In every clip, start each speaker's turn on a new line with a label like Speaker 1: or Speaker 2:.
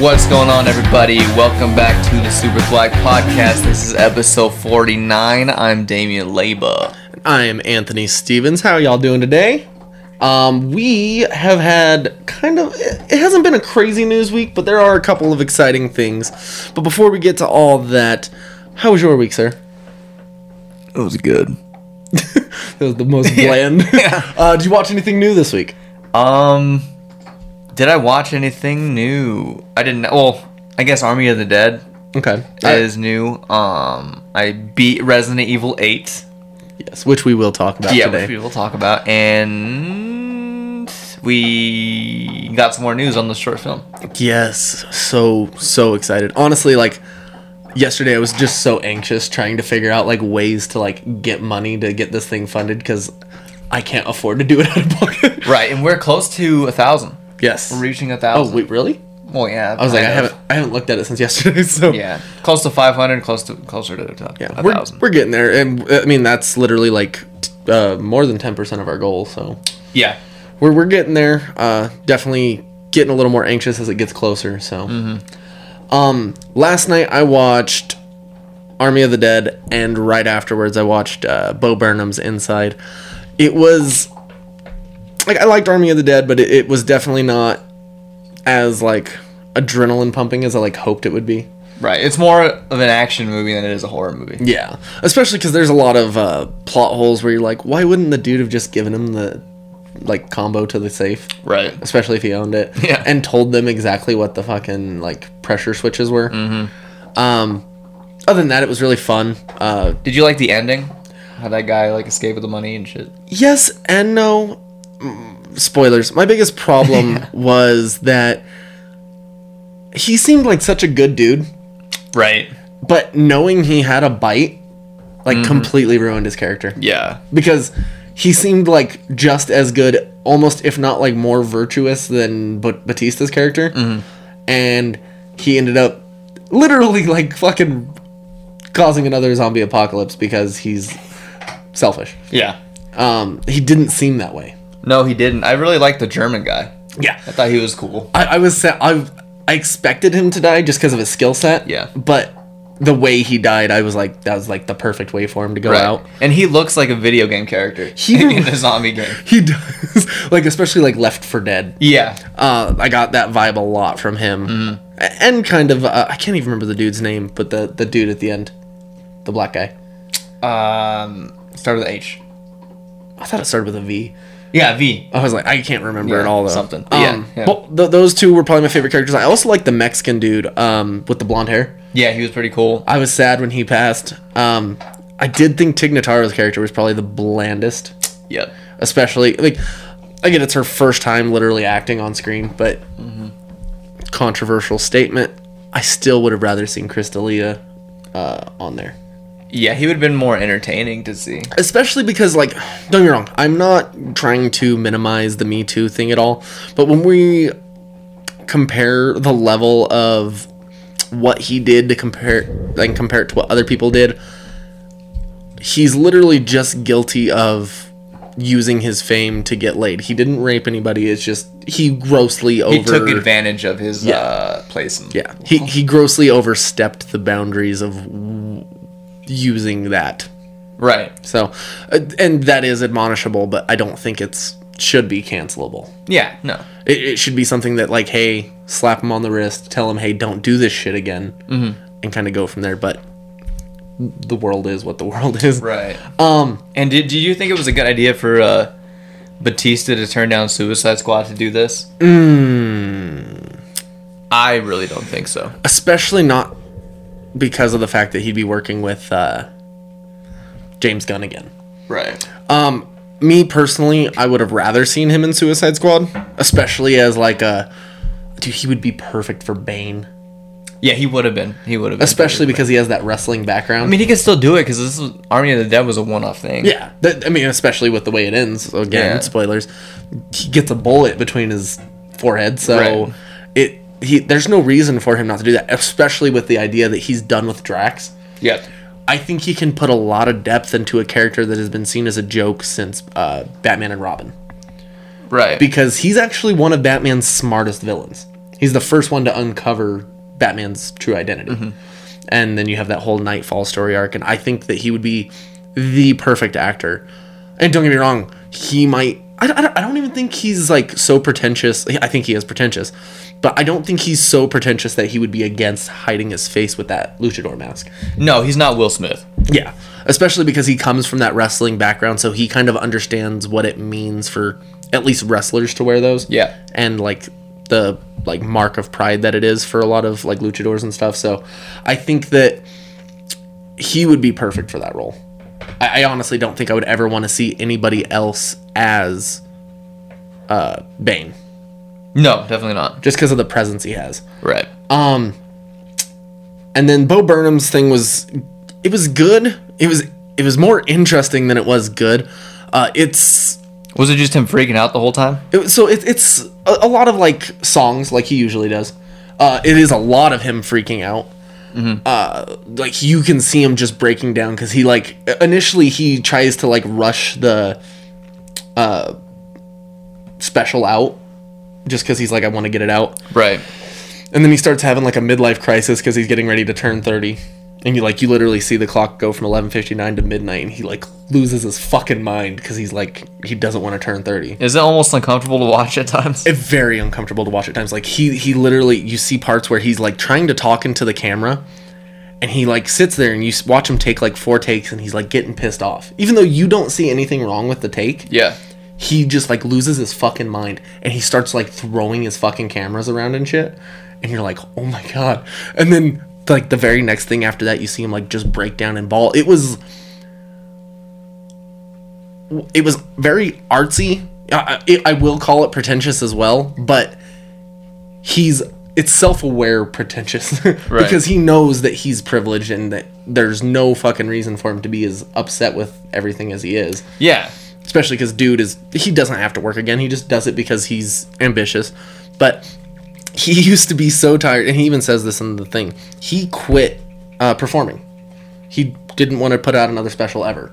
Speaker 1: What's going on, everybody? Welcome back to the Super Flag Podcast. This is episode 49. I'm Damian Laba.
Speaker 2: I am Anthony Stevens. How are y'all doing today? Um, we have had kind of it it hasn't been a crazy news week, but there are a couple of exciting things. But before we get to all that, how was your week, sir?
Speaker 1: It was good.
Speaker 2: It was the most bland. uh, did you watch anything new this week?
Speaker 1: Um, did I watch anything new? I didn't. Well, I guess Army of the Dead
Speaker 2: Okay. Uh, I-
Speaker 1: is new. Um, I beat Resident Evil 8.
Speaker 2: yes, which we will talk about
Speaker 1: Yeah,
Speaker 2: today.
Speaker 1: which we will talk about, and we got some more news on the short film.
Speaker 2: Yes, so so excited. Honestly, like yesterday I was just so anxious trying to figure out like ways to like get money to get this thing funded cuz I can't afford to do it out of pocket.
Speaker 1: Right, and we're close to a thousand.
Speaker 2: Yes.
Speaker 1: We're reaching a
Speaker 2: Oh,
Speaker 1: thousand.
Speaker 2: wait, really?
Speaker 1: well, yeah.
Speaker 2: I was like I
Speaker 1: kind of.
Speaker 2: haven't I haven't looked at it since yesterday, so
Speaker 1: Yeah, close to 500, close to closer to a
Speaker 2: Yeah, we're,
Speaker 1: thousand.
Speaker 2: we're getting there and uh, I mean that's literally like t- uh, more than 10% of our goal, so
Speaker 1: Yeah,
Speaker 2: we're, we're getting there. Uh, definitely getting a little more anxious as it gets closer. So,
Speaker 1: Mm-hmm.
Speaker 2: um, last night I watched Army of the Dead, and right afterwards I watched uh, Bo Burnham's Inside. It was like I liked Army of the Dead, but it, it was definitely not as like adrenaline pumping as I like hoped it would be.
Speaker 1: right. It's more of an action movie than it is a horror movie.
Speaker 2: Yeah, especially because there's a lot of uh, plot holes where you're like, why wouldn't the dude have just given him the like combo to the safe?
Speaker 1: Right.
Speaker 2: especially if he owned it.
Speaker 1: Yeah.
Speaker 2: And told them exactly what the fucking like pressure switches were. Mm-hmm. Um, other than that, it was really fun. Uh,
Speaker 1: Did you like the ending? How that guy like escaped with the money and shit.
Speaker 2: yes and no. Mm, Spoilers. My biggest problem was that he seemed like such a good dude,
Speaker 1: Right.
Speaker 2: but knowing he had a bite, like
Speaker 1: Mm-hmm.
Speaker 2: completely ruined his character.
Speaker 1: Yeah.
Speaker 2: because he seemed like just as good, almost if not like more virtuous than but- Batista's character, and he ended up literally like fucking causing another zombie apocalypse because he's selfish.
Speaker 1: Yeah.
Speaker 2: Um, he didn't seem that way.
Speaker 1: No, he didn't. I really liked the German guy.
Speaker 2: Yeah,
Speaker 1: I thought he was cool.
Speaker 2: I, I was sa- I I expected him to die just because of his skill set.
Speaker 1: Yeah.
Speaker 2: but the way he died, I was like that was like the perfect way for him to go out.
Speaker 1: And he looks like a video game character
Speaker 2: He-
Speaker 1: in a zombie game.
Speaker 2: He does like especially like Left for Dead.
Speaker 1: Yeah.
Speaker 2: uh, I got that vibe a lot from him, A- and kind of uh, I can't even remember the dude's name, but the the dude at the end, the black guy.
Speaker 1: Um, started with H.
Speaker 2: I thought it started with a V.
Speaker 1: Yeah, V.
Speaker 2: I was like, I can't remember
Speaker 1: Yeah,
Speaker 2: at all though.
Speaker 1: something.
Speaker 2: Um,
Speaker 1: Yeah, yeah.
Speaker 2: But th- those two were probably my favorite characters. I also like the Mexican dude um, with the blonde hair.
Speaker 1: Yeah, he was pretty cool.
Speaker 2: I was sad when he passed. Um, I did think Tignataro's character was probably the blandest,
Speaker 1: Yeah.
Speaker 2: especially like I get it's her first time literally acting on screen, but controversial statement. I still would have rather seen Crystalia uh, on there,
Speaker 1: Yeah, he would have been more entertaining to see.
Speaker 2: especially because like don't get me wrong, I'm not trying to minimize the Me Too thing at all, but when we compare the level of what he did to compare and compare it to what other people did, he's literally just guilty of using his fame to get laid. He didn't rape anybody. It's just he grossly over
Speaker 1: He took advantage of his uh, place. In-
Speaker 2: yeah, he he grossly overstepped the boundaries of w- using that.
Speaker 1: Right.
Speaker 2: So, uh, and that is admonishable, but I don't think it's should be cancelable.
Speaker 1: Yeah. No.
Speaker 2: It, it should be something that like, hey, slap him on the wrist, tell him, hey, don't do this shit again, and kind of go from there. But the world is what the world is.
Speaker 1: Right.
Speaker 2: Um,
Speaker 1: And did, did you think it was a good idea for uh, Batista to turn down Suicide Squad to do this? Mm.
Speaker 2: Mm.
Speaker 1: I really don't think so.
Speaker 2: especially not because of the fact that he'd be working with uh, James Gunn again.
Speaker 1: Right.
Speaker 2: Um, me personally, I would have rather seen him in Suicide Squad, especially as like a dude. He would be perfect for Bane,
Speaker 1: Yeah, he would have been. He would have been.
Speaker 2: especially because he has that wrestling background.
Speaker 1: I mean, he could still do it because this was, Army of the Dead was a one-off thing.
Speaker 2: yeah, that, I mean, especially with the way it ends. So Again,
Speaker 1: Yeah.
Speaker 2: spoilers. He gets a bullet between his forehead, so
Speaker 1: Right.
Speaker 2: it he there's no reason for him not to do that, especially with the idea that he's done with Drax.
Speaker 1: Yep.
Speaker 2: I think he can put a lot of depth into a character that has been seen as a joke since uh, Batman and Robin.
Speaker 1: Right.
Speaker 2: because he's actually one of Batman's smartest villains. he's the first one to uncover Batman's true identity. And then you have that whole Nightfall story arc, and I think that he would be the perfect actor. And don't get me wrong, he might. I don't, I don't- I don't even think he's like so pretentious. I think he is pretentious, but I don't think he's so pretentious that he would be against hiding his face with that luchador mask.
Speaker 1: No, he's not Will Smith.
Speaker 2: Yeah, especially because he comes from that wrestling background, so he kind of understands what it means for at least wrestlers to wear those.
Speaker 1: Yeah.
Speaker 2: and like the like mark of pride that it is for a lot of like luchadors and stuff. So I think that he would be perfect for that role. I, I honestly don't think I would ever want to see anybody else as uh, Bane,
Speaker 1: No, definitely not.
Speaker 2: just because of the presence he has. Um,
Speaker 1: Right.
Speaker 2: And then Bo Burnham's thing was it was good. It was it was more interesting than it was good. Uh, it's
Speaker 1: Was it just him freaking out the whole time?
Speaker 2: it, was- so it, it's a, a lot of like songs like he usually does. Uh, it is a lot of him freaking out. Uh, like you can see him just breaking down because he like initially he tries to like rush the uh, special out just because he's like I want to get it out.
Speaker 1: Right.
Speaker 2: And then he starts having like a midlife crisis because he's getting ready to turn 30. And you like you literally see the clock go from 11:59 to midnight and he like loses his fucking mind cuz he's like he doesn't want to turn 30.
Speaker 1: Is it almost uncomfortable to watch at times?
Speaker 2: It's very uncomfortable to watch at times. Like he he literally you see parts where he's like trying to talk into the camera and he like sits there and you s- watch him take like four takes and he's like getting pissed off. Even though you don't see anything wrong with the take,
Speaker 1: yeah.
Speaker 2: he just like loses his fucking mind and he starts like throwing his fucking cameras around and shit and you're like oh my god and then like the very next thing after that you see him like just break down and ball it was it was very artsy i, I, I will call it pretentious as well but he's it's self-aware pretentious because he knows that he's privileged and that there's no fucking reason for him to be as upset with everything as he is
Speaker 1: Yeah.
Speaker 2: especially because dude is he doesn't have to work again he just does it because he's ambitious but he used to be so tired and he even says this in the thing he quit uh, performing he didn't want to put out another special ever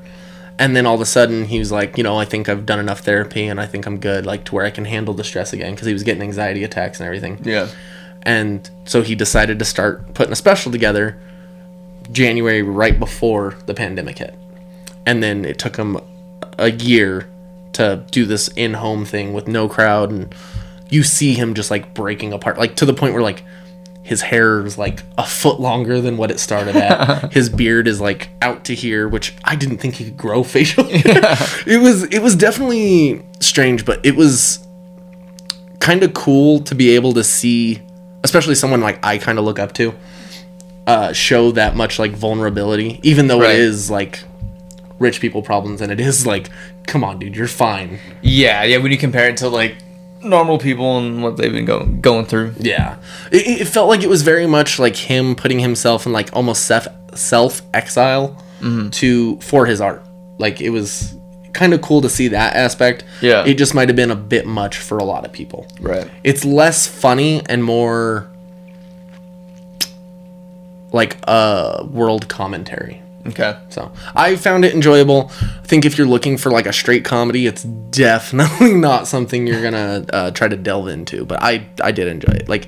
Speaker 2: and then all of a sudden he was like you know i think i've done enough therapy and i think i'm good like to where i can handle the stress again because he was getting anxiety attacks and everything
Speaker 1: Yeah.
Speaker 2: and so he decided to start putting a special together January right before the pandemic hit. And then it took him a year to do this in-home thing with no crowd and you see him just like breaking apart like to the point where like his hair is like a foot longer than what it started at. his beard is like out to here, which I didn't think he could grow facial. hair. it was it was definitely strange, but it was kind of cool to be able to see, especially someone like I kind of look up to, uh, show that much like vulnerability, even though
Speaker 1: Right.
Speaker 2: it is like rich people problems, and it is like, come on, dude, you're fine.
Speaker 1: Yeah. Yeah. When you compare it to like normal people and what they've been going going through.
Speaker 2: Yeah, it, it- it felt like it was very much like him putting himself in like almost self self exile
Speaker 1: Mm-hmm.
Speaker 2: to for his art. Like it was kind of cool to see that aspect.
Speaker 1: Yeah.
Speaker 2: it just might have been a bit much for a lot of people.
Speaker 1: Right.
Speaker 2: It's less funny and more like uh, world commentary.
Speaker 1: Okay.
Speaker 2: So I found it enjoyable. I think if you're looking for like a straight comedy, it's definitely not something you're gonna uh, try to delve into. But I I did enjoy it. Like,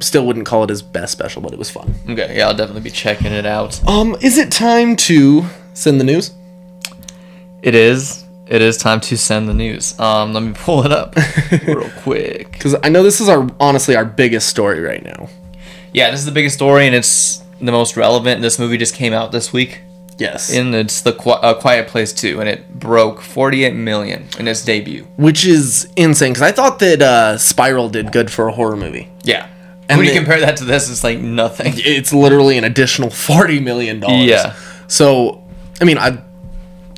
Speaker 2: still wouldn't call it his best special, but it was fun.
Speaker 1: Okay. Yeah. I'll definitely be checking it out.
Speaker 2: Um, is it time to send the news?
Speaker 1: It is. It is time to send the news. Um, let me pull it up real quick.
Speaker 2: Because I know this is our honestly our biggest story right now.
Speaker 1: Yeah, this is the biggest story, and it's the most relevant. This movie just came out this week,
Speaker 2: Yes.
Speaker 1: and it's the Qui- uh, Quiet Place Two, and it broke 48 million in its debut.
Speaker 2: Which is insane because I thought that uh, Spiral did good for a horror movie.
Speaker 1: Yeah,
Speaker 2: And
Speaker 1: when you
Speaker 2: the-
Speaker 1: compare that to this, it's like nothing.
Speaker 2: it's literally an additional forty million dollars.
Speaker 1: Yeah.
Speaker 2: So, I mean, I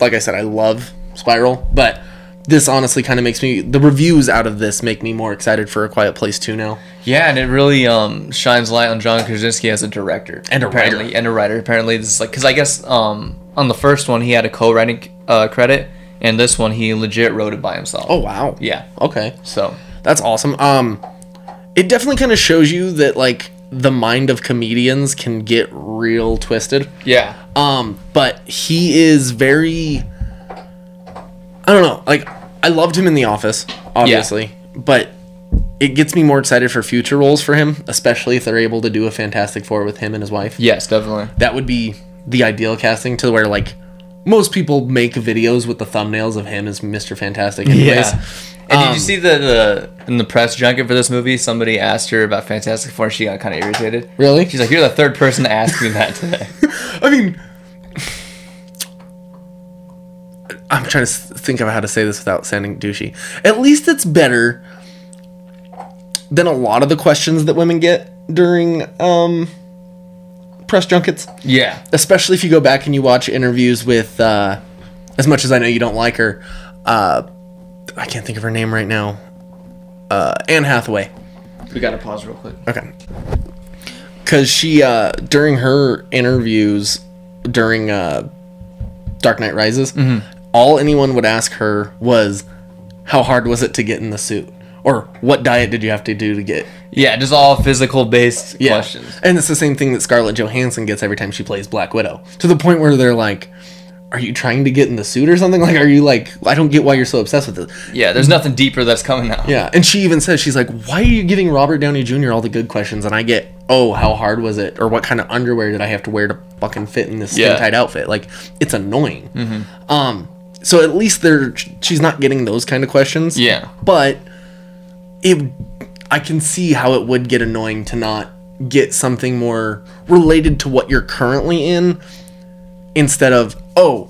Speaker 2: like I said, I love Spiral, but this honestly kind of makes me the reviews out of this make me more excited for A Quiet Place Two now.
Speaker 1: Yeah, and it really um, shines light on John Krasinski as a director
Speaker 2: And a writer.
Speaker 1: apparently, and a writer. Apparently, this is like because I guess um, on the first one he had a co-writing uh, credit, and this one he legit wrote it by himself.
Speaker 2: Oh wow.
Speaker 1: yeah.
Speaker 2: Okay,
Speaker 1: So
Speaker 2: that's awesome. Um, it definitely kind of shows you that like the mind of comedians can get real twisted.
Speaker 1: yeah,
Speaker 2: Um, but he is very I don't know, like I loved him in the office, obviously, but it gets me more excited for future roles for him, especially if they're able to do a Fantastic Four with him and his wife.
Speaker 1: Yes, definitely.
Speaker 2: That would be the ideal casting to where like most people make videos with the thumbnails of him as Mr. Fantastic. Anyways.
Speaker 1: Yeah. And
Speaker 2: Um,
Speaker 1: did you see the, the in the press junket for this movie? Somebody asked her about Fantastic Four. and She got kind of irritated.
Speaker 2: Really?
Speaker 1: She's like, "You're the third person to ask me that today."
Speaker 2: I mean, I'm trying to s- think of how to say this without sounding douchey. At least it's better than a lot of the questions that women get during um, press junkets.
Speaker 1: yeah.
Speaker 2: Especially if you go back and you watch interviews with, uh, as much as I know you don't like her, uh, I can't think of her name right now, uh, Anne Hathaway.
Speaker 1: We got to pause real quick.
Speaker 2: Okay. Cause she uh during her interviews during uh Dark Knight Rises, all anyone would ask her was how hard was it to get in the suit? Or what diet did you have to do to get
Speaker 1: Yeah, just all physical based
Speaker 2: Yeah.
Speaker 1: questions.
Speaker 2: And it's the same thing that Scarlett Johansson gets every time she plays Black Widow. To the point where they're like, Are you trying to get in the suit or something? Like are you like I don't get why you're so obsessed with this.
Speaker 1: Yeah, there's nothing deeper that's coming out.
Speaker 2: Yeah, and she even says she's like, "Why are you giving Robert Downey Jr. all the good questions?" And I get, "Oh, how hard was it?" Or what kind of underwear did I have to wear to fucking fit in this
Speaker 1: Yeah. Mm-hmm.
Speaker 2: skin tight outfit? Like, it's annoying. Um, so at least they're she's not getting those kind of questions.
Speaker 1: Yeah.
Speaker 2: but it, I can see how it would get annoying to not get something more related to what you're currently in, instead of oh,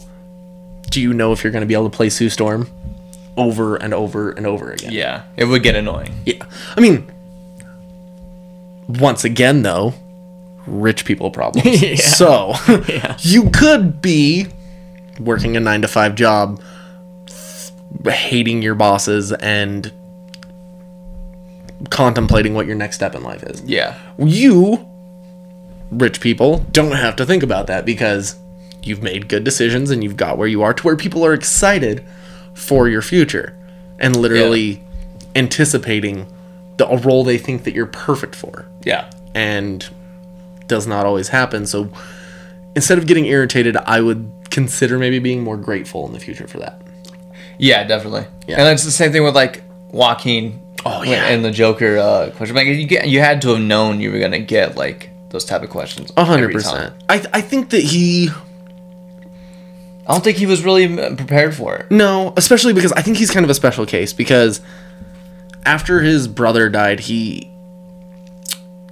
Speaker 2: do you know if you're going to be able to play Sue Storm? Over and over and over again.
Speaker 1: Yeah, it would get annoying.
Speaker 2: Yeah. I mean, once again, though, rich people problems. So, you could be working a nine to five job, hating your bosses, and contemplating what your next step in life is.
Speaker 1: Yeah.
Speaker 2: You, rich people, don't have to think about that because you've made good decisions and you've got where you are to where people are excited for your future and literally anticipating the a role they think that you're perfect for
Speaker 1: Yeah.
Speaker 2: and does not always happen. So instead of getting irritated, I would consider maybe being more grateful in the future for that.
Speaker 1: Yeah, definitely.
Speaker 2: Yeah.
Speaker 1: And it's the same thing with like Joaquin.
Speaker 2: Oh,
Speaker 1: and-
Speaker 2: yeah.
Speaker 1: And the Joker uh, question. Like you get, you had to have known you were gonna get like those type of questions.
Speaker 2: A
Speaker 1: every
Speaker 2: hundred
Speaker 1: time.
Speaker 2: percent. I th- I think that he
Speaker 1: I don't think he was really mm, prepared for it.
Speaker 2: No, especially because I think he's kind of a special case because after his brother died, he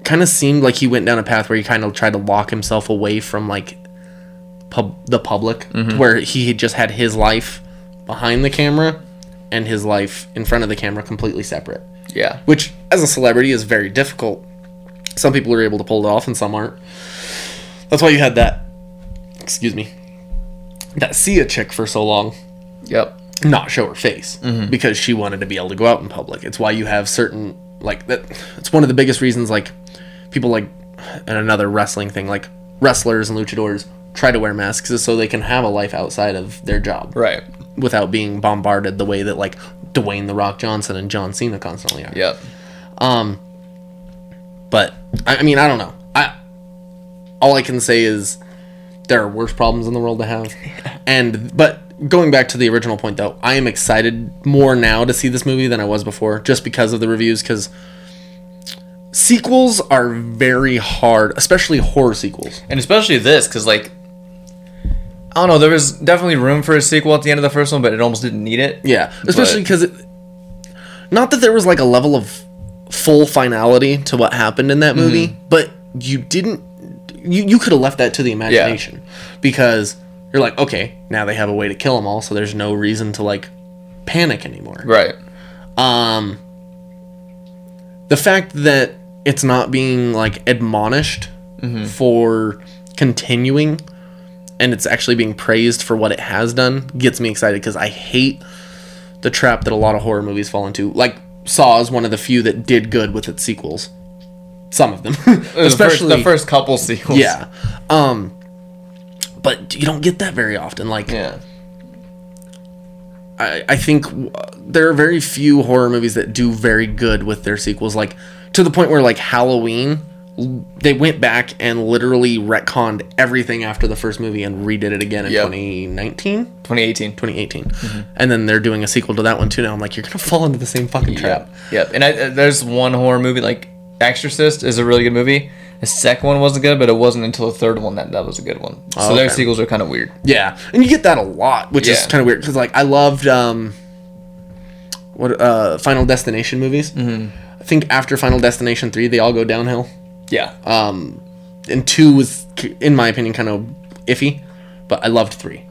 Speaker 2: kind of seemed like he went down a path where he kind of tried to lock himself away from like pub- the public, to where he had just had his life behind the camera and his life in front of the camera completely separate,
Speaker 1: Yeah.
Speaker 2: which as a celebrity is very difficult. Some people are able to pull it off and some aren't. That's why you had that, excuse me, that Sia chick for so long
Speaker 1: Yep.
Speaker 2: not show her face because she wanted to be able to go out in public. It's why you have certain like that. It's one of the biggest reasons like people like and another wrestling thing like wrestlers and luchadors try to wear masks is so they can have a life outside of their job
Speaker 1: Right.
Speaker 2: without being bombarded the way that like Dwayne the Rock Johnson and John Cena constantly are.
Speaker 1: Yep.
Speaker 2: But I, I mean I don't know. I all I can say is there are worse problems in the world to have. And but going back to the original point though, I am excited more now to see this movie than I was before, just because of the reviews. Because sequels are very hard, especially horror sequels.
Speaker 1: And especially this, because like, I don't know, there was definitely room for a sequel at the end of the first one, but it almost didn't need it.
Speaker 2: Yeah, especially because it. Not that there was like a level of full finality to what happened in that movie, but you didn't. You, you could have left that to the imagination because you're like, okay, now they have a way to kill them all, so there's no reason to like panic anymore.
Speaker 1: Right.
Speaker 2: Um, the fact that it's not being like admonished
Speaker 1: Mm-hmm.
Speaker 2: for continuing and it's actually being praised for what it has done gets me excited because I hate the trap that a lot of horror movies fall into. Like, Saw is one of the few that did good with its sequels. Some of them.
Speaker 1: Especially the first, couple sequels.
Speaker 2: Yeah. Um, but you don't get that very often. Like,
Speaker 1: Yeah.
Speaker 2: I, I think w- there are very few horror movies that do very good with their sequels. Like to the point where like Halloween they went back and literally retconned everything after the first movie and redid it again in
Speaker 1: Yep. Mm-hmm.
Speaker 2: 2019
Speaker 1: 2018.
Speaker 2: 2018 and then they're doing a sequel to that one too now i'm like you're gonna fall into the same fucking trap
Speaker 1: Yep. Yep. And I, uh, there's one horror movie like Exorcist is a really good movie. The second one wasn't good, but it wasn't until the third one that that was a good one. So their
Speaker 2: Oh, okay.
Speaker 1: sequels are kind of weird.
Speaker 2: yeah and you get that a lot which is
Speaker 1: Yeah.
Speaker 2: kind of weird because like i loved um what uh final destination movies
Speaker 1: Mm-hmm.
Speaker 2: i think after final destination 3 they all go downhill
Speaker 1: Yeah.
Speaker 2: and 2 was in my opinion kind of iffy but i loved 3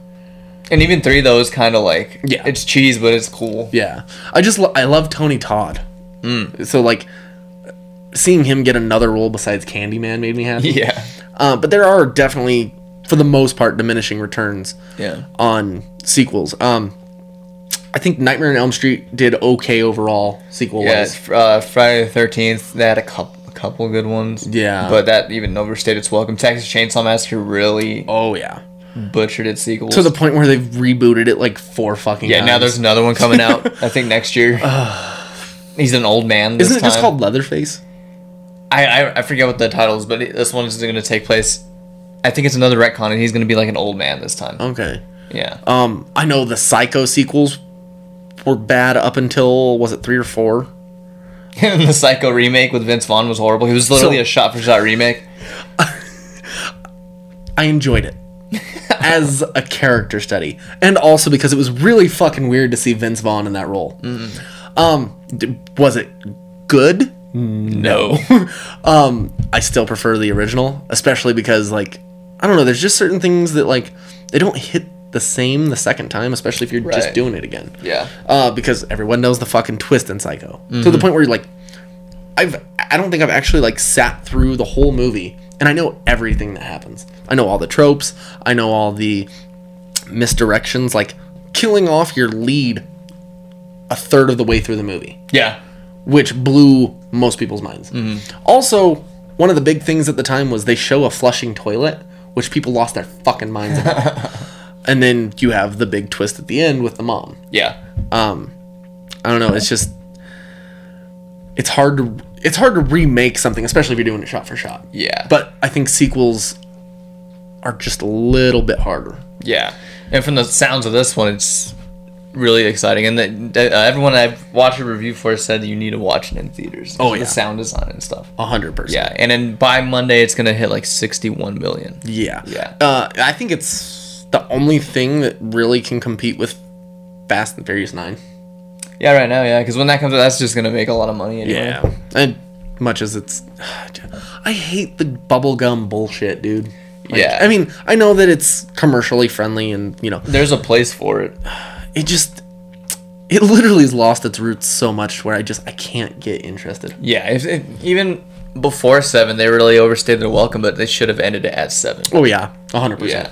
Speaker 1: and even three though is kind of like
Speaker 2: Yeah.
Speaker 1: it's cheese, but it's cool.
Speaker 2: Yeah, I just lo- I love Tony Todd. So like, seeing him get another role besides Candyman made me happy.
Speaker 1: Yeah.
Speaker 2: Uh, but there are definitely, for the most part, diminishing returns
Speaker 1: Yeah.
Speaker 2: on sequels. Um, I think Nightmare on Elm Street did okay overall sequel
Speaker 1: Yeah,
Speaker 2: wise.
Speaker 1: it's, uh, Friday the Thirteenth. They had a couple, a couple good ones.
Speaker 2: Yeah.
Speaker 1: but that even overstated its welcome. Texas Chainsaw Massacre really
Speaker 2: Oh yeah,
Speaker 1: butchered its sequel.
Speaker 2: to the point where they've rebooted it like four fucking.
Speaker 1: yeah, now
Speaker 2: times.
Speaker 1: there's another one coming out. I think next year. He's an old man. This
Speaker 2: Isn't it just
Speaker 1: time.
Speaker 2: called Leatherface?
Speaker 1: I, I I forget what the title is, but it, this one is going to take place. I think it's another retcon, and he's going to be like an old man this time.
Speaker 2: Okay.
Speaker 1: Yeah,
Speaker 2: Um, I know the Psycho sequels were bad up until was it three or four?
Speaker 1: and the Psycho remake with Vince Vaughn was horrible. He was literally
Speaker 2: So-
Speaker 1: a shot for shot remake.
Speaker 2: I enjoyed it as a character study, and also because it was really fucking weird to see Vince Vaughn in that role. Um, d- was it good?
Speaker 1: No,
Speaker 2: Um, I still prefer the original, especially because like I don't know, there's just certain things that like they don't hit the same the second time, especially if you're just
Speaker 1: Right.
Speaker 2: doing it again.
Speaker 1: yeah,
Speaker 2: Uh, because everyone knows the fucking twist in Psycho to the point where like I've I don't think I've actually like sat through the whole movie and I know everything that happens. I know all the tropes. I know all the misdirections. Like killing off your lead a third of the way through the movie
Speaker 1: yeah,
Speaker 2: which blew most people's minds. Also, one of the big things at the time was they show a flushing toilet, which people lost their fucking minds about. and then you have the big twist at the end with the mom.
Speaker 1: yeah.
Speaker 2: I don't know, it's just it's hard to it's hard to remake something, especially if you're doing it shot for shot.
Speaker 1: Yeah.
Speaker 2: But I think sequels are just a little bit harder.
Speaker 1: Yeah, and from the sounds of this one, it's really exciting. And that that, uh, everyone I've watched a review for said you need to watch it in theaters.
Speaker 2: Oh, yeah.
Speaker 1: the sound design and stuff.
Speaker 2: A hundred percent.
Speaker 1: Yeah, and then by Monday it's gonna hit like sixty-one million.
Speaker 2: Yeah.
Speaker 1: Yeah.
Speaker 2: Uh, I think it's the only thing that really can compete with Fast and Furious Nine.
Speaker 1: Yeah, right now, yeah, because when that comes out, that's just gonna make a lot of money anyway.
Speaker 2: Yeah. And much as it's I hate the bubblegum bullshit, dude. Like,
Speaker 1: Yeah.
Speaker 2: I mean, I know that it's commercially friendly and, you know,
Speaker 1: There's a place for it.
Speaker 2: it just it literally has lost its roots so much where I just I can't get interested.
Speaker 1: Yeah, if, if even before seven, they really overstayed their welcome, but they should have ended it at seven.
Speaker 2: Oh yeah, 100%.
Speaker 1: Yeah,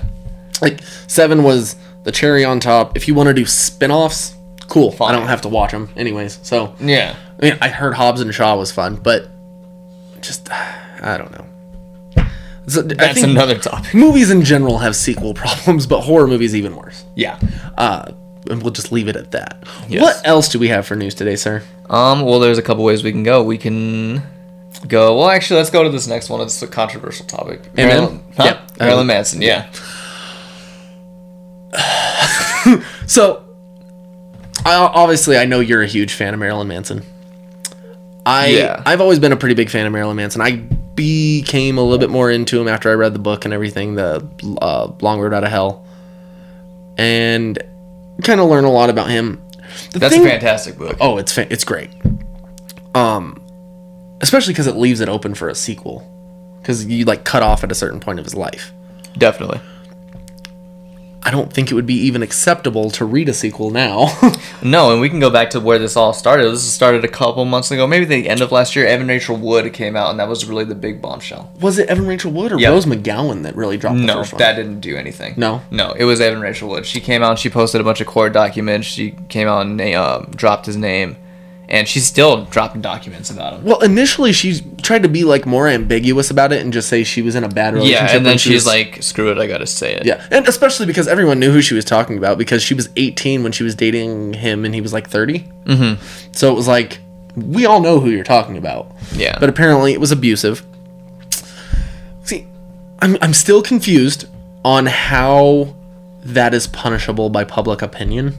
Speaker 2: Like 7 was the cherry on top. If you want to do spin-offs, cool. I don't have to watch them anyways. So,
Speaker 1: yeah,
Speaker 2: I mean, I heard Hobbs and Shaw was fun, but just I don't know. So, I
Speaker 1: that's
Speaker 2: think
Speaker 1: another topic.
Speaker 2: movies in general have sequel problems, but horror movies even worse.
Speaker 1: Yeah.
Speaker 2: Uh, and we'll just leave it at that.
Speaker 1: Yes.
Speaker 2: What else do we have for news today, sir?
Speaker 1: Um. Well, there's a couple ways we can go. We can go. Well, actually, let's go to this next one. It's a controversial topic. Marilyn, huh?
Speaker 2: Yeah.
Speaker 1: Marilyn Manson. Yeah.
Speaker 2: So, I, obviously, I know you're a huge fan of Marilyn Manson. I
Speaker 1: Yeah.
Speaker 2: I've always been a pretty big fan of Marilyn Manson. I became a little bit more into him after I read the book and everything, the uh, Long Road Out of Hell, and kind of learn a lot about him. The
Speaker 1: That's
Speaker 2: thing-
Speaker 1: a fantastic book.
Speaker 2: Oh, it's fa- it's great. Um, especially because it leaves it open for a sequel, because you like cut off at a certain point of his life.
Speaker 1: definitely.
Speaker 2: I don't think it would be even acceptable to read a sequel now.
Speaker 1: No, and we can go back to where this all started. This started a couple months ago, maybe the end of last year. Evan Rachel Wood came out, and that was really the big bombshell.
Speaker 2: was it Evan Rachel Wood or
Speaker 1: Yep.
Speaker 2: Rose McGowan that really dropped the
Speaker 1: No,
Speaker 2: first one?
Speaker 1: that didn't do anything.
Speaker 2: No?
Speaker 1: no, it was Evan Rachel Wood. She came out, and she posted a bunch of court documents. She came out and uh, dropped his name, and she's still dropping documents about him.
Speaker 2: well, initially she tried to be like more ambiguous about it and just say she was in a bad relationship.
Speaker 1: Yeah, and
Speaker 2: when
Speaker 1: then
Speaker 2: she
Speaker 1: she's
Speaker 2: was-
Speaker 1: like, "Screw it, I gotta say it."
Speaker 2: yeah, and especially because everyone knew who she was talking about because she was 18 when she was dating him and he was like 30. Mm-hmm. So it was like we all know who you're talking about.
Speaker 1: yeah.
Speaker 2: but apparently it was abusive. I'm I'm still confused on how that is punishable by public opinion.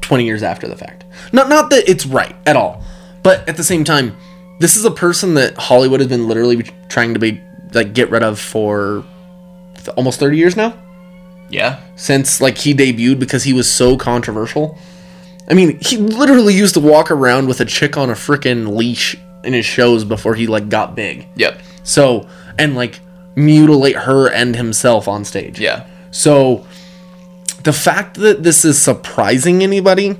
Speaker 2: 20 years after the fact. Not not that it's right at all, but at the same time, this is a person that Hollywood has been literally trying to be like get rid of for th- almost 30 years now
Speaker 1: Yeah.
Speaker 2: since like he debuted because he was so controversial. I mean, he literally used to walk around with a chick on a freaking leash in his shows before he like got big.
Speaker 1: Yep.
Speaker 2: So, and like mutilate her and himself on stage.
Speaker 1: Yeah.
Speaker 2: So, the fact that this is surprising anybody,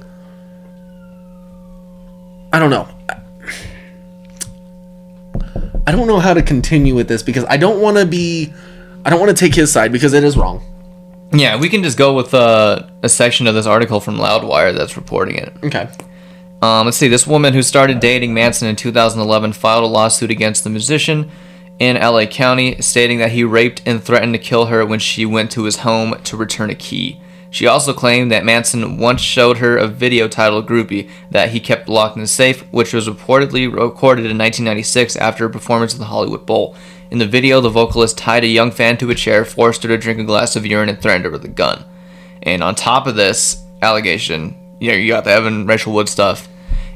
Speaker 2: I don't know. I don't know how to continue with this because I don't want to be, I don't want to take his side because it is wrong.
Speaker 1: Yeah, we can just go with uh, a section of this article from Loudwire that's reporting it.
Speaker 2: Okay.
Speaker 1: Um, let's see. This woman who started dating Manson in 2011 filed a lawsuit against the musician in LA County, stating that he raped and threatened to kill her when she went to his home to return a key. She also claimed that Manson once showed her a video titled Groupie that he kept locked in a safe, which was reportedly recorded in 1996 after a performance at the Hollywood Bowl. In the video, the vocalist tied a young fan to a chair, forced her to drink a glass of urine, and threatened her with a gun. And on top of this allegation, you know, you got the Evan Rachel Wood stuff.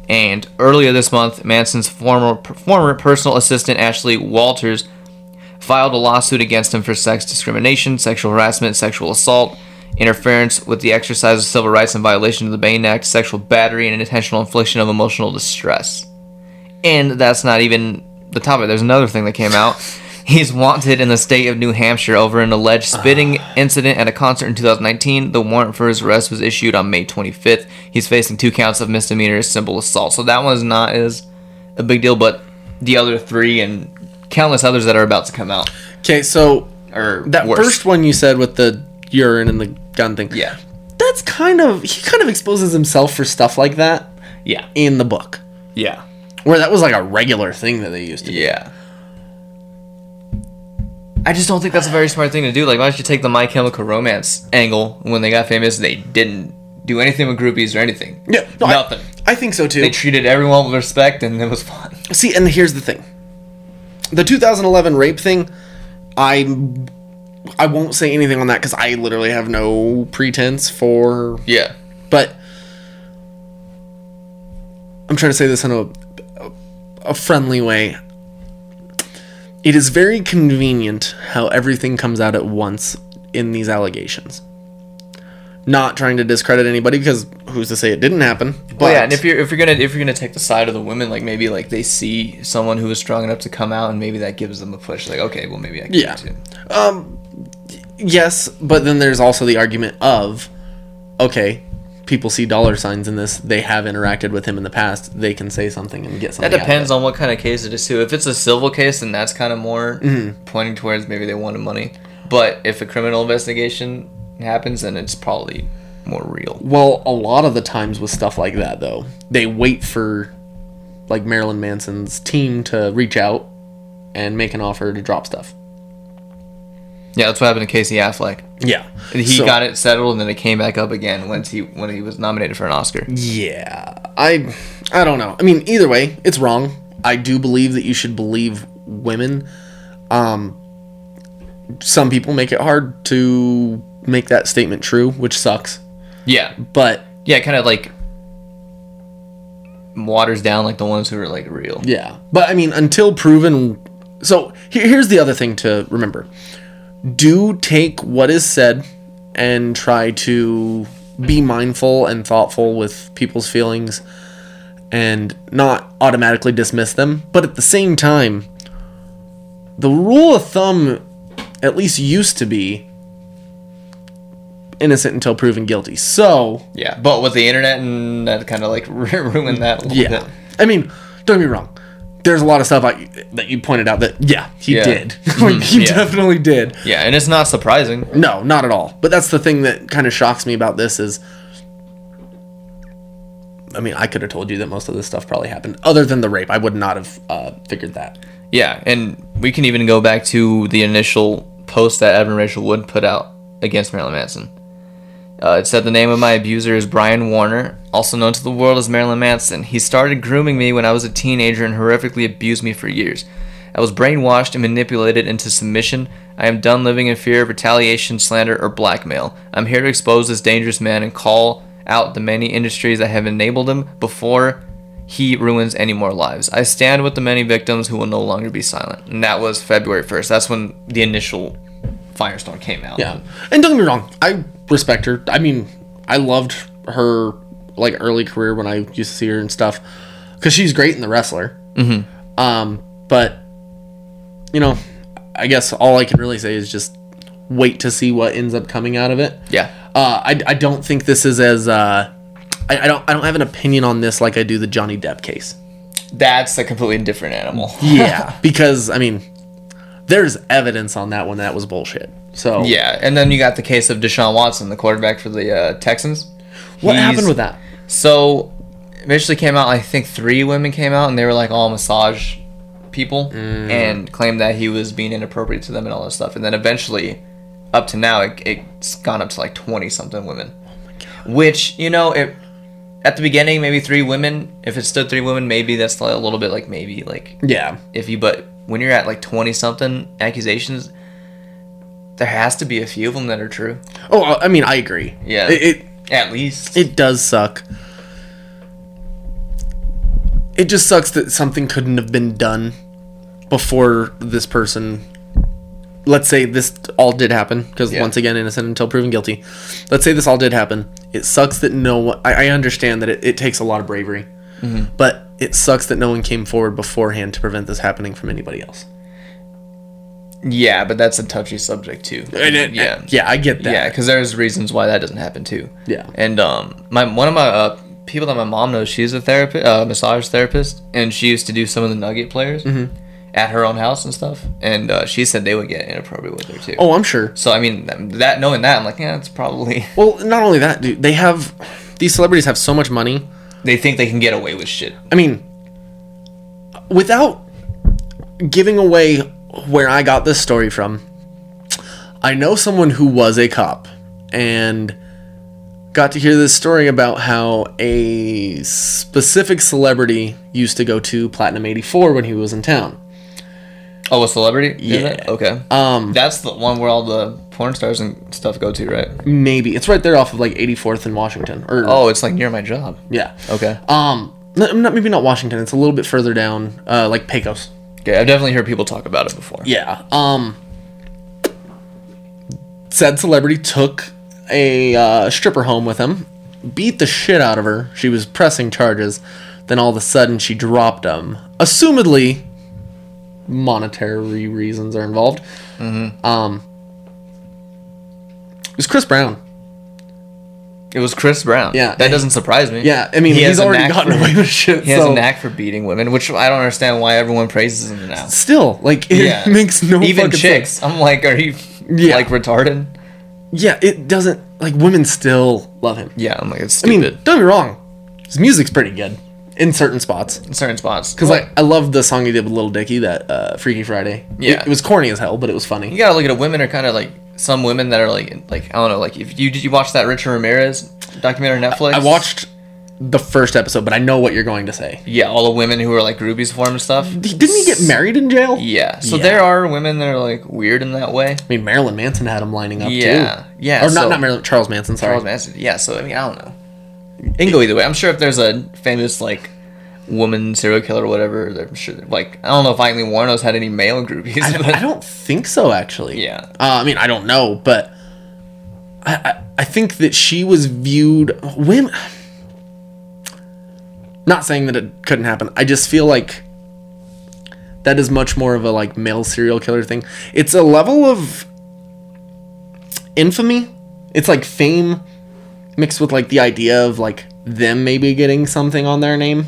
Speaker 1: And earlier this month, Manson's former former personal assistant Ashley Walters filed a lawsuit against him for sex discrimination, sexual harassment, sexual assault, interference with the exercise of civil rights and violation of the Bain Act, sexual battery, and intentional infliction of emotional distress. And that's not even the topic. There's another thing that came out. He's wanted in the state of New Hampshire over an alleged
Speaker 2: Ah.
Speaker 1: spitting incident at a concert in 2019. The warrant for his arrest was issued on May 25th. He's facing two counts of misdemeanor simple assault. So that one's not as a big deal, but the other three and countless others that are about to come out
Speaker 2: Okay, so
Speaker 1: or
Speaker 2: that first one you said with the urine and the gun thing.
Speaker 1: yeah
Speaker 2: That's kind of he kind of exposes himself for stuff like that
Speaker 1: yeah
Speaker 2: in the book.
Speaker 1: yeah
Speaker 2: Where that was like a regular thing that they used to do.
Speaker 1: yeah i just don't think that's a very smart thing to do like why don't you take the my chemical romance angle when they got famous they didn't do anything with groupies or anything
Speaker 2: Yeah. no, I-
Speaker 1: nothing
Speaker 2: I, think so too.
Speaker 1: they treated everyone with respect and it was fun
Speaker 2: See, and here's the thing. The 2011 rape thing, I I won't say anything on that cuz I literally have no pretense for
Speaker 1: yeah
Speaker 2: but I'm trying to say this in a a friendly way. It is very convenient how everything comes out at once in these allegations. Not trying to discredit anybody because who's to say it didn't happen? But
Speaker 1: Well, yeah, and if you're if you're gonna if you're gonna take the side of the women, like maybe like they see someone who is strong enough to come out, and maybe that gives them a push. Like, okay, well maybe I can do
Speaker 2: Yeah.
Speaker 1: it too.
Speaker 2: yes, but then there's also the argument of okay, people see dollar signs in this. They have interacted with him in the past. They can say something and get something.
Speaker 1: That
Speaker 2: out of it.
Speaker 1: depends on what kind of case it is too. If it's a civil case, then that's kind of more
Speaker 2: Mm-hmm.
Speaker 1: pointing towards maybe they wanted money. But if a criminal investigation happens, then it's probably more real.
Speaker 2: Well, a lot of the times with stuff like that, though, they wait for like Marilyn Manson's team to reach out and make an offer to drop stuff.
Speaker 1: Yeah, that's what happened to Casey Affleck.
Speaker 2: Yeah,
Speaker 1: He got it settled, and then it came back up again once he when he was nominated for an Oscar.
Speaker 2: Yeah, I, I don't know. I mean, either way, it's wrong. I do believe that you should believe women. Um, some people make it hard to make that statement true, which sucks.
Speaker 1: Yeah,
Speaker 2: But
Speaker 1: yeah, kind of like waters down like the ones who are like real.
Speaker 2: Yeah. But I mean, until proven. So here- here's the other thing to remember do take what is said and try to be mindful and thoughtful with people's feelings and not automatically dismiss them. But at the same time, the rule of thumb at least used to be innocent until proven guilty. So.
Speaker 1: Yeah, but with the internet and that kind of like ruined that. A little
Speaker 2: Yeah.
Speaker 1: bit.
Speaker 2: I mean, don't get me wrong. There's a lot of stuff I, that you pointed out that, yeah, he
Speaker 1: Yeah. Mm-hmm.
Speaker 2: did. like, he
Speaker 1: yeah.
Speaker 2: definitely did.
Speaker 1: yeah, and it's not surprising.
Speaker 2: No, not at all. But that's the thing that kind of shocks me about this is, I mean, I could have told you that most of this stuff probably happened. Other than the rape, I would not have uh, figured that.
Speaker 1: Yeah, and we can even go back to the initial post that Evan Rachel Wood put out against Marilyn Manson. Uh, it said the name of my abuser is Brian Warner, also known to the world as Marilyn Manson. He started grooming me when I was a teenager and horrifically abused me for years. I was brainwashed and manipulated into submission. I am done living in fear of retaliation, slander, or blackmail. I'm here to expose this dangerous man and call out the many industries that have enabled him before he ruins any more lives. I stand with the many victims who will no longer be silent. And that was February 1st. That's when the initial Firestorm came out.
Speaker 2: Yeah. And don't get me wrong, I respect her. I mean, I loved her like early career when I used to see her and stuff because she's great in the wrestler. Mm-hmm. Um, but you know, I guess all I can really say is just wait to see what ends up coming out of it.
Speaker 1: Yeah.
Speaker 2: Uh, I, I don't think this is as uh, I, I don't I don't have an opinion on this like I do the Johnny Depp case.
Speaker 1: That's a completely different animal.
Speaker 2: Yeah, because I mean, there's evidence on that one that was bullshit. So
Speaker 1: Yeah, and then you got the case of Deshaun Watson, the quarterback for the uh, Texans.
Speaker 2: what
Speaker 1: He's-
Speaker 2: happened with that?
Speaker 1: So, initially came out. I think three women came out, and they were like all massage people,
Speaker 2: Mm.
Speaker 1: and claimed that he was being inappropriate to them and all this stuff. And then eventually, up to now, it, it's gone up to like twenty something women.
Speaker 2: Oh
Speaker 1: Which you know, it at the beginning maybe three women. If it stood three women, maybe that's like a little bit like maybe like
Speaker 2: Yeah,
Speaker 1: if you but when you're at like 20 something accusations there has to be a few of them that are true
Speaker 2: Oh, I- I mean, I agree.
Speaker 1: Yeah.
Speaker 2: It, it
Speaker 1: at least
Speaker 2: it does suck. It just sucks that something couldn't have been done before this person. Let's say this all did happen because
Speaker 1: Yeah.
Speaker 2: once again, innocent until proven guilty. Let's say this all did happen. It sucks that no one. I, I understand that it, it takes a lot of bravery,
Speaker 1: Mm-hmm.
Speaker 2: but it sucks that no one came forward beforehand to prevent this happening from anybody else.
Speaker 1: yeah but that's a touchy subject too yeah
Speaker 2: yeah, I get that.
Speaker 1: yeah because there's reasons why that doesn't happen too
Speaker 2: Yeah.
Speaker 1: and um my one of my uh, people that my mom knows she's a therapist uh, massage therapist and she used to do some of the nugget players
Speaker 2: Mm-hmm.
Speaker 1: at her own house and stuff and uh, she said they would get inappropriate with her too
Speaker 2: Oh, I'm sure.
Speaker 1: so i mean that knowing that i'm like yeah it's probably
Speaker 2: Well, not only that, dude, they have these celebrities have so much money.
Speaker 1: they think they can get away with shit
Speaker 2: I mean, without giving away where I got this story from, I know someone who was a cop and got to hear this story about how a specific celebrity used to go to Platinum 84 when he was in town.
Speaker 1: Oh, a celebrity? Did
Speaker 2: Yeah.
Speaker 1: it? Okay.
Speaker 2: Um,
Speaker 1: That's the one where all the porn stars and stuff go to, right?
Speaker 2: Maybe it's right there off of like 84th and Washington or
Speaker 1: Oh, it's like near my job.
Speaker 2: yeah.
Speaker 1: Okay.
Speaker 2: Um n- not, maybe not Washington, it's a little bit further down uh like Pecos.
Speaker 1: Okay, I've definitely heard people talk about it before.
Speaker 2: Yeah. Um. Said celebrity took a uh, stripper home with him, beat the shit out of her. She was pressing charges. Then all of a sudden she dropped him. Assumedly, monetary reasons are involved.
Speaker 1: Mm-hmm.
Speaker 2: Um. It was Chris Brown.
Speaker 1: It was Chris Brown.
Speaker 2: Yeah.
Speaker 1: That doesn't surprise me.
Speaker 2: Yeah, I mean
Speaker 1: He has
Speaker 2: he's
Speaker 1: a
Speaker 2: already
Speaker 1: knack
Speaker 2: gotten
Speaker 1: for-
Speaker 2: away with shit.
Speaker 1: He has
Speaker 2: so.
Speaker 1: a knack for beating women, which I don't understand why everyone praises him now.
Speaker 2: Still, like it
Speaker 1: Yeah.
Speaker 2: makes no
Speaker 1: Even
Speaker 2: fucking
Speaker 1: chicks.
Speaker 2: sense.
Speaker 1: I'm like, are you
Speaker 2: Yeah.
Speaker 1: like retarded?
Speaker 2: Yeah, it doesn't. Like women still love him.
Speaker 1: Yeah, I'm like, it's
Speaker 2: I mean,
Speaker 1: stupid.
Speaker 2: don't get me wrong, his music's pretty good in certain spots.
Speaker 1: in certain spots.
Speaker 2: Cause like I love the song he did with Little Dicky, that uh, Freaky Friday. It-
Speaker 1: Yeah.
Speaker 2: it, was corny as hell, but it was
Speaker 1: you
Speaker 2: funny.
Speaker 1: gotta look at it. Women are kind of like some women that are like, like I don't know, like if you did you watch that Richard Ramirez documentary on Netflix?
Speaker 2: I watched the first episode, but I know what you're going to say.
Speaker 1: Yeah, all the women who are like rubies for him and stuff.
Speaker 2: Didn't he get married in jail?
Speaker 1: Yeah. So
Speaker 2: Yeah.
Speaker 1: there are women that are like weird in that way.
Speaker 2: I mean, Marilyn Manson had him lining up
Speaker 1: Yeah,
Speaker 2: too.
Speaker 1: yeah,
Speaker 2: Or not,
Speaker 1: so-
Speaker 2: not Marilyn, Charles Manson. Sorry.
Speaker 1: Charles Manson. Yeah. So I mean, I don't know. It can go either way. I'm sure if there's a famous like woman serial killer or whatever, I'm sure like I don't know if Eileen Warnos had any male groupies.
Speaker 2: I don't,
Speaker 1: but
Speaker 2: I don't think so, actually.
Speaker 1: Yeah.
Speaker 2: Uh, I mean, I don't know, but I, I, I think that she was viewed women. Not saying that it couldn't happen. I just feel like that is much more of a like male serial killer thing. It's a level of infamy. It's like fame mixed with like the idea of like them maybe getting something on their name.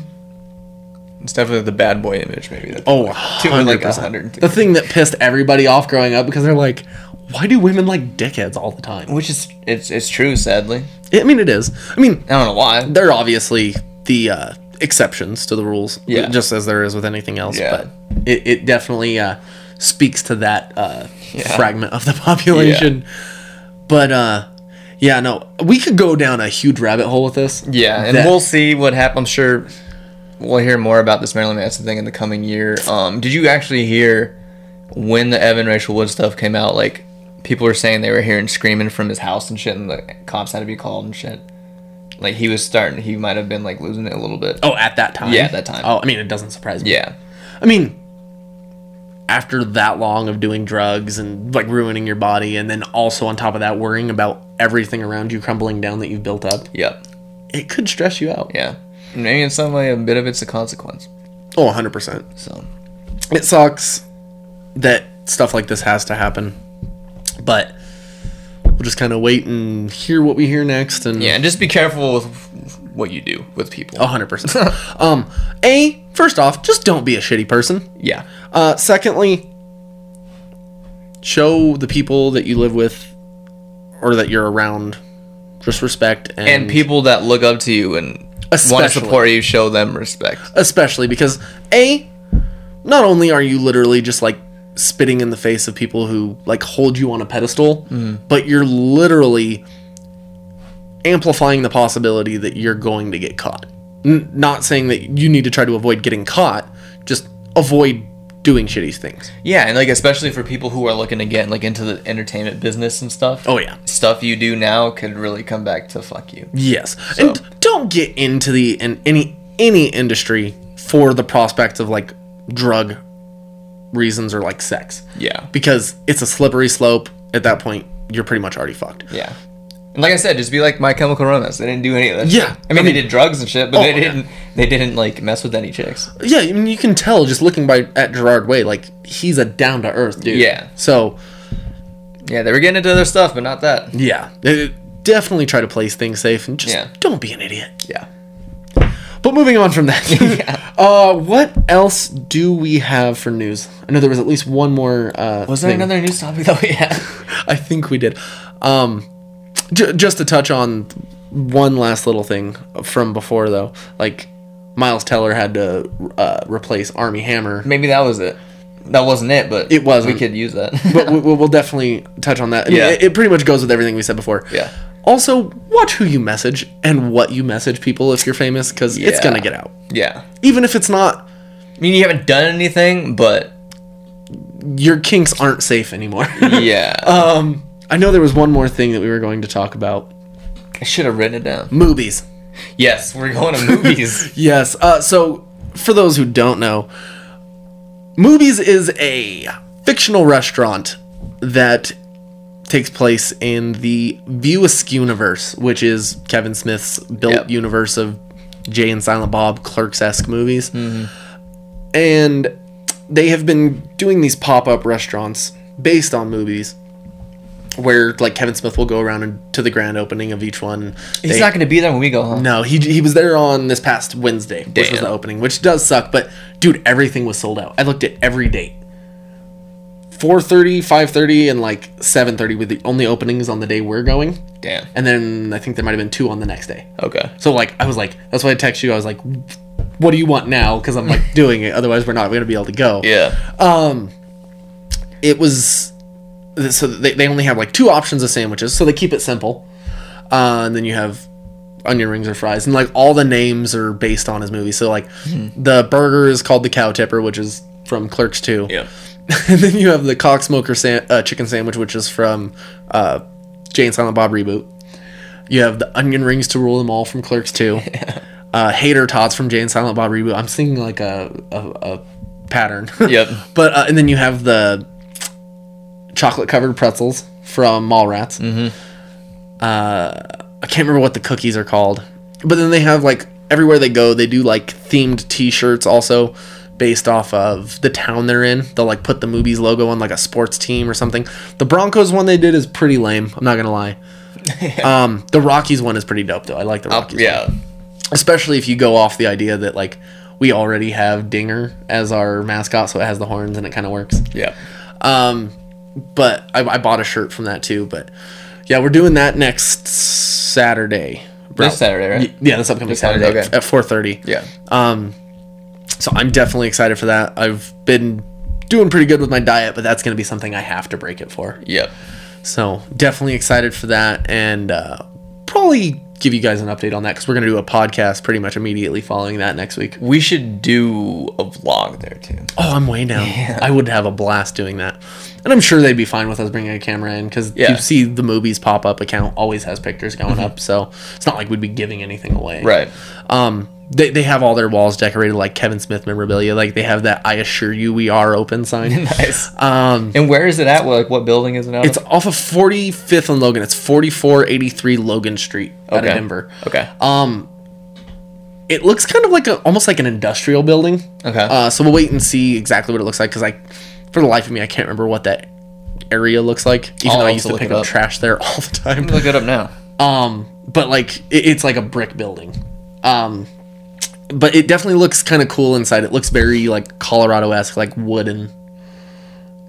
Speaker 1: It's definitely the bad boy image, maybe. That
Speaker 2: Oh,
Speaker 1: Two and, like, a
Speaker 2: 100%.
Speaker 1: hundred.
Speaker 2: The thing that pissed everybody off growing up because they're like, why do women like dickheads all the time?
Speaker 1: which is it's it's true. Sadly,
Speaker 2: I mean, it is. I mean,
Speaker 1: I don't know why.
Speaker 2: they're obviously the uh, exceptions to the rules,
Speaker 1: Yeah.
Speaker 2: just as there is with anything else.
Speaker 1: Yeah.
Speaker 2: But it, it definitely uh, speaks to that uh,
Speaker 1: Yeah.
Speaker 2: fragment of the population. But uh, yeah, no, we could go down a huge rabbit hole with this.
Speaker 1: Yeah, and
Speaker 2: That-
Speaker 1: we'll see what happens. I'm sure we'll hear more about this Marilyn Manson thing in the coming year. Um, did you actually hear when the Evan Rachel Wood stuff came out? Like, people were saying they were hearing screaming from his house and shit, and the cops had to be called and shit. Like, he was starting, he might have been like losing it a little bit.
Speaker 2: Oh, at that time.
Speaker 1: Yeah, at that time.
Speaker 2: Oh, I mean, it doesn't surprise me.
Speaker 1: Yeah.
Speaker 2: I mean, after that long of doing drugs and like ruining your body, and then also on top of that, worrying about everything around you crumbling down that you've built up,
Speaker 1: Yep.
Speaker 2: it could stress you out.
Speaker 1: Yeah. Maybe in some way, a bit of it's a consequence.
Speaker 2: Oh, 100%.
Speaker 1: So,
Speaker 2: It sucks that stuff like this has to happen, but we'll just kind of wait and hear what we hear next. And
Speaker 1: yeah, and just be careful with what you do with people.
Speaker 2: Oh. 100%. um, A, first off, just don't be a shitty person.
Speaker 1: Yeah.
Speaker 2: Uh, secondly, show the people that you live with or that you're around just respect and,
Speaker 1: And people that look up to you and want
Speaker 2: Especially.
Speaker 1: to support you, show them respect.
Speaker 2: especially because a not only are you literally just like spitting in the face of people who like hold you on a pedestal, but you're literally amplifying the possibility that you're going to get caught. N- not saying that you need to try to avoid getting caught, just avoid doing shitty things.
Speaker 1: Yeah, and like especially for people who are looking to get like into the entertainment business and stuff.
Speaker 2: Oh yeah.
Speaker 1: Stuff you do now could really come back to fuck you.
Speaker 2: Yes, and don't get into the in any any industry for the prospect of like drug reasons or like sex.
Speaker 1: Yeah.
Speaker 2: because it's a slippery slope. At that point, you're pretty much already fucked.
Speaker 1: Yeah. And like I said, just be like my chemical romance. They didn't do any of that. shit. I
Speaker 2: Yeah,
Speaker 1: mean, Oh,
Speaker 2: I mean-
Speaker 1: they did drugs and shit, but they
Speaker 2: yeah.
Speaker 1: didn't they didn't like mess with any chicks.
Speaker 2: Yeah, I mean, you can tell just looking by at Gerard Way, like he's a down to earth dude.
Speaker 1: Yeah.
Speaker 2: So
Speaker 1: Yeah, they were getting into other stuff, but not that.
Speaker 2: yeah, eh, definitely try to place things safe and just
Speaker 1: Yeah.
Speaker 2: don't be an idiot.
Speaker 1: Yeah.
Speaker 2: But moving on from that,
Speaker 1: Yeah.
Speaker 2: uh, what else do we have for news? I know there was at least one more. Uh,
Speaker 1: Was there
Speaker 2: thing.
Speaker 1: another news topic that we had?
Speaker 2: I think we did. Um, j- just to touch on one last little thing from before, though, like Miles Teller had to uh, replace Army Hammer,
Speaker 1: Maybe that was it. That wasn't it, but
Speaker 2: It wasn't.
Speaker 1: We could use that.
Speaker 2: but we- we'll, we'll definitely touch on that. I mean,
Speaker 1: Yeah.
Speaker 2: it, it pretty much goes with everything we said before.
Speaker 1: Yeah.
Speaker 2: Also, watch who you message and what you message people if you're famous, because it's
Speaker 1: Yeah.
Speaker 2: gonna get out.
Speaker 1: yeah.
Speaker 2: Even if it's not,
Speaker 1: I mean, you haven't done anything, but
Speaker 2: your kinks aren't safe anymore.
Speaker 1: yeah.
Speaker 2: um, I know there was one more thing that we were going to talk about:
Speaker 1: I should have written it down.
Speaker 2: movies.
Speaker 1: Yes, we're going to movies.
Speaker 2: Yes. Uh, so, for those who don't know, Movies is a fictional restaurant that takes place in the View Askew universe, which is Kevin Smith's built
Speaker 1: Yep.
Speaker 2: universe of Jay and Silent Bob Clerks esque movies.
Speaker 1: Mm-hmm.
Speaker 2: And they have been doing these pop up restaurants based on movies. Where like Kevin Smith will go around and to the grand opening of each one.
Speaker 1: He's
Speaker 2: They-
Speaker 1: not going to be there when we go home.
Speaker 2: no, he he was there on this past Wednesday, which was
Speaker 1: Damn.
Speaker 2: the opening, which does suck. But dude, everything was sold out. I looked at every date. 4.30 5.30 and like 7.30 were the only openings on the day we're going
Speaker 1: Damn.
Speaker 2: and then i think there might have been two on the next day
Speaker 1: Okay.
Speaker 2: so like i was like that's why i text you i was like what do you want now because i'm like doing it otherwise we're not going to be able to go
Speaker 1: Yeah.
Speaker 2: it was so they, they only have like two options of sandwiches so they keep it simple uh, and then you have onion rings or fries and like all the names are based on his movie so like the burger is called the cow tipper which is from clerks 2
Speaker 1: Yeah.
Speaker 2: and then you have the cock smoker san- uh, chicken sandwich which is from uh, jay and silent bob reboot you have the onion rings to rule them all from clerks 2 uh, hater tots from jay and silent bob reboot i'm seeing like a, a, a pattern
Speaker 1: Yep.
Speaker 2: But uh, and then you have the chocolate covered pretzels from Mallrats. Mm-hmm. Uh, I can't remember what the cookies are called, but then they have like everywhere they go, they do like themed T-shirts also based off of the town they're in. They'll like put the movies logo on like a sports team or something. The Broncos one they did is pretty lame. I'm not gonna lie. um, the Rockies one is pretty dope though. I like the Rockies. one
Speaker 1: Oh, Yeah.
Speaker 2: especially if you go off the idea that like we already have Dinger as our mascot, so it has the horns and it kind of works.
Speaker 1: Yeah.
Speaker 2: Um, but I, I bought a shirt from that too. But yeah, we're doing that next Saturday.
Speaker 1: This Saturday, right?
Speaker 2: Y- Yeah, this upcoming
Speaker 1: Saturday,
Speaker 2: Saturday,
Speaker 1: okay.
Speaker 2: at four thirty. Um,
Speaker 1: Yeah.
Speaker 2: So I'm definitely excited for that. I've been doing pretty good with my diet, but that's going to be something I have to break it for.
Speaker 1: Yep.
Speaker 2: So definitely excited for that, and uh, probably give you guys an update on that because we're gonna do a podcast pretty much immediately following that next week.
Speaker 1: We should do a vlog there too.
Speaker 2: Oh, I'm way down. I would have a blast doing that, and I'm sure they'd be fine with us bringing a camera in because
Speaker 1: Yeah. Mm-hmm.
Speaker 2: you see the movies pop up account always has pictures going up, so it's not like we'd be giving anything away.
Speaker 1: Right.
Speaker 2: Um, they, they have all their walls decorated like Kevin Smith memorabilia. Like they have that "I assure you we are open" sign.
Speaker 1: Nice.
Speaker 2: Um,
Speaker 1: And where is it at? Like, what building is it out? of?
Speaker 2: it's off of 45th and Logan. It's 4483 Logan Street out of
Speaker 1: Okay.
Speaker 2: Denver.
Speaker 1: Okay.
Speaker 2: It looks kind of like a almost like an industrial building.
Speaker 1: Okay.
Speaker 2: Uh, so we'll wait and see exactly what it looks like because I, for the life of me, I can't remember what that area looks like. Even
Speaker 1: I'll
Speaker 2: though I
Speaker 1: have
Speaker 2: used
Speaker 1: to
Speaker 2: to
Speaker 1: look
Speaker 2: pick
Speaker 1: it
Speaker 2: up
Speaker 1: up.
Speaker 2: trash there all the time.
Speaker 1: Look it up now.
Speaker 2: Um, but like it, it's like a brick building. Um, but it definitely looks kind of cool inside. It looks very like Colorado esque, like wooden.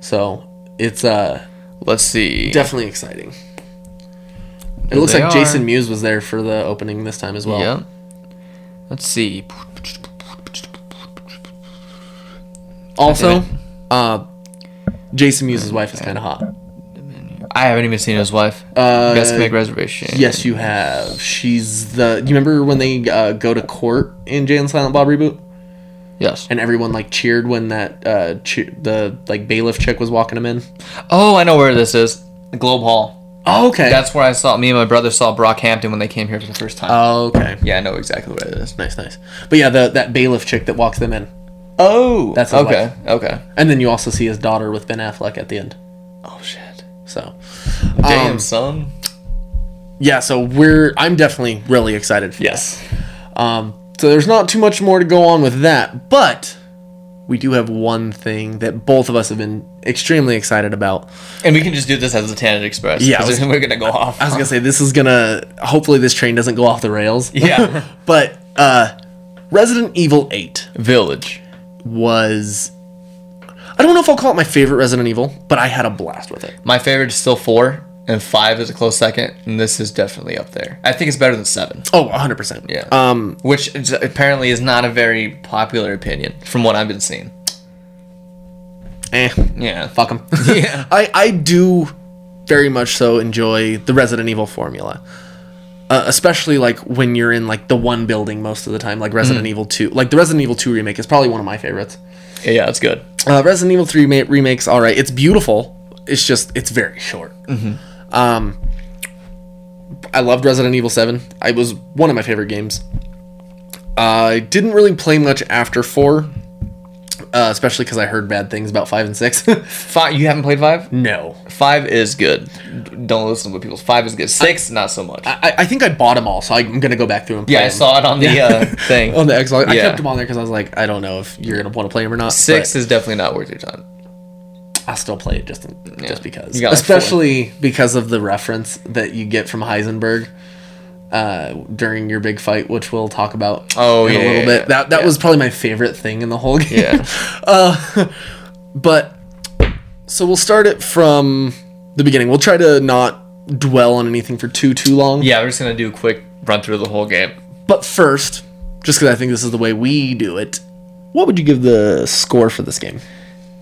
Speaker 2: So it's uh
Speaker 1: Let's see.
Speaker 2: definitely exciting. It looks
Speaker 1: They
Speaker 2: like
Speaker 1: are.
Speaker 2: Jason Mewes was there for the opening this time as well.
Speaker 1: Yep. Let's see.
Speaker 2: Also, uh, Jason Mewes' wife is kind of hot.
Speaker 1: I haven't even seen his wife.
Speaker 2: Uh,
Speaker 1: Guest to make reservation.
Speaker 2: Yes, you have. She's the. You remember when they uh, go to court in Jay and Silent Bob reboot?
Speaker 1: Yes.
Speaker 2: and everyone like cheered when that uh che- the like bailiff chick was walking him in.
Speaker 1: Oh, I know where this is. The Globe Hall.
Speaker 2: Oh, okay.
Speaker 1: That's where I saw. Me and my brother saw Brockhampton when they came here for the first time.
Speaker 2: oh, okay.
Speaker 1: Uh, yeah, I know exactly where it is.
Speaker 2: Nice, nice. But yeah, the that bailiff chick that walks them in,
Speaker 1: Oh, that's
Speaker 2: his
Speaker 1: okay. Okay.
Speaker 2: and then you also see his daughter with Ben Affleck at the end.
Speaker 1: Oh shit.
Speaker 2: So,
Speaker 1: Damn,
Speaker 2: um,
Speaker 1: son.
Speaker 2: yeah. So we're I'm definitely really excited. For
Speaker 1: Yes.
Speaker 2: Um. So there's not too much more to go on with that, but we do have one thing that both of us have been extremely excited about.
Speaker 1: And we can just do this as a tangent express.
Speaker 2: Yeah, I
Speaker 1: 'cause
Speaker 2: was-
Speaker 1: we're gonna go off.
Speaker 2: I was gonna say this is gonna. Hopefully, this train doesn't go off the rails.
Speaker 1: Yeah.
Speaker 2: but uh, Resident Evil Eight.
Speaker 1: Village.
Speaker 2: was I don't know if I'll call it my favorite Resident Evil, but I had a blast with it.
Speaker 1: My favorite is still four, and five is a close second, and this is definitely up there. I think it's better than seven.
Speaker 2: Oh, 100%.
Speaker 1: Yeah.
Speaker 2: Um
Speaker 1: which is, apparently is not a very popular opinion from what I've been seeing.
Speaker 2: eh,
Speaker 1: Yeah.
Speaker 2: fuck 'em.
Speaker 1: Yeah.
Speaker 2: I I do very much so enjoy the Resident Evil formula. Uh, especially like when you're in like the one building most of the time, like Resident Evil 2. Like the Resident Evil 2 remake is probably one of my favorites.
Speaker 1: Yeah, yeah, it's good.
Speaker 2: Uh, Resident Evil 3 ma- remakes, all right. It's beautiful. It's just, it's very short. Um, I loved Resident Evil 7. It was one of my favorite games. I didn't really play much after 4, uh, especially because I heard bad things about 5 and 6.
Speaker 1: Five. You haven't played five?
Speaker 2: no.
Speaker 1: Five is good. Don't listen to what people. Five is good. Six, not so much.
Speaker 2: I, I think I bought them all, so I'm going to go back through and play
Speaker 1: yeah, I
Speaker 2: them.
Speaker 1: saw it on the uh, thing.
Speaker 2: On the Xbox. I
Speaker 1: Yeah.
Speaker 2: kept them on there because I was like, I don't know if you're going to want to play them or not.
Speaker 1: Six is definitely not worth your time.
Speaker 2: I still play it just just because,
Speaker 1: You got, like,
Speaker 2: especially because of the reference that you get from Heisenberg uh, during your big fight, which we'll talk about.
Speaker 1: Oh,
Speaker 2: in
Speaker 1: yeah,
Speaker 2: a little
Speaker 1: yeah,
Speaker 2: bit.
Speaker 1: yeah.
Speaker 2: That that
Speaker 1: Yeah.
Speaker 2: was probably my favorite thing in the whole game.
Speaker 1: Yeah.
Speaker 2: But so we'll start it from the beginning. We'll try to not dwell on anything for too too long.
Speaker 1: yeah, we're just gonna do a quick run through of the whole game.
Speaker 2: But first, just because I think this is the way we do it, what would you give the score for this game?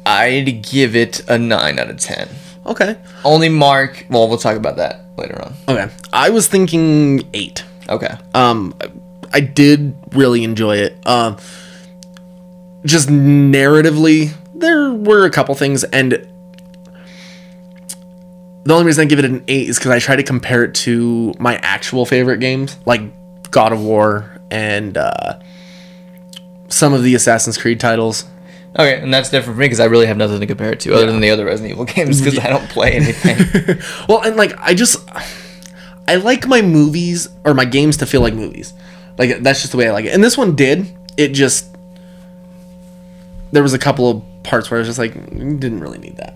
Speaker 1: I'd give it a nine out of ten.
Speaker 2: Okay.
Speaker 1: Only mark. Well, we'll talk about that later on.
Speaker 2: Okay. I was thinking eight.
Speaker 1: Okay.
Speaker 2: um i did really enjoy it um just narratively there were a couple things and the only reason i give it an 8 is because i try to compare it to my actual favorite games like god of war and uh some of the assassin's creed titles
Speaker 1: Okay, and that's different for me because I really have nothing to compare it to other than the other Resident Evil games because I don't play anything.
Speaker 2: well and like i just i like my movies or my games to feel like movies like that's just the way i like it and this one did it just there was a couple of parts where i was just like "Mm, didn't really need that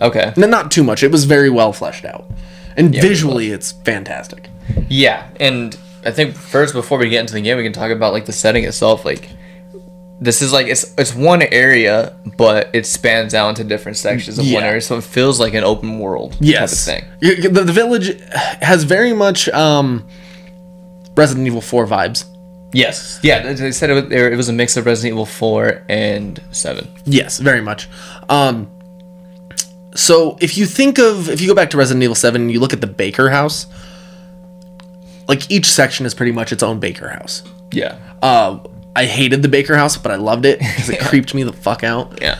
Speaker 1: okay.
Speaker 2: N- not too much it was very well fleshed out and visually it's fantastic
Speaker 1: Yeah, and I think first before we get into the game, we can talk about like the setting itself. Like this is like it's it's one area, but it spans out into different sections of one
Speaker 2: Yeah.
Speaker 1: area, so it feels like an open world type of thing.
Speaker 2: Y- y- the, the village has very much um resident evil 4 vibes
Speaker 1: Yes. Yeah, they- they said it was, there- it was a mix of Resident Evil Four and Seven.
Speaker 2: Yes, very much. Um, so if you think of if you go back to Resident Evil Seven, you look at the Baker house. like each section is pretty much its own Baker House.
Speaker 1: Yeah.
Speaker 2: Uh, I hated the Baker House, but I loved it because it creeped me the fuck out.
Speaker 1: Yeah.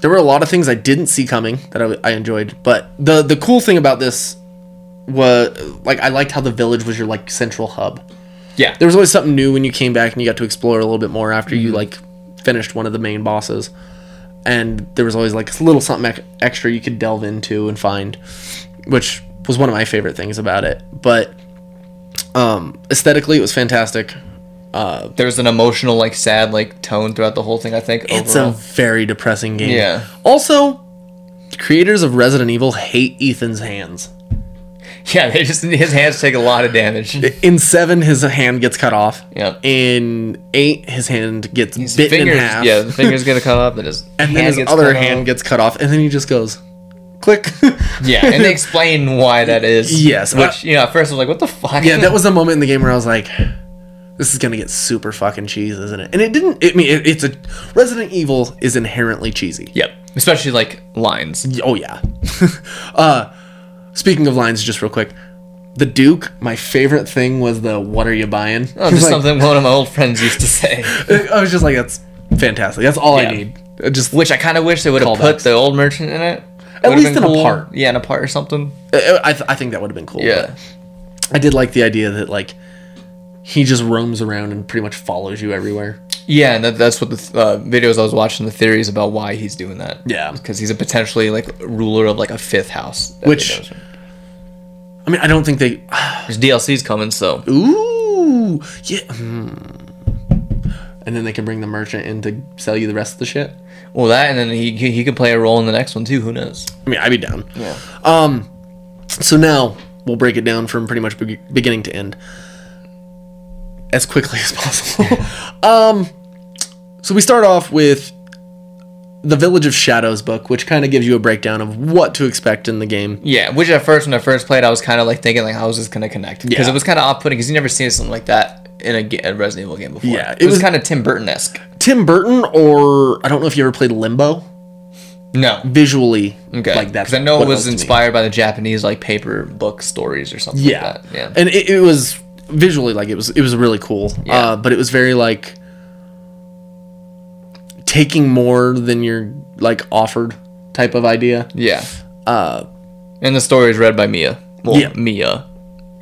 Speaker 2: There were a lot of things I didn't see coming that I, I enjoyed, but the the cool thing about this was like I liked how the village was your like central hub.
Speaker 1: yeah.
Speaker 2: There was always something new when you came back and you got to explore a little bit more after
Speaker 1: Mm-hmm.
Speaker 2: you like finished one of the main bosses, and there was always like a little something ec- extra you could delve into and find, which was one of my favorite things about it. But um, aesthetically, it was fantastic.
Speaker 1: There's an emotional, like sad, like tone throughout the whole thing. I think
Speaker 2: It's a
Speaker 1: overall.
Speaker 2: very depressing game.
Speaker 1: Yeah.
Speaker 2: Also, the creators of Resident Evil hate Ethan's hands.
Speaker 1: yeah, they just his hands take a lot of damage.
Speaker 2: In seven, his hand gets cut off.
Speaker 1: Yep.
Speaker 2: In eight, his hand gets
Speaker 1: His
Speaker 2: bitten
Speaker 1: fingers,
Speaker 2: in half.
Speaker 1: yeah, the fingers get cut off, and his
Speaker 2: And then
Speaker 1: hand
Speaker 2: his
Speaker 1: gets
Speaker 2: other
Speaker 1: cut
Speaker 2: hand
Speaker 1: off.
Speaker 2: gets cut off, and then he just goes, click.
Speaker 1: yeah, and they explain why that is.
Speaker 2: Yes, I-
Speaker 1: which you know, at first I was like, "What the fuck?"
Speaker 2: yeah, that was a moment in the game where I was like, "This is gonna get super fucking cheese, isn't it?" And it didn't. I mean, it, it's a Resident Evil is inherently cheesy.
Speaker 1: Yep, especially like lines.
Speaker 2: Oh yeah. uh speaking of lines, just real quick. The Duke, my favorite thing was the what are you buying?
Speaker 1: Oh, just something one of my old friends used to say,
Speaker 2: I was just like, that's fantastic. That's all
Speaker 1: Yeah.
Speaker 2: I need. I Just
Speaker 1: which I kind of wish they would have put
Speaker 2: Callbacks.
Speaker 1: the old merchant in it.
Speaker 2: At
Speaker 1: Would've
Speaker 2: least
Speaker 1: been
Speaker 2: in a part.
Speaker 1: Yeah, in a part or something.
Speaker 2: I, I I think that would have been cool.
Speaker 1: Yeah,
Speaker 2: but I did like the idea that like he just roams around and pretty much follows you everywhere.
Speaker 1: yeah, and that, that's what the th- uh, videos I was watching the theories about why he's doing that.
Speaker 2: Yeah.
Speaker 1: because he's a potentially like ruler of like a fifth house. that
Speaker 2: Which-
Speaker 1: they know is-
Speaker 2: I mean, I don't think they
Speaker 1: there's DLC's coming, so
Speaker 2: Ooh. Yeah. hmm. And then they can bring the merchant in to sell you the rest of the shit.
Speaker 1: well that, and then he he he could play a role in the next one too. Who knows?
Speaker 2: I mean, I'd be down. Um,
Speaker 1: Yeah.
Speaker 2: So now we'll break it down from pretty much be- beginning to end as quickly as possible. um, so we start off with the Village of Shadows book, which kind of gives you a breakdown of what to expect in the game.
Speaker 1: Yeah, which at first when I first played, I was kind of like thinking like, how is this gonna connect? Because
Speaker 2: Yeah.
Speaker 1: it was kind of off putting because you never seen something like that in a, ga- a Resident Evil game before.
Speaker 2: Yeah,
Speaker 1: it,
Speaker 2: it
Speaker 1: was,
Speaker 2: was-
Speaker 1: kind of Tim Burton esque.
Speaker 2: Tim Burton, or I don't know if you ever played Limbo,
Speaker 1: No,
Speaker 2: visually
Speaker 1: okay,
Speaker 2: like that.
Speaker 1: because I know
Speaker 2: what
Speaker 1: it was
Speaker 2: to me.
Speaker 1: inspired by the Japanese like paper book stories or something.
Speaker 2: Yeah,
Speaker 1: like that. yeah,
Speaker 2: and it, it was visually like it was it was really cool.
Speaker 1: Yeah.
Speaker 2: Uh, but it was very like taking more than you're like offered type of idea.
Speaker 1: yeah. Uh, and the story is read by Mia. Well,
Speaker 2: Yeah.
Speaker 1: Mia,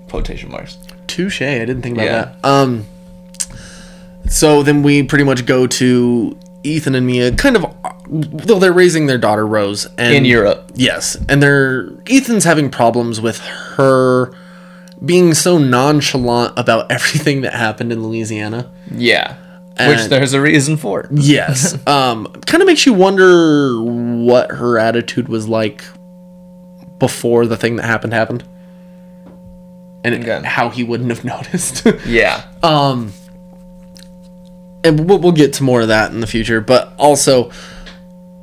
Speaker 1: quotation marks.
Speaker 2: Touche. I didn't think about
Speaker 1: Yeah.
Speaker 2: that. Um. So then we pretty much go to Ethan and Mia, kind of. Though they're raising their daughter Rose, and
Speaker 1: In Europe,
Speaker 2: Yes, and they're Ethan's having problems with her being so nonchalant about everything that happened in Louisiana.
Speaker 1: yeah, which
Speaker 2: And-
Speaker 1: there's a reason for.
Speaker 2: Yes. um, kind of makes you wonder what her attitude was like before the thing that happened happened. And it-
Speaker 1: Okay.
Speaker 2: how he wouldn't have noticed.
Speaker 1: Yeah,
Speaker 2: and we'll, we'll get to more of that in the future. But also,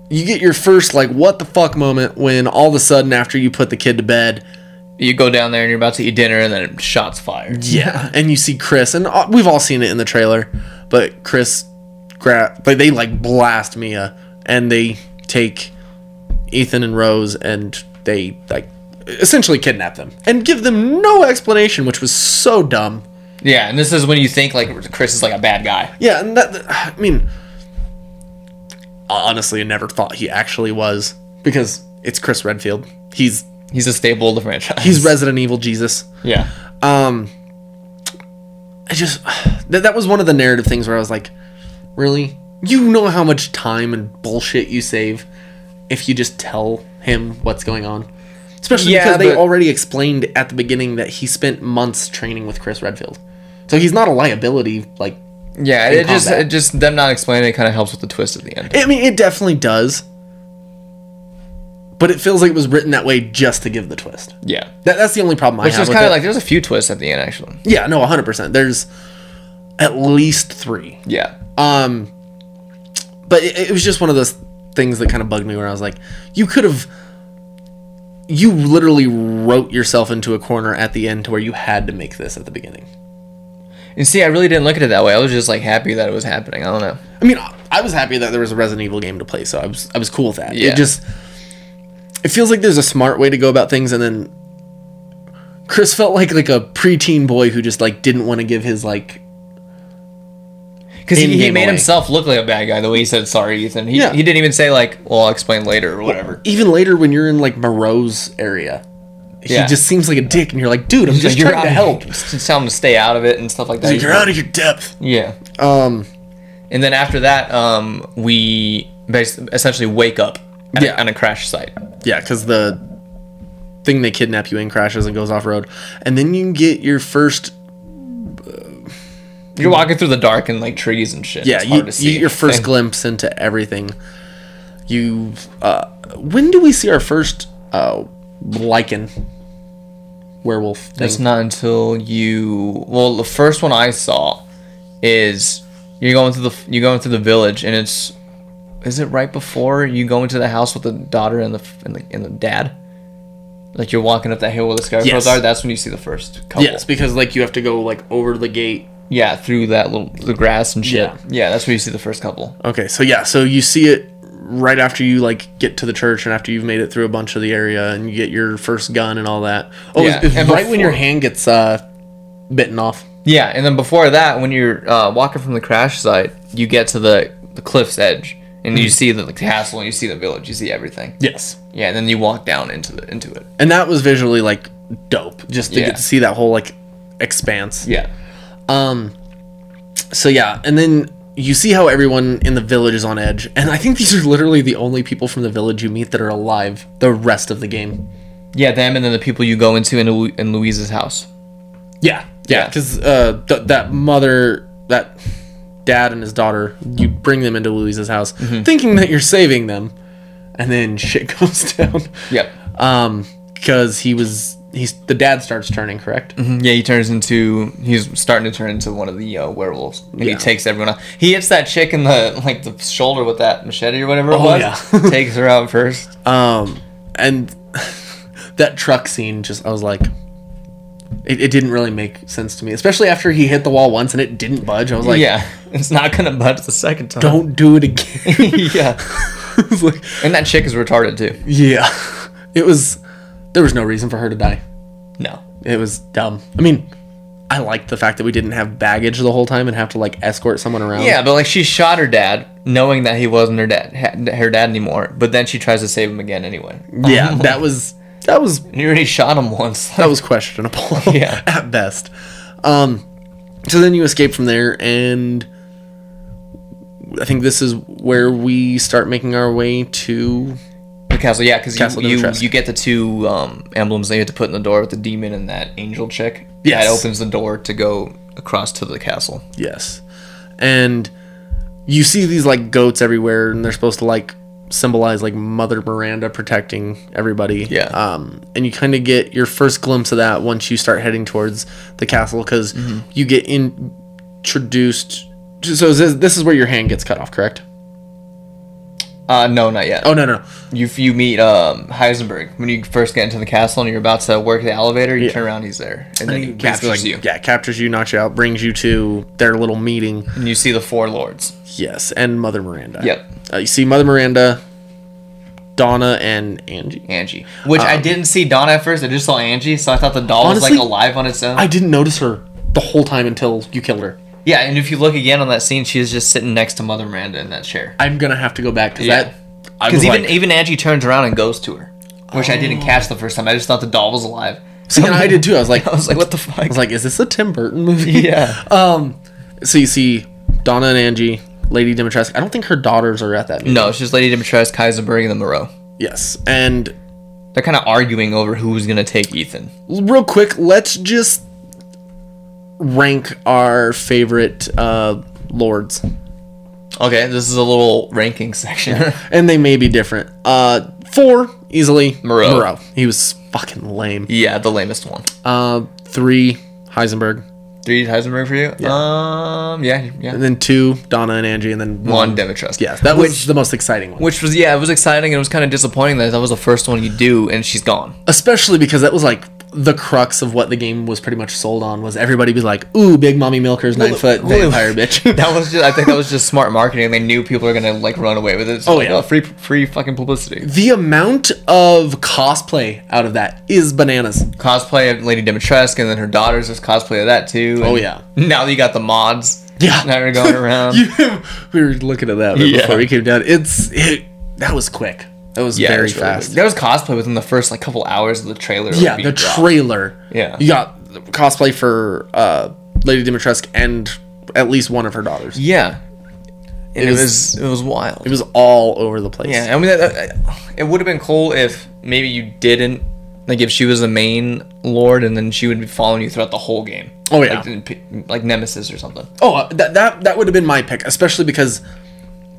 Speaker 2: you get your first, like, what the fuck moment when all of a sudden, after you put the kid to bed,
Speaker 1: you go down there and you're about to eat dinner, and then shots fired.
Speaker 2: Yeah, and you see Chris, and uh, we've all seen it in the trailer, but Chris grab like they like blast Mia, and they take Ethan and Rose, and they like essentially kidnap them and give them no explanation, which was so dumb.
Speaker 1: Yeah, and this is when you think like Chris is like a bad guy.
Speaker 2: Yeah, and that I mean, honestly, I never thought he actually was because it's Chris Redfield. He's
Speaker 1: He's a staple of the franchise.
Speaker 2: he's Resident Evil Jesus.
Speaker 1: yeah.
Speaker 2: Um, I just that, that was one of the narrative things where I was like, really? You know how much time and bullshit you save if you just tell him what's going on. Especially
Speaker 1: Yeah,
Speaker 2: because they
Speaker 1: but-
Speaker 2: already explained at the beginning that he spent months training with Chris Redfield. So he's not a liability like
Speaker 1: Yeah, it just
Speaker 2: combat.
Speaker 1: it just them not explaining it kind of helps with the twist at the end.
Speaker 2: I mean it definitely does. But it feels like it was written that way just to give the twist.
Speaker 1: Yeah.
Speaker 2: That, that's the only problem I
Speaker 1: Which
Speaker 2: have
Speaker 1: was
Speaker 2: with
Speaker 1: kind
Speaker 2: it.
Speaker 1: of like there's a few twists at the end actually.
Speaker 2: yeah, no, 100%. There's at least 3.
Speaker 1: Yeah.
Speaker 2: Um, but it, it was just one of those things that kind of bugged me where I was like, you could have, you literally wrote yourself into a corner at the end to where you had to make this at the beginning.
Speaker 1: And see, I really didn't look at it that way. I was just like happy that it was happening. I don't know.
Speaker 2: I mean, I I was happy that there was a Resident Evil game to play, so I was I was cool with that.
Speaker 1: Yeah.
Speaker 2: It just it feels like there's a smart way to go about things, and then Chris felt like like a preteen boy who just like didn't want to give his like
Speaker 1: Because he, he
Speaker 2: In-game
Speaker 1: made
Speaker 2: away.
Speaker 1: himself look like a bad guy the way he said sorry, Ethan. He,
Speaker 2: Yeah.
Speaker 1: he didn't even say like, "Well, I'll explain later" or whatever.
Speaker 2: even later when you're in like Moreau's area.
Speaker 1: Yeah.
Speaker 2: He just seems like a dick and you're like, dude, I'm just
Speaker 1: Like,
Speaker 2: trying to
Speaker 1: out-
Speaker 2: help.
Speaker 1: Just tell him to stay out of it and stuff like that.
Speaker 2: Like, you're out of your depth.
Speaker 1: yeah.
Speaker 2: Um
Speaker 1: And then after that, um, we bas- essentially wake up at
Speaker 2: Yeah.
Speaker 1: a, on a crash site.
Speaker 2: Yeah, because the thing they kidnap you in crashes and goes off road, and then you get your first
Speaker 1: You're walking through the dark and like trees and shit.
Speaker 2: Mm-hmm. yeah
Speaker 1: It's
Speaker 2: you,
Speaker 1: hard to
Speaker 2: you
Speaker 1: see
Speaker 2: get your first
Speaker 1: anything.
Speaker 2: glimpse into everything. You uh, when do we see our first uh, lichen werewolf thing?
Speaker 1: That's not until you. Well, the first one I saw is you're going through the you're going through the village, and it's is it right before you go into the house with the daughter and the and the, and the dad. Like you're walking up that hill with the scarecrows
Speaker 2: Yes.
Speaker 1: are. That's when you see the first couple.
Speaker 2: yes, because like you have to go like over the gate.
Speaker 1: Yeah, through that little the grass and shit.
Speaker 2: Yeah.
Speaker 1: Yeah, that's where you see the first couple.
Speaker 2: Okay, so yeah, so you see it right after you like get to the church and after you've made it through a bunch of the area and you get your first gun and all that. Oh,
Speaker 1: Yeah,
Speaker 2: it's, it's
Speaker 1: and
Speaker 2: right when your
Speaker 1: before-
Speaker 2: hand gets uh, bitten off.
Speaker 1: Yeah, and then before that, when you're uh, walking from the crash site, you get to the the cliff's edge, and you see the, the castle, and you see the village, you see everything.
Speaker 2: Yes.
Speaker 1: Mm-hmm. Yeah, and then you walk down into the into it.
Speaker 2: and that was visually like dope just to
Speaker 1: Yeah.
Speaker 2: get to see that whole like expanse
Speaker 1: Yeah.
Speaker 2: so yeah and then you see how everyone in the village is on edge and i think these are literally the only people from the village you meet that are alive the rest of the game
Speaker 1: Yeah, them and then the people you go into in, Lu- in Louise's house.
Speaker 2: yeah yeah
Speaker 1: Yeah.
Speaker 2: because uh, th- that mother that dad and his daughter you bring them into louise's house
Speaker 1: Mm-hmm.
Speaker 2: thinking that you're saving them and then shit goes down
Speaker 1: Yep.
Speaker 2: um because he was he's the dad starts turning correct
Speaker 1: Mm-hmm. Yeah, he turns into he's starting to turn into one of the uh, werewolves, and he
Speaker 2: Yeah.
Speaker 1: takes everyone out. He hits that chick in the like the shoulder with that machete or whatever it
Speaker 2: Oh,
Speaker 1: was.
Speaker 2: yeah.
Speaker 1: takes her out first.
Speaker 2: Um, and that truck scene just, I was like, it, it didn't really make sense to me, especially after he hit the wall once and it didn't budge. I was like,
Speaker 1: yeah, it's not gonna budge the second time.
Speaker 2: don't do it again.
Speaker 1: yeah,
Speaker 2: I was like,
Speaker 1: and that chick is retarded too.
Speaker 2: yeah, it was, there was no reason for her to die.
Speaker 1: No.
Speaker 2: It was dumb. I mean, I liked the fact that we didn't have baggage the whole time and have to like escort someone around.
Speaker 1: Yeah, but like she shot her dad, knowing that he wasn't her dad, ha- her dad anymore. But then she tries to save him again anyway.
Speaker 2: Yeah. That was, that was
Speaker 1: You already shot him once.
Speaker 2: that was questionable
Speaker 1: Yeah.
Speaker 2: at best um so then you escape from there and i think this is where we start making our way to
Speaker 1: The castle, yeah, because
Speaker 2: Castle
Speaker 1: you, you
Speaker 2: Dimitrescu.
Speaker 1: you get the two um, emblems that you have to put in the door with the demon and that angel chick.
Speaker 2: Yes.
Speaker 1: That opens the door to go across to the castle.
Speaker 2: yes and you see these like goats everywhere and they're supposed to like symbolize like mother miranda protecting everybody
Speaker 1: Yeah.
Speaker 2: um and you kind of get your first glimpse of that once you start heading towards the castle because
Speaker 1: Mm-hmm.
Speaker 2: you get in- introduced so is this, this is where your hand gets cut off correct
Speaker 1: Uh, no, not yet.
Speaker 2: oh no no
Speaker 1: You you meet um, Heisenberg when you first get into the castle and you're about to work the elevator. You turn around, he's there, and then he captures you.
Speaker 2: Yeah, captures you, knocks you out, brings you to their little meeting.
Speaker 1: And you see the four lords.
Speaker 2: Yes, and Mother Miranda.
Speaker 1: Yep.
Speaker 2: Uh, you see Mother Miranda, Donna, and Angie.
Speaker 1: Angie, which I didn't see Donna at first. I just saw Angie, so I thought the doll was
Speaker 2: Honestly,
Speaker 1: like alive on its own.
Speaker 2: I didn't notice her the whole time until you killed her.
Speaker 1: yeah, and if you look again on that scene, she's just sitting next to Mother Miranda in that chair.
Speaker 2: I'm gonna have to go back because
Speaker 1: Yeah.
Speaker 2: that. I
Speaker 1: Because
Speaker 2: was
Speaker 1: even
Speaker 2: like,
Speaker 1: even Angie turns around and goes to her, which I didn't catch the first time. I just thought the doll was alive.
Speaker 2: See, and I did too. I was like,
Speaker 1: Oh. I
Speaker 2: I
Speaker 1: was like, Oh. "What the fuck?"
Speaker 2: was like, is this a Tim Burton movie?
Speaker 1: yeah,
Speaker 2: Um. So you see Donna and Angie, Lady Dimitrescu. I don't think her daughters are at that meeting.
Speaker 1: no, it's just Lady Dimitrescu, Heisenberg, and the Moreau.
Speaker 2: Yes, and
Speaker 1: They're kind of arguing over who's gonna take Ethan.
Speaker 2: real quick, let's just rank our favorite uh, lords,
Speaker 1: Okay, this is a little ranking section.
Speaker 2: and they may be different. Uh, four easily
Speaker 1: Moreau.
Speaker 2: Moreau. He was fucking lame.
Speaker 1: yeah, the lamest one.
Speaker 2: Uh, three Heisenberg,
Speaker 1: Three Heisenberg for you? Um, yeah, yeah.
Speaker 2: and then two Donna and Angie, and then one.
Speaker 1: One Dimitrescu.
Speaker 2: Yes, that
Speaker 1: which,
Speaker 2: was the most exciting one,
Speaker 1: which was yeah, it was exciting and it was kind of disappointing that that was the first one you do and she's gone.
Speaker 2: especially because that was like the crux of what the game was pretty much sold on was everybody be like, "Ooh, Big Mommy Milker's nine foot
Speaker 1: well, it-
Speaker 2: vampire bitch."
Speaker 1: That was just, I think that was just smart marketing. They knew people are gonna like run away with it. So,
Speaker 2: Oh,
Speaker 1: like,
Speaker 2: yeah.
Speaker 1: free free fucking publicity.
Speaker 2: the amount of cosplay out of that is bananas.
Speaker 1: Cosplay of Lady Dimitrescu and then her daughters is cosplay of that too. and
Speaker 2: Oh, yeah.
Speaker 1: Now that you got the mods,
Speaker 2: Yeah.
Speaker 1: now you're going around.
Speaker 2: You- we were looking at that
Speaker 1: Um, Yeah.
Speaker 2: before we came down. It's it, that was quick. That was
Speaker 1: Yeah,
Speaker 2: very
Speaker 1: it's really
Speaker 2: fast.
Speaker 1: good. There was cosplay within the first like couple hours of the trailer. like,
Speaker 2: Yeah,
Speaker 1: being
Speaker 2: the
Speaker 1: dropped.
Speaker 2: trailer.
Speaker 1: Yeah.
Speaker 2: You got cosplay for uh, Lady Dimitrescu and at least one of her daughters.
Speaker 1: Yeah, and it,
Speaker 2: was-
Speaker 1: was it was wild.
Speaker 2: It was all over the place.
Speaker 1: Yeah, I mean, that, that, it would have been cool if maybe you didn't like if she was the main lord and then she would be following you throughout the whole game.
Speaker 2: Oh, yeah.
Speaker 1: like, in p- like Nemesis or something.
Speaker 2: Oh, uh, that that, that would have been my pick, especially because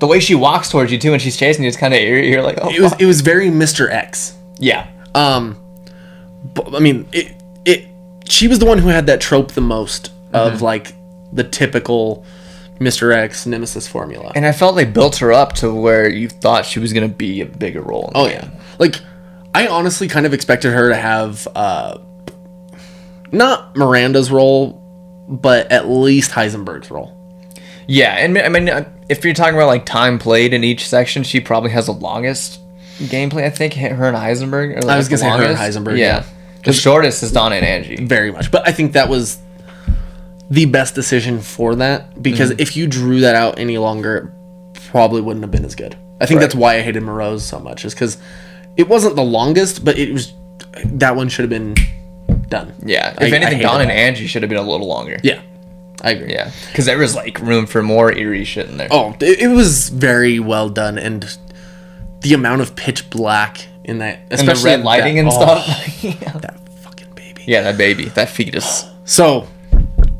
Speaker 1: The way she walks towards you too, and she's chasing you, it's kind of eerie. You're like, oh,
Speaker 2: it was
Speaker 1: fuck.
Speaker 2: it was very Mr. X.
Speaker 1: yeah,
Speaker 2: Um, but, I mean, it it she was the one who had that trope the most of like the typical Mr. X nemesis formula.
Speaker 1: and I felt they built her up to where you thought she was gonna be a bigger role. in the
Speaker 2: Oh
Speaker 1: game.
Speaker 2: yeah. Like I honestly kind of expected her to have uh not Miranda's role, but at least Heisenberg's role.
Speaker 1: yeah, and I mean, uh, if you're talking about like time played in each section, she probably has the longest gameplay. I think her and Heisenberg. Are, like,
Speaker 2: was
Speaker 1: the
Speaker 2: gonna say her and
Speaker 1: longest.
Speaker 2: Heisenberg, yeah.
Speaker 1: Yeah, the shortest is Donna and Angie.
Speaker 2: Very much. But I think that was the best decision for that because
Speaker 1: Mm-hmm.
Speaker 2: if you drew that out any longer, it probably wouldn't have been as good. I think that's why I hated Moreau's so much, is because it wasn't the longest, but it was that one should have been done.
Speaker 1: Yeah.
Speaker 2: I-
Speaker 1: If
Speaker 2: I
Speaker 1: anything,
Speaker 2: hated
Speaker 1: Don and
Speaker 2: that.
Speaker 1: Angie should have been a little longer.
Speaker 2: Yeah. I agree.
Speaker 1: Yeah. Because there was like room for more eerie shit in there.
Speaker 2: Oh, it, it was very well done, and the amount of pitch black in that,
Speaker 1: and the
Speaker 2: especially
Speaker 1: red
Speaker 2: in
Speaker 1: lighting
Speaker 2: that-
Speaker 1: and
Speaker 2: oh,
Speaker 1: stuff. yeah.
Speaker 2: that fucking baby.
Speaker 1: yeah, that baby, that fetus.
Speaker 2: So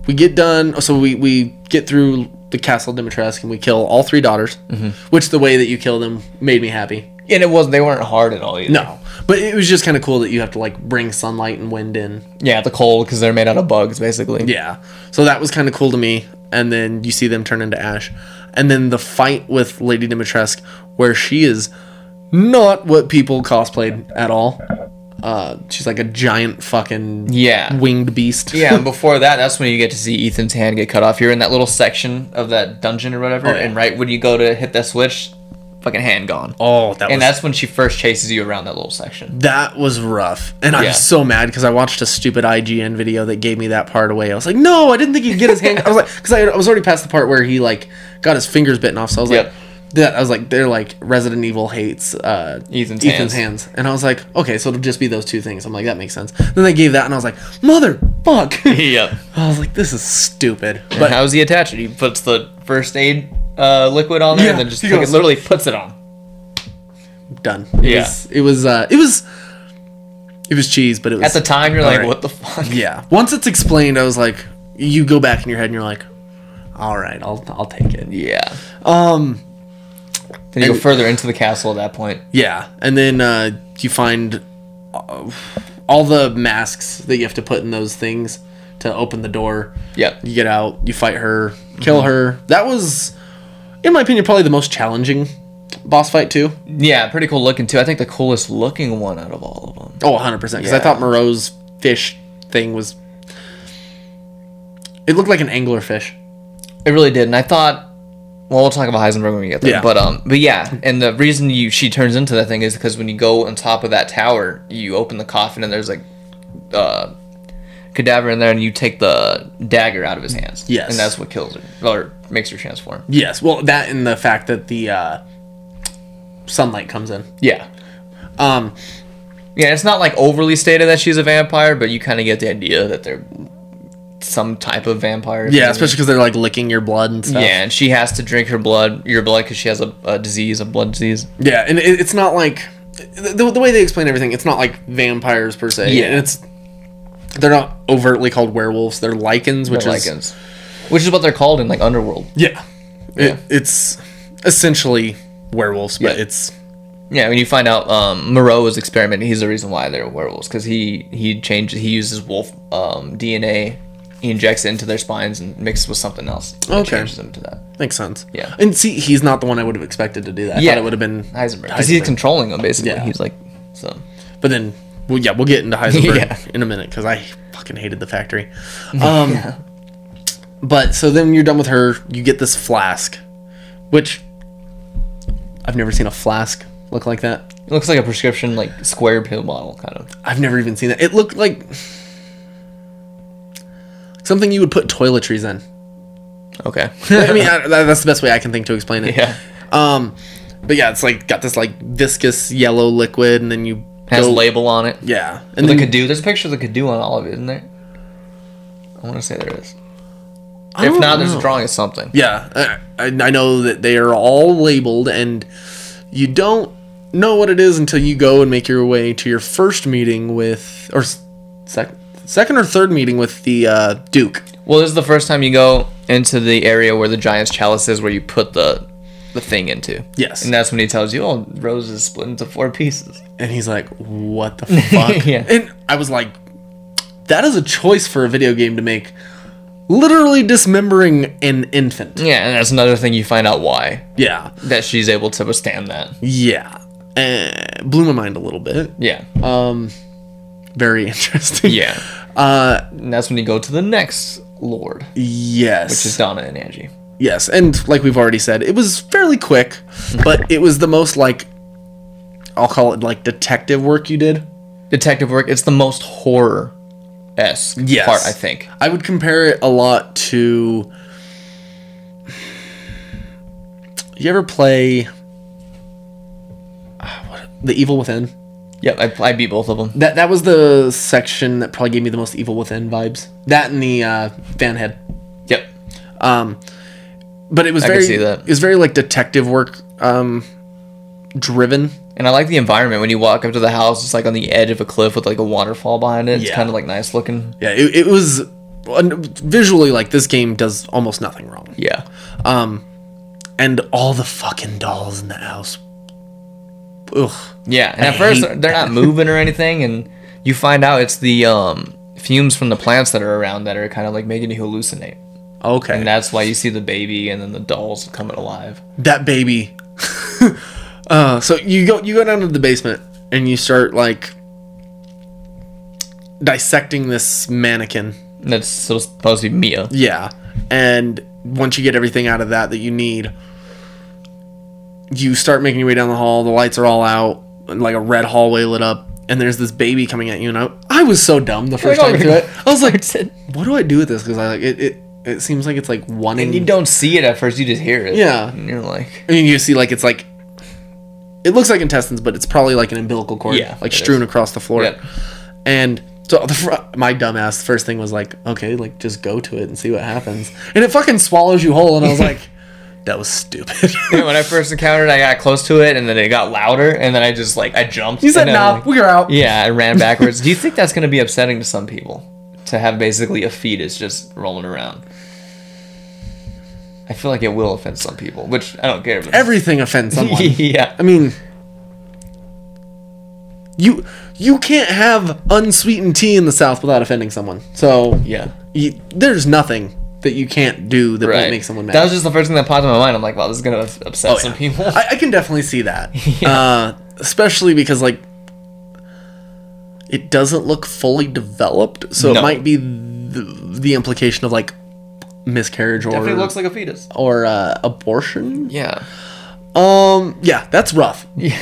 Speaker 2: we get done. So we we get through the castle Dimitrescu, and we kill all three daughters.
Speaker 1: Mm-hmm.
Speaker 2: Which the way that you kill them made me happy.
Speaker 1: And it was they weren't hard at all either.
Speaker 2: No, but it was just kind of cool that you have to like bring sunlight and wind in.
Speaker 1: Yeah, the cold because they're made out of bugs basically.
Speaker 2: Yeah. So that was kind of cool to me. And then you see them turn into ash. And then the fight with Lady Dimitrescu, where she is not what people cosplayed at all. Uh, she's like a giant fucking
Speaker 1: Yeah.
Speaker 2: winged beast.
Speaker 1: Yeah, and before that, that's when you get to see Ethan's hand get cut off. You're in that little section of that dungeon or whatever,
Speaker 2: yeah.
Speaker 1: and right when you go to hit that switch, fucking hand gone.
Speaker 2: Oh, that was
Speaker 1: and that's when she first chases you around that little section.
Speaker 2: that was rough. And
Speaker 1: Yeah.
Speaker 2: I'm so mad because I watched a stupid IGN video that gave me that part away. I was like, no, I didn't think he'd get his hand. I was like, because I, I was already past the part where he like got his fingers bitten off. So I was
Speaker 1: Yep.
Speaker 2: like, that I was like, they're like Resident Evil hates uh,
Speaker 1: Ethan's
Speaker 2: hands. and I was like, okay, so it'll just be those two things. I'm like, that makes sense. Then they gave that, and I was like, motherfuck.
Speaker 1: Yep.
Speaker 2: I was like, this is stupid.
Speaker 1: But
Speaker 2: But
Speaker 1: how does he attach it? He puts the first aid uh, liquid on there
Speaker 2: Yeah,
Speaker 1: and then just
Speaker 2: he
Speaker 1: fucking
Speaker 2: goes-
Speaker 1: literally puts it on.
Speaker 2: done. It
Speaker 1: Yeah.
Speaker 2: was, it was. Uh, it was. It was cheese, but it was
Speaker 1: At the time, you're like,
Speaker 2: right.
Speaker 1: what the fuck?
Speaker 2: Yeah. Once it's explained, I was like, you go back in your head and you're like, all right, I'll I'll take it.
Speaker 1: Yeah.
Speaker 2: Um.
Speaker 1: Then you go
Speaker 2: And-
Speaker 1: further into the castle at that point.
Speaker 2: Yeah, and then uh, you find uh, all the masks that you have to put in those things to open the door.
Speaker 1: Yep.
Speaker 2: You get out. You fight her. Kill her. That was, in my opinion, probably the most challenging boss fight too.
Speaker 1: Yeah, pretty cool looking too. I think the coolest looking one out of all of them.
Speaker 2: Oh, 100%. Because I
Speaker 1: Yeah.
Speaker 2: thought Moreau's fish thing was. It looked like an angler fish.
Speaker 1: It really did, and I thought. Well, we'll talk about Heisenberg when we get there.
Speaker 2: Yeah.
Speaker 1: But um, but yeah, and the reason you she turns into that thing is because when you go on top of that tower, you open the coffin and there's like, uh, cadaver in there, and you take the dagger out of his hands.
Speaker 2: Yes.
Speaker 1: And that's what kills her or makes her transform.
Speaker 2: Yes, well, that and the fact that the uh, sunlight comes in.
Speaker 1: Yeah.
Speaker 2: Um,
Speaker 1: Yeah, it's not like overly stated that she's a vampire, but you kind of get the idea that they're some type of vampire.
Speaker 2: yeah,
Speaker 1: Maybe.
Speaker 2: especially because they're like licking your blood and stuff.
Speaker 1: Yeah, and she has to drink her blood, your blood, because she has a, a disease, a blood disease.
Speaker 2: yeah, and it, it's not like the, the way they explain everything. It's not like vampires per se.
Speaker 1: Yeah.
Speaker 2: and it's they're not overtly called werewolves. They're lichens, which
Speaker 1: Which
Speaker 2: is
Speaker 1: lichens, which is what they're called in like underworld.
Speaker 2: yeah,
Speaker 1: Yeah.
Speaker 2: It, it's essentially werewolves, but
Speaker 1: Yeah.
Speaker 2: it's
Speaker 1: Yeah, when you find out um, Moreau was experimenting, he's the reason why they're werewolves because he he changes he uses wolf um, DNA, he injects it into their spines and mixes with something else. and
Speaker 2: Okay.
Speaker 1: changes them to that
Speaker 2: makes sense.
Speaker 1: Yeah.
Speaker 2: and see, he's not the one I would have expected to do that. I
Speaker 1: Yeah.
Speaker 2: thought it would have been
Speaker 1: Heisenberg because he's
Speaker 2: Heisenberg.
Speaker 1: controlling them basically.
Speaker 2: Yeah.
Speaker 1: He's like so.
Speaker 2: But then well, yeah, we'll get into Heisenberg
Speaker 1: Yeah.
Speaker 2: in a minute because I fucking hated the factory. Um, But so then you're done with her. You get this flask, which I've never seen a flask look like that.
Speaker 1: It looks like a prescription, like square pill bottle, kind of.
Speaker 2: I've never even seen that. It looked like something you would put toiletries in.
Speaker 1: Okay.
Speaker 2: I mean, I, that, that's the best way I can think to explain it.
Speaker 1: yeah.
Speaker 2: Um, but yeah, it's like got this like viscous yellow liquid, and then you
Speaker 1: Has a label on it.
Speaker 2: Yeah, and
Speaker 1: And
Speaker 2: then
Speaker 1: the Kadu. There's a picture of the Kadu on all of it, isn't there? I want to say there is.
Speaker 2: I
Speaker 1: If
Speaker 2: don't
Speaker 1: not, there's a
Speaker 2: know.
Speaker 1: drawing of something.
Speaker 2: yeah, uh, I, I I know that they are all labeled, and you don't know what it is until you go and make your way to your first meeting with or s- sec- second or third meeting with the uh, Duke.
Speaker 1: Well, this is the first time you go into the area where the giant's chalice is, where you put the the thing into.
Speaker 2: Yes.
Speaker 1: And that's when he tells you, "Oh, Rose is split into four pieces."
Speaker 2: And he's like, "What the fuck?"
Speaker 1: Yeah.
Speaker 2: And I was like, "That is a choice for a video game to make." Literally dismembering an infant.
Speaker 1: Yeah, and that's another thing you find out why
Speaker 2: Yeah,
Speaker 1: that she's able to withstand that.
Speaker 2: yeah. Uh, blew my mind a little bit. Um,
Speaker 1: Yeah,
Speaker 2: Very interesting.
Speaker 1: yeah.
Speaker 2: Uh,
Speaker 1: And that's when you go to the next lord,
Speaker 2: yes.
Speaker 1: which is Donna and Angie.
Speaker 2: Yes, and like we've already said, it was fairly quick,
Speaker 1: Mhm.
Speaker 2: but it was the most like I'll call it like detective work you did.
Speaker 1: Detective work. It's the most horror esque
Speaker 2: Yes.
Speaker 1: part, I think.
Speaker 2: I would compare it a lot to You ever play Ah, what- The Evil Within?
Speaker 1: Yep, I, pl- I beat both of them.
Speaker 2: That that was the section that probably gave me the most Evil Within vibes. That and the uh Van Head.
Speaker 1: Yep.
Speaker 2: But it was
Speaker 1: can
Speaker 2: very
Speaker 1: see that.
Speaker 2: it was very like detective work um driven.
Speaker 1: And I like the environment when you walk up to the house. It's like on the edge of a cliff with like a waterfall behind it. It's
Speaker 2: Yeah.
Speaker 1: kind of like nice looking.
Speaker 2: Yeah, it, it was visually like this game does almost nothing wrong.
Speaker 1: Yeah.
Speaker 2: And all the fucking dolls in the house. Ugh.
Speaker 1: Yeah, and at first they're they're not moving or anything, and you find out it's the um, fumes from the plants that are around that are kind of like making you hallucinate,
Speaker 2: Okay.
Speaker 1: and that's why you see the baby and then the dolls coming alive.
Speaker 2: that baby. uh, so you go you go down to the basement and you start like dissecting this mannequin.
Speaker 1: And that's so supposed to be Mia.
Speaker 2: Yeah. And once you get everything out of that that you need, you start making your way down the hall. The lights are all out, and, like a red hallway lit up, and there's this baby coming at you. And I, I was so dumb the first
Speaker 1: like,
Speaker 2: time
Speaker 1: "Oh,
Speaker 2: through
Speaker 1: my
Speaker 2: it. I was like,
Speaker 1: God."
Speaker 2: what do I do with this? Because I like it, it. It seems like it's like one
Speaker 1: And you
Speaker 2: in.
Speaker 1: don't see it at first; you just hear it.
Speaker 2: Yeah.
Speaker 1: and you're like,
Speaker 2: I mean, you see like it's like. It looks like intestines, but it's probably like an umbilical cord,
Speaker 1: Yeah,
Speaker 2: like
Speaker 1: it
Speaker 2: strewn across the floor.
Speaker 1: Yep.
Speaker 2: And so the fr- my dumbass the first thing was like, okay, like just go to it and see what happens. And it fucking swallows you whole. And I was like, that was stupid.
Speaker 1: Yeah, when I first encountered, it, I got close to it, and then it got louder, and then I just like I jumped.
Speaker 2: he said,
Speaker 1: and then,
Speaker 2: nah,
Speaker 1: like-
Speaker 2: we're out.
Speaker 1: yeah, I ran backwards. Do you think that's going to be upsetting to some people to have basically a fetus just rolling around? I feel like it will offend some people, which I don't care. But
Speaker 2: Everything offends someone.
Speaker 1: yeah,
Speaker 2: I mean, you you can't have unsweetened tea in the South without offending someone. So
Speaker 1: yeah,
Speaker 2: you, there's nothing that you can't do that
Speaker 1: right.
Speaker 2: won't make someone mad.
Speaker 1: That was just the first thing that popped in my mind. I'm like, wow, this is going to upset some people.
Speaker 2: I, I can definitely see that. Uh, especially because like it doesn't look fully developed, so
Speaker 1: No.
Speaker 2: it might be the, the implication of like miscarriage or
Speaker 1: Definitely looks like a fetus.
Speaker 2: or uh, abortion.
Speaker 1: Yeah,
Speaker 2: Um, yeah, that's rough.
Speaker 1: yeah.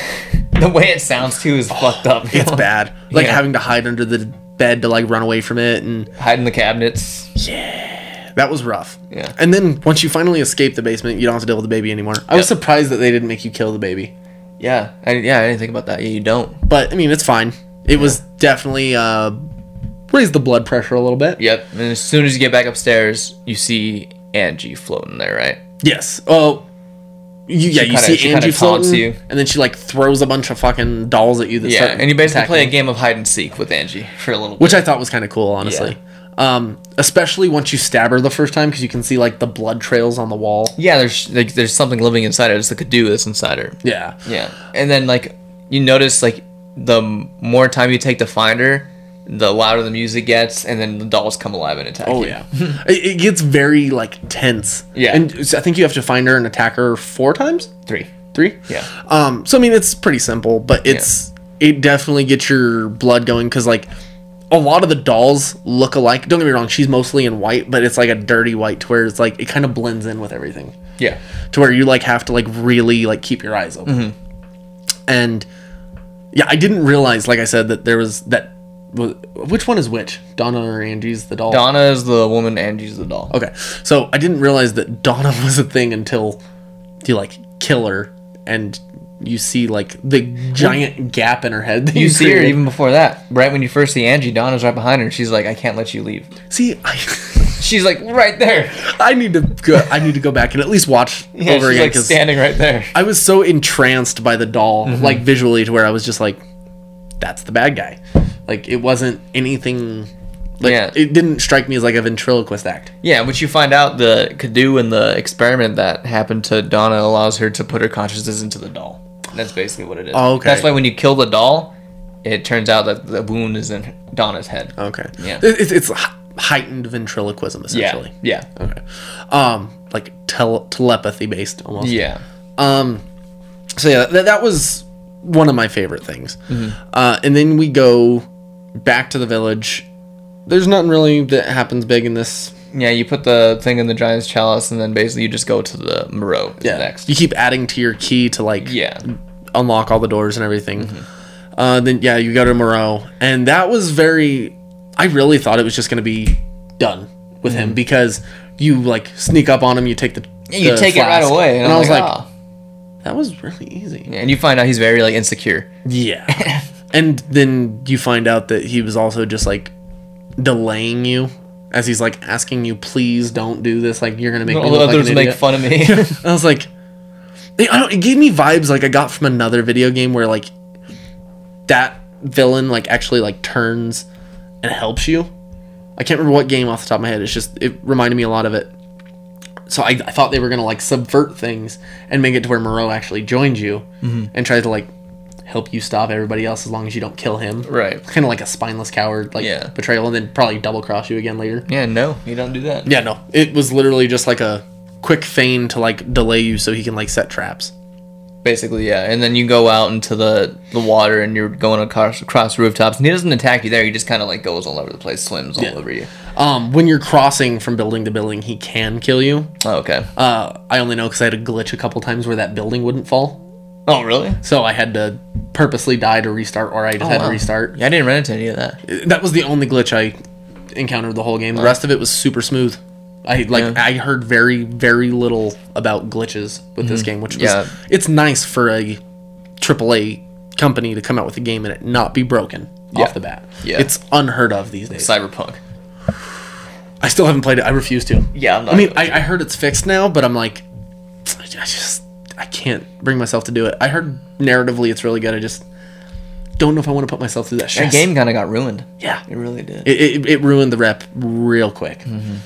Speaker 1: the way it sounds too is fucked up.
Speaker 2: It's bad. Like
Speaker 1: Yeah.
Speaker 2: having to hide under the bed to like run away from it, and
Speaker 1: Hiding the cabinets.
Speaker 2: that was rough.
Speaker 1: Yeah.
Speaker 2: And then once you finally escape the basement, you don't have to deal with the baby anymore. I was surprised that they didn't make you kill the baby.
Speaker 1: Yeah, I, yeah. I didn't think about that. Yeah, you don't.
Speaker 2: but I mean, it's fine. It was definitely uh, raised the blood pressure a little bit.
Speaker 1: Yep. And as soon as you get back upstairs, you see Angie floating there, right?
Speaker 2: Yes. Oh, you, yeah. you
Speaker 1: kinda- she
Speaker 2: see
Speaker 1: kinda
Speaker 2: Angie
Speaker 1: taunts
Speaker 2: floating,
Speaker 1: you.
Speaker 2: and then she like throws a bunch of fucking dolls at you. That
Speaker 1: Yeah,
Speaker 2: start
Speaker 1: and you basically play a
Speaker 2: attacking,
Speaker 1: game of hide and seek with Angie for a little bit.
Speaker 2: which I thought was kind of cool, honestly. Um, especially once you stab her the first time, because you can see like the blood trails on the wall.
Speaker 1: yeah, there's like, there's something living inside her. It's the Kadu that's inside her.
Speaker 2: Yeah.
Speaker 1: Yeah, and then like you notice like the m- more time you take to find her, the louder the music gets, and then the dolls come alive and attack
Speaker 2: Oh
Speaker 1: you.
Speaker 2: yeah. it, it gets very like tense.
Speaker 1: Yeah.
Speaker 2: And so I think you have to find her and attack her four times,
Speaker 1: three.
Speaker 2: three.
Speaker 1: Yeah,
Speaker 2: Um, so I mean, it's pretty simple, but it's it definitely gets your blood going because like a lot of the dolls look alike. Don't get me wrong, she's mostly in white, but it's like a dirty white to where it's like it kind of blends in with everything
Speaker 1: Yeah.
Speaker 2: to where you like have to like really like keep your eyes open. And yeah, I didn't realize, like I said, that there was that. wa- Which one is which? Donna or Angie's the doll?
Speaker 1: Donna is the woman, Angie's the doll.
Speaker 2: Okay, so I didn't realize that Donna was a thing until you like kill her and you see like the giant gap in her head. That you,
Speaker 1: You see her
Speaker 2: created.
Speaker 1: even before that. Right when you first see Angie, Donna's right behind her. and She's like, I can't let you leave.
Speaker 2: See, I,
Speaker 1: She's like right there.
Speaker 2: I need to go. I need to go back and at least watch
Speaker 1: Yeah,
Speaker 2: over
Speaker 1: she's
Speaker 2: again
Speaker 1: like
Speaker 2: 'cause
Speaker 1: standing Mm-hmm. right there.
Speaker 2: I was so entranced by the doll, like visually, to where I was just like, "That's the bad guy." Like it wasn't anything. Like
Speaker 1: Yeah.
Speaker 2: it didn't strike me as like a ventriloquist act.
Speaker 1: Yeah, which you find out the Kadu and the experiment that happened to Donna allows her to put her consciousness into the doll. That's basically what it is.
Speaker 2: Oh, okay.
Speaker 1: That's why when you kill the doll, it turns out that the wound is in Donna's head.
Speaker 2: Okay.
Speaker 1: Yeah.
Speaker 2: It, it's it's h- heightened ventriloquism
Speaker 1: yeah.
Speaker 2: essentially.
Speaker 1: Yeah.
Speaker 2: Okay. Um, like tele- telepathy based almost. Um,
Speaker 1: Yeah.
Speaker 2: So yeah, that, that was one of my favorite things.
Speaker 1: Mm-hmm.
Speaker 2: Uh, and then we go back to the village. There's nothing really that happens big in this.
Speaker 1: Yeah, you put the thing in the giant's chalice and then basically you just go to the Moreau is next.
Speaker 2: You keep adding to your key to like
Speaker 1: Yeah. Mm-hmm.
Speaker 2: unlock all the doors and everything. Uh, then yeah, you go to Moreau, and that was very. I really thought it was just gonna be done with him because you like sneak up on him, you take the
Speaker 1: Mm-hmm. You
Speaker 2: the
Speaker 1: take it right
Speaker 2: flask,
Speaker 1: away. And,
Speaker 2: and, I was like,
Speaker 1: "Ah."
Speaker 2: that was really easy.
Speaker 1: and you find out he's very like insecure.
Speaker 2: Yeah, and then you find out that he was also just like delaying you. As he's like asking you, please don't do this. Like you're gonna make me
Speaker 1: All the
Speaker 2: look like
Speaker 1: others
Speaker 2: an
Speaker 1: make
Speaker 2: idiot."
Speaker 1: fun of me.
Speaker 2: I was like, I don't, it gave me vibes like I got from another video game where like that villain like actually like turns and helps you. I can't remember what game off the top of my head. It's just it reminded me a lot of it. So I, I thought they were gonna like subvert things and make it to where Moreau actually joins you
Speaker 1: Mm-hmm.
Speaker 2: and tries to like help you stop everybody else as long as you don't kill him.
Speaker 1: right.
Speaker 2: Kind of like a spineless coward like
Speaker 1: Yeah.
Speaker 2: betrayal, and then probably double cross you again later.
Speaker 1: Yeah, no, you don't do that.
Speaker 2: Yeah, no. It was literally just like a quick feign to like delay you so he can like set traps.
Speaker 1: Basically, yeah. And then you go out into the, the water and you're going across, across rooftops. And he doesn't attack you there. He just kind of like goes all over the place, swims all over you.
Speaker 2: Um, when you're crossing from building to building, he can kill you.
Speaker 1: Oh, okay.
Speaker 2: Uh, I only know because I had a glitch a couple times where that building wouldn't fall,
Speaker 1: oh, really?
Speaker 2: so I had to purposely die to restart, or I just had
Speaker 1: wow.
Speaker 2: to restart.
Speaker 1: Yeah, I didn't run into any of that.
Speaker 2: That was the only glitch I encountered the whole game. The rest of it was super smooth. I like I heard very very little about glitches with this game, which was
Speaker 1: Mhm. Yeah.
Speaker 2: it's nice for a AAA company to come out with a game and it not be broken
Speaker 1: Yeah.
Speaker 2: off the bat.
Speaker 1: Yeah.
Speaker 2: It's unheard of these days.
Speaker 1: Cyberpunk.
Speaker 2: I still haven't played it. I refuse to.
Speaker 1: Yeah, I'm not
Speaker 2: I mean, I, I heard it's fixed now, but I'm like, I just I can't bring myself to do it. I heard narratively it's really good. I just don't know if I want to put myself through that
Speaker 1: That
Speaker 2: stress.
Speaker 1: game kind of got ruined.
Speaker 2: yeah.
Speaker 1: It really did.
Speaker 2: It, it, it ruined the rep real quick.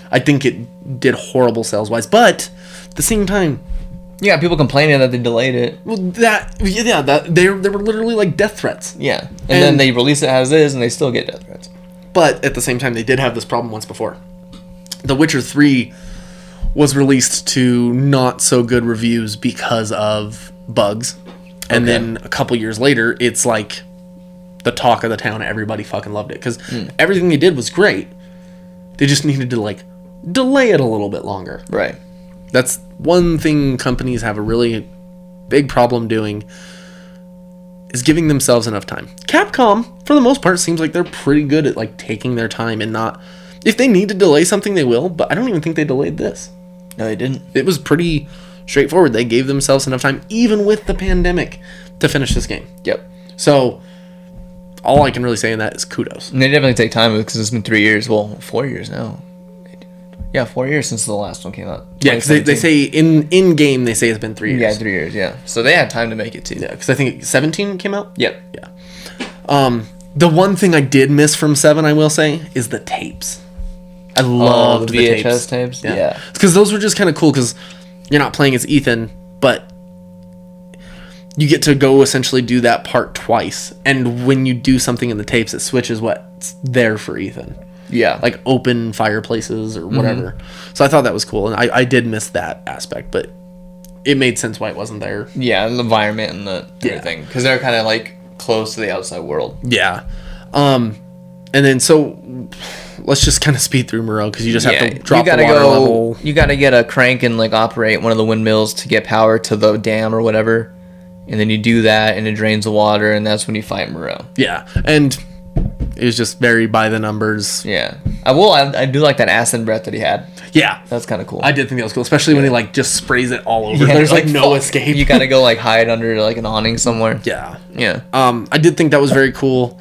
Speaker 2: I think it did horrible sales wise, but at the same time,
Speaker 1: yeah, people complaining that they delayed it.
Speaker 2: well, that yeah, that they they were literally like death threats.
Speaker 1: Yeah. And, then
Speaker 2: And-
Speaker 1: they release it as is and they still get death threats.
Speaker 2: But at the same time, they did have this problem once before. The Witcher 3 was released to not so good reviews because of bugs. And
Speaker 1: Okay.
Speaker 2: then a couple years later, it's like the talk of the town. Everybody fucking loved it because everything they did was great. They just needed to like delay it a little bit longer.
Speaker 1: Right.
Speaker 2: That's one thing companies have a really big problem doing is giving themselves enough time. Capcom, for the most part, seems like they're pretty good at like taking their time and not if they need to delay something they will, but I don't even think they delayed this.
Speaker 1: No, they didn't.
Speaker 2: It was pretty straightforward. They gave themselves enough time even with the pandemic to finish this game.
Speaker 1: Yep.
Speaker 2: So all I can really say in that is kudos.
Speaker 1: And they definitely take time because it's been three years. Well, four years now. Yeah, four years since the last one came out.
Speaker 2: Yeah, because they, they
Speaker 1: 2017.
Speaker 2: say in in game they say it's been three years.
Speaker 1: Yeah, three years. Yeah. So they had time to make it too.
Speaker 2: yeah, because I think 17 came out.
Speaker 1: Yep.
Speaker 2: Yeah. Um, the one thing I did miss from Seven, I will say, is the tapes. I loved
Speaker 1: Oh, the
Speaker 2: the,
Speaker 1: VHS
Speaker 2: tapes.
Speaker 1: tapes?
Speaker 2: Yeah,
Speaker 1: Yeah.
Speaker 2: because those were just kind of cool. Because you're not playing as Ethan, but you get to go essentially do that part twice. And when you do something in the tapes, it switches what's there for Ethan,
Speaker 1: Yeah. Like
Speaker 2: like open fireplaces
Speaker 1: Mm-hmm.
Speaker 2: or whatever. So I thought that was cool, and I, I did miss that aspect, but it made sense why it wasn't there.
Speaker 1: yeah, and the environment and the
Speaker 2: Yeah.
Speaker 1: everything because they're kind of like closed to the outside world.
Speaker 2: Yeah. Um, and then so let's just kind of speed through Moreau because you just have to drop
Speaker 1: you gotta
Speaker 2: the water
Speaker 1: go.
Speaker 2: level.
Speaker 1: You gotta get a crank and like operate one of the windmills to get power to the dam or whatever, and then you do that and it drains the water, and that's when you fight Moreau.
Speaker 2: Yeah, and it was just very by the numbers.
Speaker 1: Yeah, I will. I, I do like that acid breath that he had.
Speaker 2: Yeah,
Speaker 1: That's kind of cool.
Speaker 2: I did think that was cool, especially when he like just sprays it all over.
Speaker 1: Yeah,
Speaker 2: There's like, no
Speaker 1: fuck,
Speaker 2: escape.
Speaker 1: You gotta go like hide under like an awning somewhere.
Speaker 2: yeah.
Speaker 1: Yeah.
Speaker 2: Um, I did think that was very cool.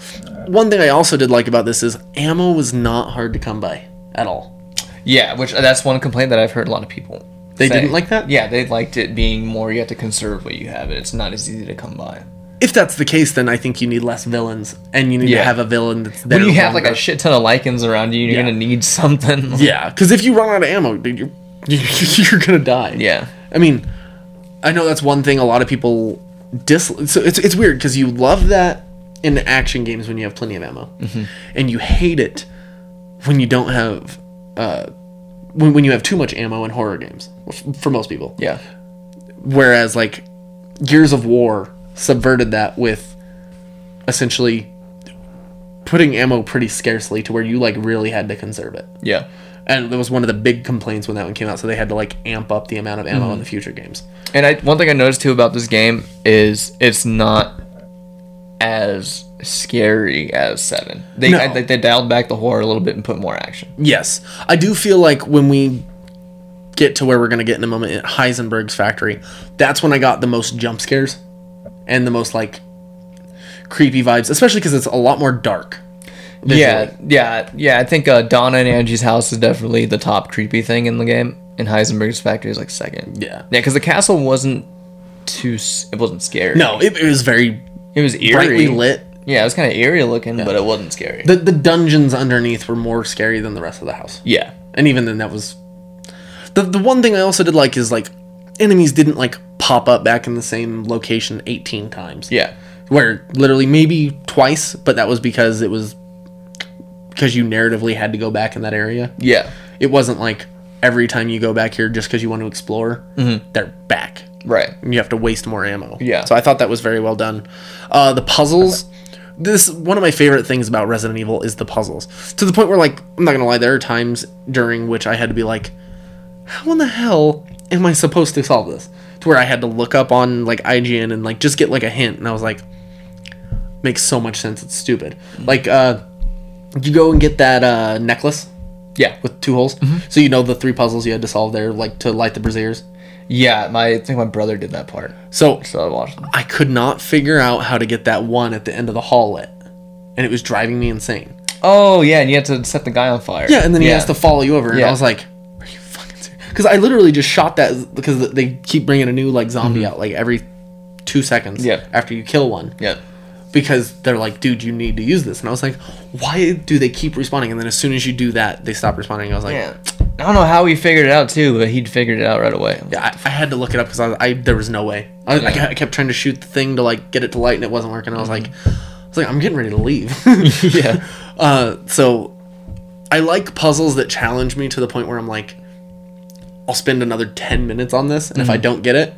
Speaker 2: One thing I also did like about this is ammo was not hard to come by at all.
Speaker 1: Yeah, which uh, that's one complaint that I've heard a lot of people.
Speaker 2: They didn't like that?
Speaker 1: Yeah, they liked it being more. You have to conserve what you have, and it's not as easy to come by.
Speaker 2: If that's the case, then I think you need less villains, and you need
Speaker 1: Yeah.
Speaker 2: to have a villain that's there.
Speaker 1: When you have like a
Speaker 2: longer.
Speaker 1: shit ton of lichens around you, you're
Speaker 2: Yeah.
Speaker 1: gonna need something.
Speaker 2: yeah, because if you run out of ammo, dude, you're you're gonna die.
Speaker 1: Yeah.
Speaker 2: I mean, I know that's one thing a lot of people dis. So it's it's weird because you love that in action games when you have plenty of ammo, and you hate it when you don't have uh, when when you have too much ammo in horror games. f- For most people,
Speaker 1: Yeah.
Speaker 2: whereas like Gears of War subverted that with essentially putting ammo pretty scarcely to where you like really had to conserve it
Speaker 1: Yeah.
Speaker 2: and that was one of the big complaints when that one came out. So they had to like amp up the amount of ammo in the future games.
Speaker 1: And I one thing I noticed too about this game is it's not as scary as seven. They
Speaker 2: No.
Speaker 1: I think they dialed back the horror a little bit and put more action.
Speaker 2: Yes, I do feel like when we get to where we're gonna get in a moment at Heisenberg's factory, that's when I got the most jump scares and the most like creepy vibes, especially because it's a lot more dark. visually.
Speaker 1: Yeah, yeah, yeah. I think uh, Donna and Angie's house is definitely the top creepy thing in the game, and Heisenberg's factory is like second.
Speaker 2: yeah.
Speaker 1: Yeah, because the castle wasn't too. s- It wasn't scary.
Speaker 2: No, it, it was very
Speaker 1: it was eerie.
Speaker 2: brightly lit.
Speaker 1: Yeah, it was kind of eerie looking, but it wasn't scary.
Speaker 2: The the dungeons underneath were more scary than the rest of the house.
Speaker 1: yeah,
Speaker 2: And even then, that was the the one thing I also did like is like enemies didn't like pop up back in the same location eighteen times.
Speaker 1: yeah,
Speaker 2: where literally maybe twice, but that was because it was because you narratively had to go back in that area.
Speaker 1: yeah.
Speaker 2: It wasn't like every time you go back here just because you want to explore, they're back.
Speaker 1: Right.
Speaker 2: And you have to waste more ammo.
Speaker 1: Yeah.
Speaker 2: So I thought that was very well done. Uh, the puzzles. This one of my favorite things about Resident Evil is the puzzles. To the point where, like, I'm not gonna lie, there are times during which I had to be like, "How in the hell am I supposed to solve this?" To where I had to look up on like IGN and like just get like a hint, and I was like, "Makes so much sense. It's stupid." Like, uh, you go and get that uh, necklace
Speaker 1: Yeah.
Speaker 2: with two holes, so you know the three puzzles you had to solve there, like to light the braziers.
Speaker 1: Yeah, my I think my brother did that part.
Speaker 2: So
Speaker 1: So I watched them.
Speaker 2: I could not figure out how to get that one at the end of the hall lit. And it was driving me insane.
Speaker 1: Oh yeah, and you had to set the guy on fire.
Speaker 2: Yeah, and then he has to follow you over. And
Speaker 1: Yeah.
Speaker 2: I was like, are you fucking serious? Because I literally just shot that because they keep bringing a new like zombie out like every two seconds
Speaker 1: Yeah.
Speaker 2: after you kill one.
Speaker 1: Yeah.
Speaker 2: Because they're like, dude, you need to use this. And I was like, why do they keep responding? And then as soon as you do that, they stop responding. I was like, yeah,
Speaker 1: Yeah. I don't know how he figured it out too, but he'd figured it out right away.
Speaker 2: I, I had to look it up because I, was- I there was no way. I, I,
Speaker 1: Yeah. Mm-hmm.
Speaker 2: kept- I kept trying to shoot the thing to like get it to light and it wasn't working. I was like, I was like, I'm getting ready to leave.
Speaker 1: Yeah.
Speaker 2: Uh, so I like puzzles that challenge me to the point where I'm like, I'll spend another 10 minutes on this, and
Speaker 1: Mm-hmm.
Speaker 2: if I don't get it,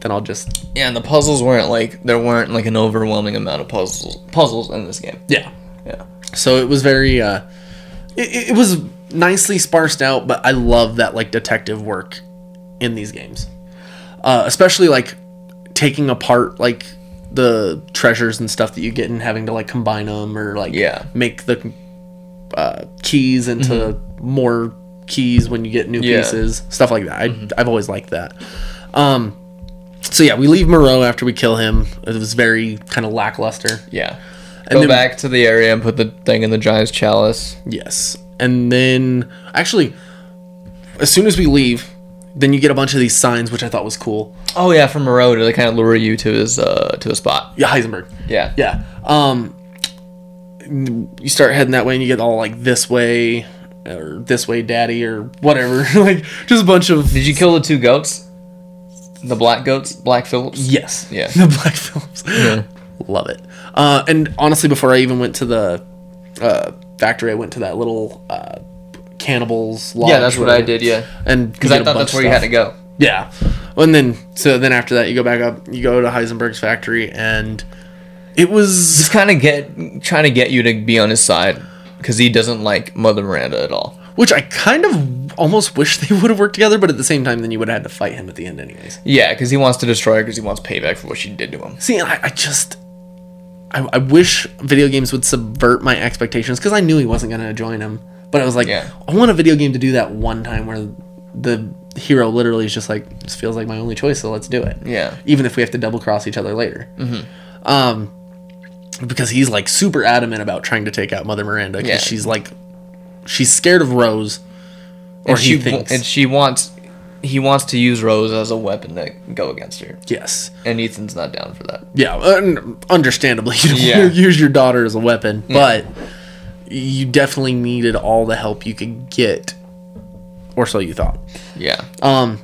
Speaker 2: then I'll just.
Speaker 1: Yeah, and the puzzles weren't like there weren't like an overwhelming amount of puzzles puzzles in this game.
Speaker 2: Yeah.
Speaker 1: Yeah.
Speaker 2: So it was very. Uh, it- it, it was nicely sparsed out, but I love that, like, detective work in these games. Uh, especially, like, taking apart, like, the treasures and stuff that you get and having to, like, combine them or, like,
Speaker 1: Yeah.
Speaker 2: make the uh, keys into more keys when you get new
Speaker 1: Mm-hmm. Yeah. Mm-hmm.
Speaker 2: pieces, stuff like that. I, I've always liked that. Um, so yeah, we leave Moreau after we kill him. It was very kind of lackluster.
Speaker 1: Yeah.
Speaker 2: And
Speaker 1: Go
Speaker 2: then-
Speaker 1: back to the area and put the thing in the giant's chalice.
Speaker 2: Yes, and then actually, as soon as we leave, then you get a bunch of these signs, which I thought was cool.
Speaker 1: Oh yeah, from Moreau to kind of lure you to his uh to a spot.
Speaker 2: Yeah, Heisenberg.
Speaker 1: Yeah.
Speaker 2: Yeah. Um, you start heading that way, and you get all like this way, or this way, daddy, or whatever. like just a bunch of
Speaker 1: Did you kill the two goats? The black goats, black Phillips.
Speaker 2: Yes.
Speaker 1: Yeah.
Speaker 2: The Black Phillips. Love it. Uh, and honestly, before I even went to the uh, factory, I went to that little uh, cannibals lodge.
Speaker 1: Yeah, that's what
Speaker 2: where-
Speaker 1: I did. Yeah,
Speaker 2: And
Speaker 1: because I thought that's where you had to go.
Speaker 2: Yeah. And then so then after that, you go back up. You go to Heisenberg's factory, and It was
Speaker 1: He's kind of get trying to get you to be on his side because he doesn't like Mother Miranda at all.
Speaker 2: which I kind of almost wish they would have worked together, but at the same time, then you would have had to fight him at the end, anyways.
Speaker 1: Yeah, because he wants to destroy her because he wants payback for what she did to him.
Speaker 2: See, I, I just I, I wish video games would subvert my expectations because I knew he wasn't gonna join him, but I was like,
Speaker 1: Yeah.
Speaker 2: I want a video game to do that one time where the hero literally is just like, this feels like my only choice, so let's do it.
Speaker 1: Yeah.
Speaker 2: even if we have to double cross each other later.
Speaker 1: Mm-hmm.
Speaker 2: Um, because he's like super adamant about trying to take out Mother Miranda because
Speaker 1: Yeah.
Speaker 2: she's like, she's scared of Rose, or
Speaker 1: and
Speaker 2: he
Speaker 1: she wa-
Speaker 2: thinks.
Speaker 1: and she wants he wants to use Rose as a weapon to go against her,
Speaker 2: yes,
Speaker 1: and Ethan's not down for that.
Speaker 2: yeah, un- understandably, you don't
Speaker 1: Yeah.
Speaker 2: wanna use your daughter as a weapon, but you definitely needed all the help you could get, or so you thought.
Speaker 1: Yeah.
Speaker 2: Um,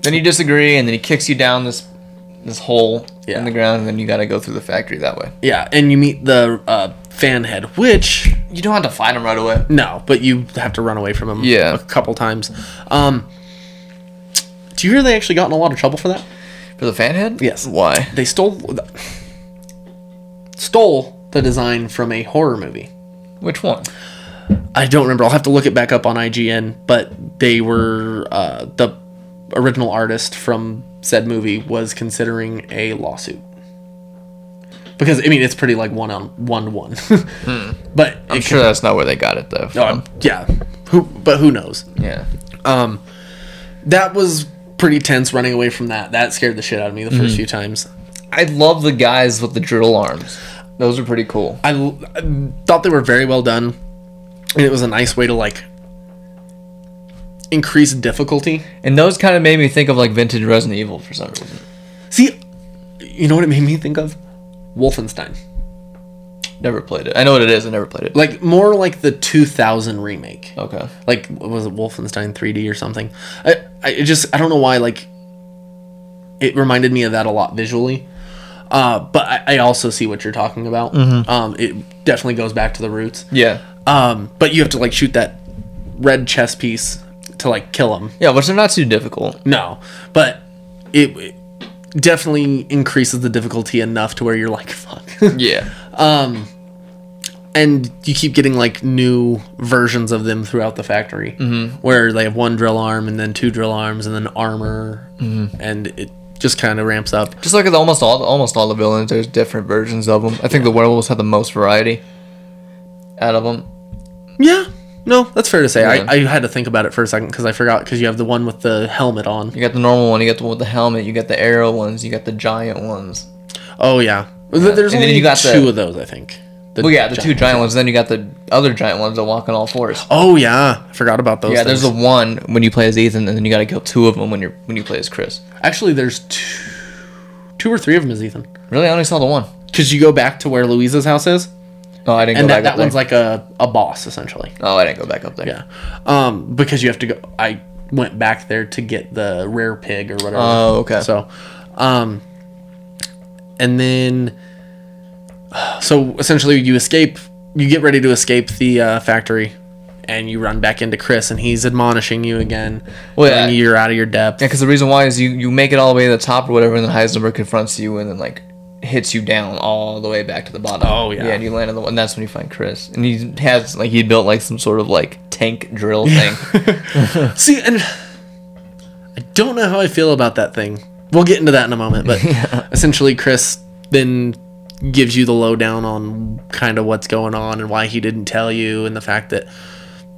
Speaker 1: Then you disagree, and then he kicks you down this this hole
Speaker 2: Yeah.
Speaker 1: in the ground, and then you got to go through the factory that way.
Speaker 2: yeah, and you meet the uh, fan head, which
Speaker 1: You don't have to fight him right away.
Speaker 2: No, but you have to run away from him
Speaker 1: Yeah.
Speaker 2: a couple times. Um, do you hear they actually got in a lot of trouble for that?
Speaker 1: For the fan head?
Speaker 2: Yes.
Speaker 1: Why?
Speaker 2: They stole stole the design from a horror movie.
Speaker 1: Which one?
Speaker 2: I don't remember. I'll have to look it back up on IGN. But they were uh, the original artist from said movie was considering a lawsuit because I mean it's pretty like one on one to one. But
Speaker 1: Hmm. I'm
Speaker 2: it
Speaker 1: sure that's not where they got it though.
Speaker 2: could- uh, yeah, who? But who knows?
Speaker 1: Yeah.
Speaker 2: Um, that was pretty tense running away from that. That scared the shit out of me the first few times.
Speaker 1: I love the guys with the drill arms. Those are pretty cool.
Speaker 2: I, l- I thought they were very well done, and it was a nice way to like increase difficulty.
Speaker 1: And those kind of made me think of like vintage Resident Evil for some reason.
Speaker 2: See, you know what it made me think of? Wolfenstein.
Speaker 1: Never played it. I know what it is. I never played it.
Speaker 2: Like more like the 2000 remake.
Speaker 1: Okay.
Speaker 2: like what was it Wolfenstein 3D or something? I I it just I don't know why like it reminded me of that a lot visually. Uh, but I, I also see what you're talking about. Um, it definitely goes back to the roots.
Speaker 1: Yeah.
Speaker 2: Um, but you have to like shoot that red chess piece to like kill him.
Speaker 1: Yeah, which are not too difficult.
Speaker 2: No, but it, it definitely increases the difficulty enough to where you're like fuck.
Speaker 1: Yeah.
Speaker 2: and you keep getting like new versions of them throughout the factory
Speaker 1: Mm-hmm.
Speaker 2: where they have one drill arm and then two drill arms and then armor
Speaker 1: Mm-hmm.
Speaker 2: and it just kind of ramps up
Speaker 1: Just look at the, almost all almost all the villains. There's different versions of them. I think the werewolves had the most variety out of them.
Speaker 2: yeah no that's fair to say
Speaker 1: Yeah.
Speaker 2: I, I had to think about it for a second because i forgot because you have the one with the helmet on
Speaker 1: You got the normal one. You got the one with the helmet. You got the arrow ones. You got the giant ones.
Speaker 2: oh yeah, Th- there's
Speaker 1: And then
Speaker 2: only
Speaker 1: you got the-
Speaker 2: two of those i think the
Speaker 1: Well, yeah, the two
Speaker 2: giant-
Speaker 1: giant ones. Then you got the other giant ones that walk on all fours.
Speaker 2: oh yeah i forgot about those
Speaker 1: Yeah, there's the
Speaker 2: things.
Speaker 1: one when you play as Ethan, and then you got to kill two of them when you're when you play as Chris.
Speaker 2: actually there's two two or three of them is ethan
Speaker 1: Really, I only saw the one.
Speaker 2: because you go back to where louisa's house is
Speaker 1: Oh, I didn't
Speaker 2: and
Speaker 1: go
Speaker 2: that,
Speaker 1: back
Speaker 2: that
Speaker 1: up there.
Speaker 2: one's like a, a boss essentially
Speaker 1: oh, I didn't go back up there.
Speaker 2: Yeah. Um, because you have to go. I went back there to get the rare pig or whatever.
Speaker 1: Oh, okay.
Speaker 2: So, um, and then, so essentially, you escape. You get ready to escape the uh, factory, and you run back into Chris, and he's admonishing you again.
Speaker 1: Well,
Speaker 2: telling
Speaker 1: yeah.
Speaker 2: you you're out of your depth.
Speaker 1: Yeah, because the reason why is you, you make it all the way to the top or whatever, and then Heisenberg confronts you and then like hits you down all the way back to the bottom.
Speaker 2: Oh, yeah.
Speaker 1: yeah, and you land on the and that's when you find Chris, and he has like he built like some sort of like tank drill thing.
Speaker 2: See, and I don't know how I feel about that thing. We'll get into that in a moment, but essentially, Chris then gives you the lowdown on kind of what's going on and why he didn't tell you, and the fact that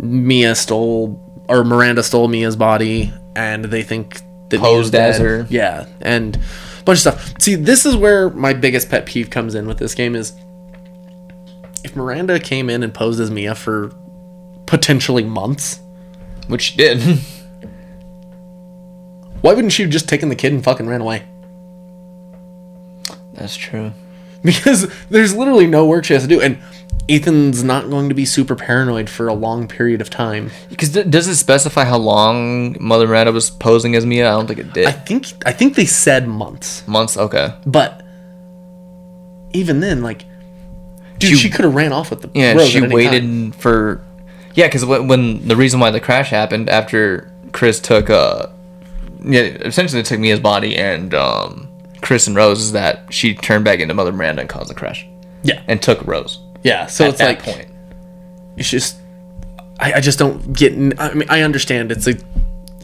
Speaker 2: Mia stole or Miranda stole Mia's body, and they think that
Speaker 1: Posed
Speaker 2: Mia's
Speaker 1: as
Speaker 2: dead.
Speaker 1: her.
Speaker 2: Yeah, and a bunch of stuff. See, this is where my biggest pet peeve comes in with this game is if Miranda came in and posed as Mia for potentially months.
Speaker 1: which she did.
Speaker 2: Why wouldn't she have just taken the kid and fucking ran away?
Speaker 1: that's true.
Speaker 2: Because there's literally no work she has to do, and Ethan's not going to be super paranoid for a long period of time.
Speaker 1: Because th- does it specify how long Mother Miranda was posing as Mia? I don't think it did.
Speaker 2: I think I think they said months,
Speaker 1: Months. Okay.
Speaker 2: but even then, like, dude,
Speaker 1: She-
Speaker 2: she, could have ran off with the
Speaker 1: Yeah,
Speaker 2: Rose
Speaker 1: she
Speaker 2: at any
Speaker 1: waited
Speaker 2: time.
Speaker 1: for. Yeah, because when, when the reason why the crash happened after Chris took uh, yeah, essentially took Mia's body and um, Chris and Rose is that she turned back into Mother Miranda and caused the crash.
Speaker 2: Yeah.
Speaker 1: and took Rose.
Speaker 2: Yeah, so
Speaker 1: at
Speaker 2: it's
Speaker 1: that
Speaker 2: like
Speaker 1: point.
Speaker 2: it's just I, I just don't get. in- I mean, I understand it's a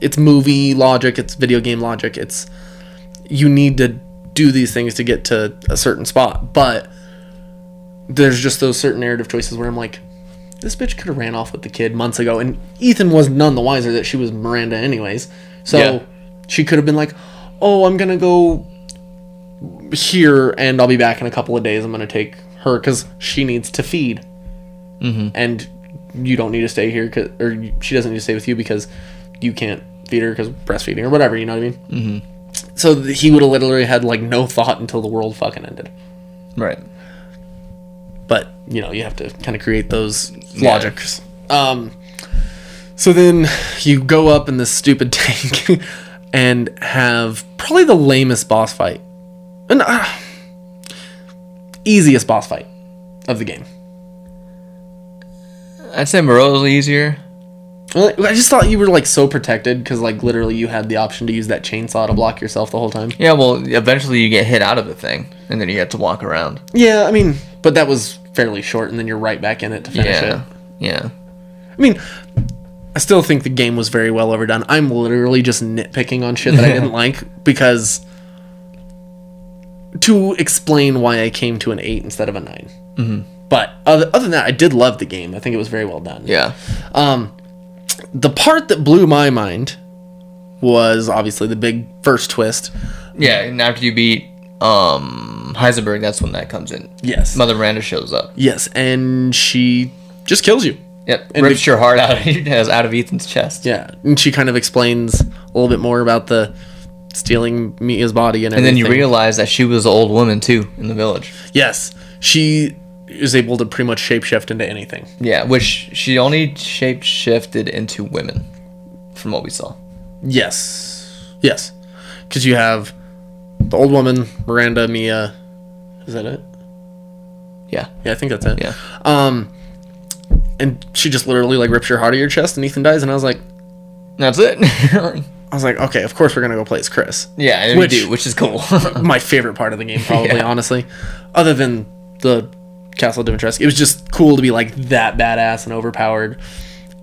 Speaker 2: it's movie logic, it's video game logic. It's you need to do these things to get to a certain spot, but there's just those certain narrative choices where I'm like, this bitch could have ran off with the kid months ago, and Ethan was none the wiser that she was Miranda anyways. So
Speaker 1: Yeah.
Speaker 2: she could have been like, oh, I'm gonna go here and I'll be back in a couple of days. I'm gonna take her because she needs to feed and you don't need to stay here 'cause- or you- she doesn't need to stay with you because you can't feed her because breastfeeding or whatever you know what i mean mm-hmm. so th- he would have literally had like no thought until the world fucking ended
Speaker 1: Right.
Speaker 2: but you know you have to kind of create those logics um so then you go up in this stupid tank and have probably the lamest boss fight and uh, easiest boss fight of the game
Speaker 1: I'd say Moro's easier.
Speaker 2: Well, I just thought you were like so protected because like literally you had the option to use that chainsaw to block yourself the whole time.
Speaker 1: Yeah, well, eventually you get hit out of the thing, and then you have to walk around.
Speaker 2: Yeah, I mean, but that was fairly short, and then you're right back in it to finish
Speaker 1: Yeah,
Speaker 2: it.
Speaker 1: yeah.
Speaker 2: I mean, I still think the game was very well overdone. I'm literally just nitpicking on shit that I didn't like because to explain why I came to an eight instead of a 9 Mm-hmm. But other, other than that, I did love the game. I think it was very well done.
Speaker 1: Yeah.
Speaker 2: The part that blew my mind was obviously the big first twist.
Speaker 1: Yeah, and after you beat um Heisenberg, that's when that comes in.
Speaker 2: Yes.
Speaker 1: Mother Miranda shows up.
Speaker 2: Yes, and she just kills you.
Speaker 1: Yep.
Speaker 2: And
Speaker 1: rips
Speaker 2: the-
Speaker 1: your heart out of your- out of Ethan's chest.
Speaker 2: Yeah, and she kind of explains a little bit more about the stealing Mia's body and
Speaker 1: And
Speaker 2: everything.
Speaker 1: then you realize that she was the old woman too in the village.
Speaker 2: yes, she is able to pretty much shapeshift into anything.
Speaker 1: Yeah, which she only shape shifted into women, from what we saw.
Speaker 2: Yes, yes, because you have the old woman, Miranda, Mia. Is that it?
Speaker 1: Yeah.
Speaker 2: Yeah, I think that's it.
Speaker 1: Yeah.
Speaker 2: Um, and she just literally like rips your heart out of your chest, and Ethan dies, and I was like,
Speaker 1: That's it.
Speaker 2: I was like, okay, of course we're gonna go play as Chris.
Speaker 1: yeah, and
Speaker 2: Which-
Speaker 1: we do, which is cool.
Speaker 2: my favorite part of the game, probably
Speaker 1: Yeah.
Speaker 2: honestly, other than the Castle Dimitrescu. It was just cool to be like that badass and overpowered.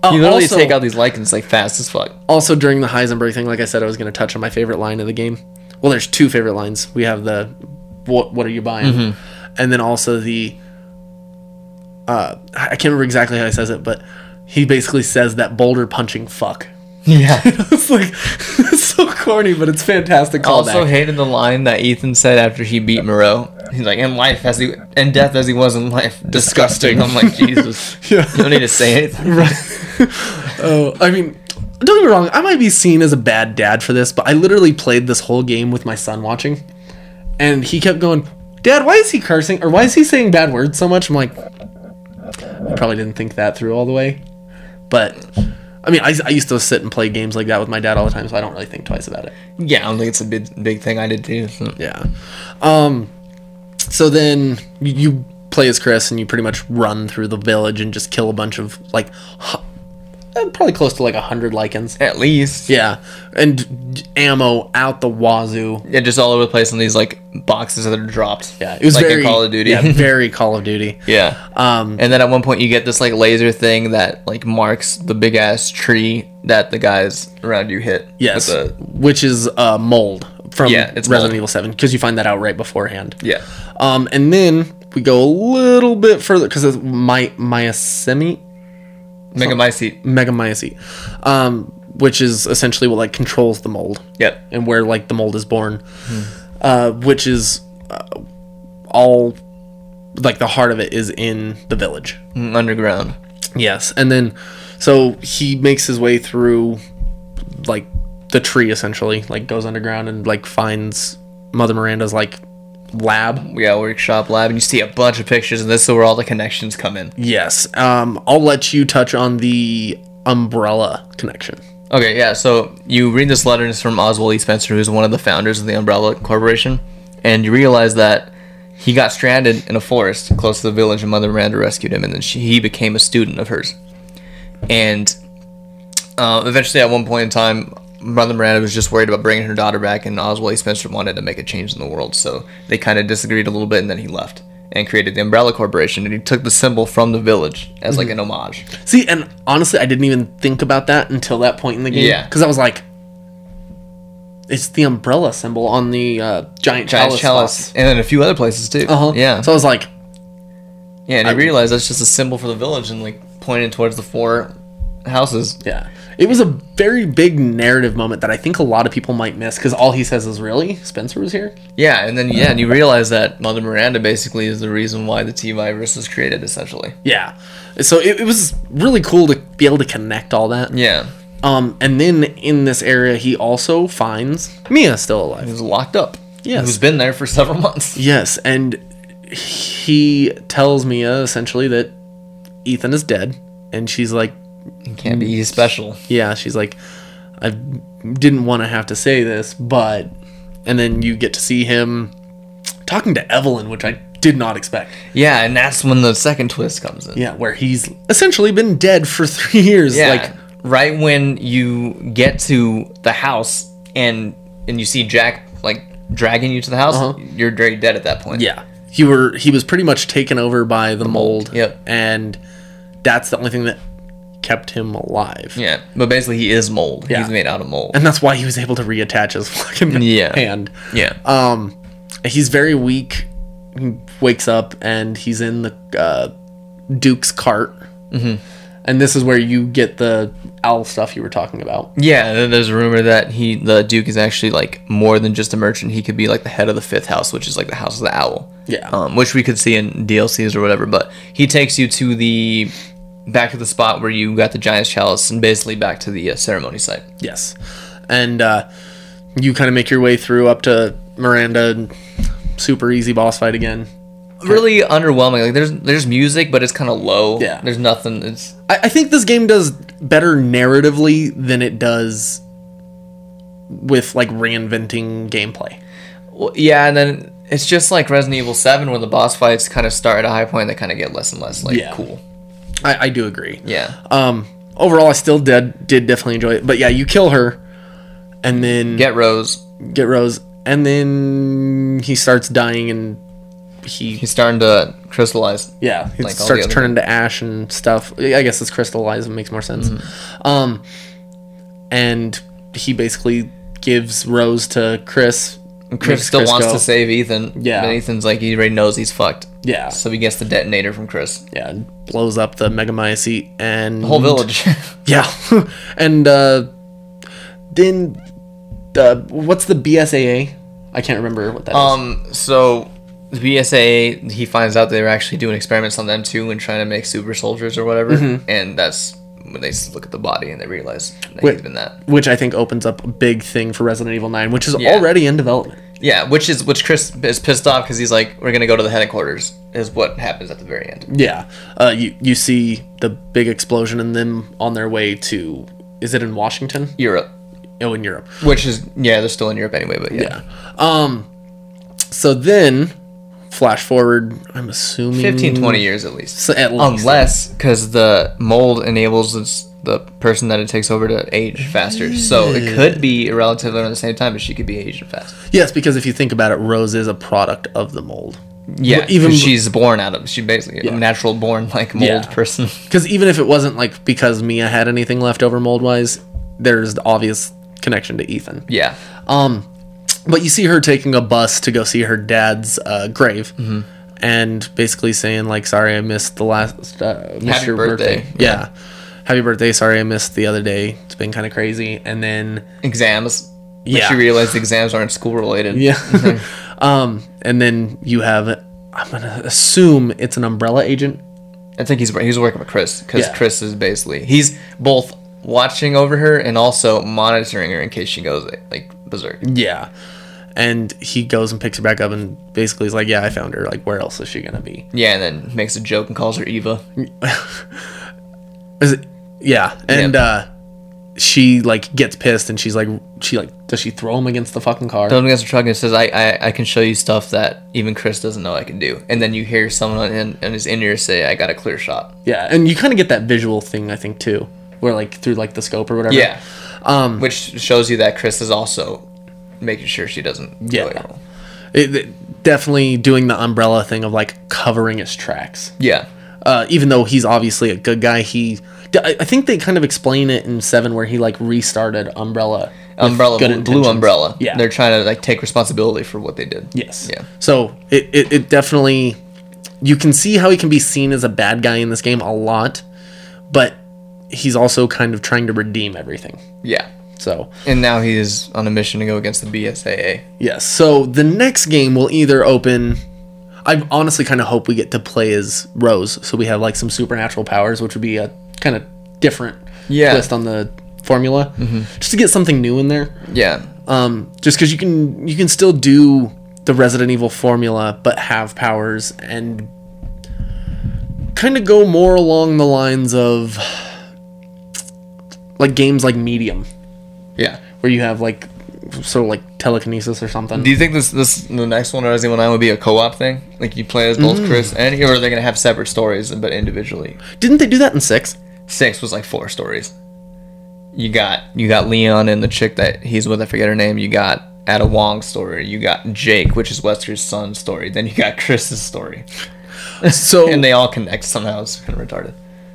Speaker 2: Uh,
Speaker 1: you literally
Speaker 2: also,
Speaker 1: take out these lichens like fast as fuck.
Speaker 2: also during the Heisenberg thing, like I said, I was going to touch on my favorite line of the game. Well, there's two favorite lines. We have the what What are you buying,
Speaker 1: Mm-hmm.
Speaker 2: and then also the uh, I I can't remember exactly how he says it, but he basically says that boulder punching fuck.
Speaker 1: Yeah.
Speaker 2: it's like it's so corny, but it's fantastic. Callback.
Speaker 1: also hated the line that Ethan said after he beat Moreau. He's like, "In life as he, in death as he was in life, disgusting." I'm like, Jesus,
Speaker 2: Yeah.
Speaker 1: you don't need to say anything.
Speaker 2: Oh, I mean, don't get me wrong. I might be seen as a bad dad for this, but I literally played this whole game with my son watching, and he kept going, "Dad, why is he cursing? Or why is he saying bad words so much?" I'm like, I probably didn't think that through all the way, but I mean, I, I used to sit and play games like that with my dad all the time, so I don't really think twice about it.
Speaker 1: Yeah, I don't think it's a big, big thing I did too. so.
Speaker 2: Yeah. Um. So then you, you play as Chris, and you pretty much run through the village and just kill a bunch of like, hu- eh, probably close to like a hundred lichens.
Speaker 1: At least, yeah.
Speaker 2: Yeah, and d- ammo out the wazoo.
Speaker 1: just all over the place on these like boxes that are dropped.
Speaker 2: Yeah, it was
Speaker 1: like
Speaker 2: very
Speaker 1: in Call of Duty.
Speaker 2: Yeah, very Call of Duty.
Speaker 1: Yeah.
Speaker 2: Um,
Speaker 1: and then at one point you get this like laser thing that like marks the big ass tree that the guys around you hit. with
Speaker 2: yes,
Speaker 1: the-
Speaker 2: which is uh, mold from
Speaker 1: Yeah, it's
Speaker 2: Resident
Speaker 1: mold.
Speaker 2: Evil Seven because you find that out right beforehand.
Speaker 1: yeah.
Speaker 2: Um, and then we go a little bit further because my myosemi
Speaker 1: Megamycete.
Speaker 2: megamycete, um, which is essentially what like controls the mold.
Speaker 1: Yep.
Speaker 2: and where like the mold is born, uh, which is uh, all like the heart of it is in the village.
Speaker 1: Mm, Underground.
Speaker 2: Yes, and then so he makes his way through like the tree essentially, like goes underground and like finds Mother Miranda's like lab.
Speaker 1: Yeah, workshop lab, and you see a bunch of pictures, and this is where all the connections come in.
Speaker 2: Yes. Um I'll let you touch on the umbrella connection.
Speaker 1: Okay, yeah. So you read this letter, and it's from Oswald E. Spencer, who's one of the founders of the Umbrella Corporation, and you realize that he got stranded in a forest close to the village, and Mother Miranda rescued him, and then she, he became a student of hers. And uh, eventually, at one point in time, Mother Miranda was just worried about bringing her daughter back, and Oswald E. Spencer wanted to make a change in the world, so they kind of disagreed a little bit, and then he left. and created the Umbrella Corporation, and he took the symbol from the village as like an homage.
Speaker 2: See, and honestly, I didn't even think about that until that point in the game.
Speaker 1: Yeah.
Speaker 2: Because I was like, it's the umbrella symbol on the uh,
Speaker 1: Giant
Speaker 2: giant, chalice.
Speaker 1: chalice, and then a few other places too.
Speaker 2: Uh huh.
Speaker 1: Yeah.
Speaker 2: So I was like,
Speaker 1: yeah, and I realized that's just a symbol for the village and like pointed towards the four houses.
Speaker 2: yeah. It was a very big narrative moment that I think a lot of people might miss because all he says is, really? Spencer was here?
Speaker 1: Yeah, and then yeah, and you realize that Mother Miranda basically is the reason why the T virus was created, essentially.
Speaker 2: Yeah. So it, it was really cool to be able to connect all that.
Speaker 1: Yeah,
Speaker 2: Um, and then in this area, he also finds Mia still alive.
Speaker 1: he was locked up.
Speaker 2: Yes.
Speaker 1: who's been there for several months.
Speaker 2: Yes, and he tells Mia essentially that Ethan is dead, and she's like,
Speaker 1: He can't be special.
Speaker 2: "Yeah," she's like, "I didn't want to have to say this, but," and then you get to see him talking to Evelyn, which I did not expect.
Speaker 1: Yeah, and that's when the second twist comes in.
Speaker 2: Yeah, where he's essentially been dead for three years.
Speaker 1: Yeah,
Speaker 2: Like,
Speaker 1: right when you get to the house and and you see Jack like dragging you to the house, you're very dead at that point.
Speaker 2: yeah, he were he was pretty much taken over by the mold.
Speaker 1: Yep.
Speaker 2: and that's the only thing that kept him alive.
Speaker 1: yeah. But basically, he is mold.
Speaker 2: Yeah.
Speaker 1: He's made out of mold.
Speaker 2: and that's why he was able to reattach his fucking
Speaker 1: Yeah.
Speaker 2: hand.
Speaker 1: yeah,
Speaker 2: Um, he's very weak. He wakes up and he's in the uh, Duke's cart. Mm-hmm. And this is where you get the owl stuff you were talking about.
Speaker 1: yeah. And then there's a rumor that he, the Duke, is actually like more than just a merchant. He could be like the head of the fifth house, which is like the house of the owl.
Speaker 2: Yeah.
Speaker 1: um, which we could see in DLCs or whatever. But he takes you to the back to the spot where you got the giant's chalice and basically back to the uh, ceremony site.
Speaker 2: Yes, and uh, you kind of make your way through up to Miranda. and Super easy boss fight again.
Speaker 1: really underwhelming. Like there's there's music, but it's kind of low.
Speaker 2: Yeah.
Speaker 1: There's nothing. It's
Speaker 2: I, I think this game does better narratively than it does with like reinventing gameplay.
Speaker 1: well, yeah, and then it's just like Resident Evil Seven when the boss fights kind of start at a high point, they kind of get less and less like
Speaker 2: Yeah.
Speaker 1: cool.
Speaker 2: I, I do agree.
Speaker 1: Yeah.
Speaker 2: Um, overall, I still did did definitely enjoy it. But yeah, you kill her, and then
Speaker 1: Get Rose.
Speaker 2: get Rose, and then he starts dying, and he
Speaker 1: He's starting to crystallize.
Speaker 2: yeah he
Speaker 1: Like all the
Speaker 2: starts
Speaker 1: other-
Speaker 2: turning to ash and stuff. I guess it's crystallized; it makes more sense.
Speaker 1: Mm-hmm.
Speaker 2: Um, and he basically gives Rose to Chris.
Speaker 1: Chris
Speaker 2: makes
Speaker 1: still wants
Speaker 2: go-
Speaker 1: to save Ethan.
Speaker 2: Yeah.
Speaker 1: But Ethan's like he already knows he's fucked.
Speaker 2: Yeah,
Speaker 1: So he gets the detonator from Chris.
Speaker 2: yeah, and blows up the Megamycete and
Speaker 1: Whole village.
Speaker 2: Yeah, and uh, then the what's the BSAA? I can't remember what that is.
Speaker 1: um. So. The BSAA, he finds out they were actually doing experiments on them too and trying to make super soldiers or whatever. And that's when they look at the body and they realize that
Speaker 2: Wait.
Speaker 1: he's been that.
Speaker 2: which I think opens up a big thing for Resident Evil 9, which is
Speaker 1: Yeah.
Speaker 2: already in development.
Speaker 1: Yeah, which is which Chris is pissed off because he's like, we're gonna go to the headquarters. Is what happens at the very end.
Speaker 2: Yeah. Uh, you, you see the big explosion and them on their way to. Is it in Washington?
Speaker 1: Europe,
Speaker 2: Oh, in Europe.
Speaker 1: which is yeah, they're still in Europe anyway. But yeah,
Speaker 2: Um, so then, flash forward, I'm assuming.
Speaker 1: fifteen twenty 15, 20 years at least.
Speaker 2: So at least.
Speaker 1: Unless because the mold enables this- the person that it takes over to age faster, so it could be relatively around the same time, but she could be aging fast.
Speaker 2: Yes, because if you think about it, Rose is a product of the mold.
Speaker 1: Yeah,
Speaker 2: even-
Speaker 1: even she's born out of she basically a natural born like mold
Speaker 2: Yeah.
Speaker 1: person.
Speaker 2: Because even if it wasn't like because Mia had anything left over mold wise, there's the obvious connection to Ethan.
Speaker 1: yeah,
Speaker 2: Um, but you see her taking a bus to go see her dad's uh, grave, and basically saying like, "Sorry, I missed the last uh, missed
Speaker 1: Happy
Speaker 2: your
Speaker 1: birthday.
Speaker 2: birthday." Yeah. happy birthday. Sorry, I missed the other day. It's been kind of crazy. And then
Speaker 1: exams. But
Speaker 2: Yeah.
Speaker 1: she realized the exams aren't school related.
Speaker 2: yeah, um, and then you have I'm gonna assume it's an umbrella agent.
Speaker 1: I think he's he's working with Chris because
Speaker 2: Yeah.
Speaker 1: Chris is basically he's both watching over her and also monitoring her in case she goes like berserk.
Speaker 2: Yeah. And he goes and picks her back up and basically is like, Yeah, I found her. Like, where else is she going to be?
Speaker 1: Yeah, and then makes a joke and calls her Eva.
Speaker 2: Is it, yeah. And uh, she, like, gets pissed and she's like, She, like, does she throw him against the fucking car?
Speaker 1: Goes against the truck and says, I, "I I can show you stuff that even Chris doesn't know I can do." And then you hear someone in, in his in ear say, "I got a clear shot."
Speaker 2: Yeah. And you kind of get that visual thing, I think, too, where, like, through, like, the scope or whatever.
Speaker 1: Yeah, um, which shows you that Chris is also making sure she doesn't. do
Speaker 2: Yeah.
Speaker 1: it.
Speaker 2: It, it- definitely doing the umbrella thing of like covering his tracks.
Speaker 1: Yeah.
Speaker 2: Uh, even though he's obviously a good guy, he I I think they kind of explain it in Seven where he like restarted Umbrella. with
Speaker 1: Umbrella,
Speaker 2: good
Speaker 1: blue
Speaker 2: intentions.
Speaker 1: umbrella.
Speaker 2: Yeah.
Speaker 1: They're trying to like take responsibility for what they did.
Speaker 2: Yes.
Speaker 1: Yeah.
Speaker 2: So it, it, it definitely you can see how he can be seen as a bad guy in this game a lot, but he's also kind of trying to redeem everything.
Speaker 1: Yeah.
Speaker 2: So
Speaker 1: And now he is on a mission to go against the BSAA.
Speaker 2: yes. So the next game will either open I honestly kind of hope we get to play as Rose, so we have like some supernatural powers, which would be a kind of different
Speaker 1: Yeah. Mm-hmm.
Speaker 2: twist on the formula, just to get something new in there.
Speaker 1: Yeah.
Speaker 2: um, just because you can you can still do the Resident Evil formula, but have powers and kind of go more along the lines of like games like Medium,
Speaker 1: Yeah.
Speaker 2: where you have like sort of like telekinesis or something.
Speaker 1: Do you think this this the next one Resident Evil Nine would be a co op thing? Like you play as both
Speaker 2: Mm.
Speaker 1: Chris and or are they gonna have separate stories but individually?
Speaker 2: Didn't they do that in six?
Speaker 1: Six was like four stories. You got you got Leon and the chick that he's with, I forget her name, you got Ada Wong's story, you got Jake, which is Wesker's son's story, then you got Chris's story.
Speaker 2: So
Speaker 1: And they all connect somehow, it's kinda retarded.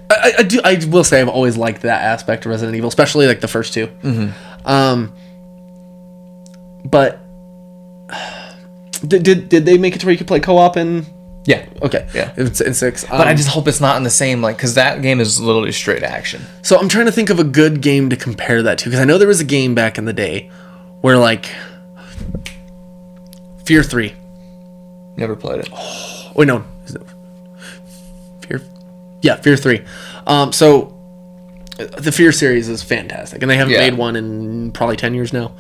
Speaker 2: I, I do. I will say I've always liked that aspect of Resident Evil, especially like the first 2 Um, but did, did did they make it to where you could play co-op in?
Speaker 1: Yeah.
Speaker 2: Okay,
Speaker 1: Yeah.
Speaker 2: it's in six. Um,
Speaker 1: But I just hope it's not in the same like because that game is literally straight action.
Speaker 2: so I'm trying to think of a good game to compare that to because I know there was a game back in the day where like Fear Three.
Speaker 1: Never played it.
Speaker 2: Wait, no. Is it Fear. Yeah, Fear Three. Um, so uh, the Fear series is fantastic, and they haven't
Speaker 1: Yeah.
Speaker 2: made one in probably ten years now.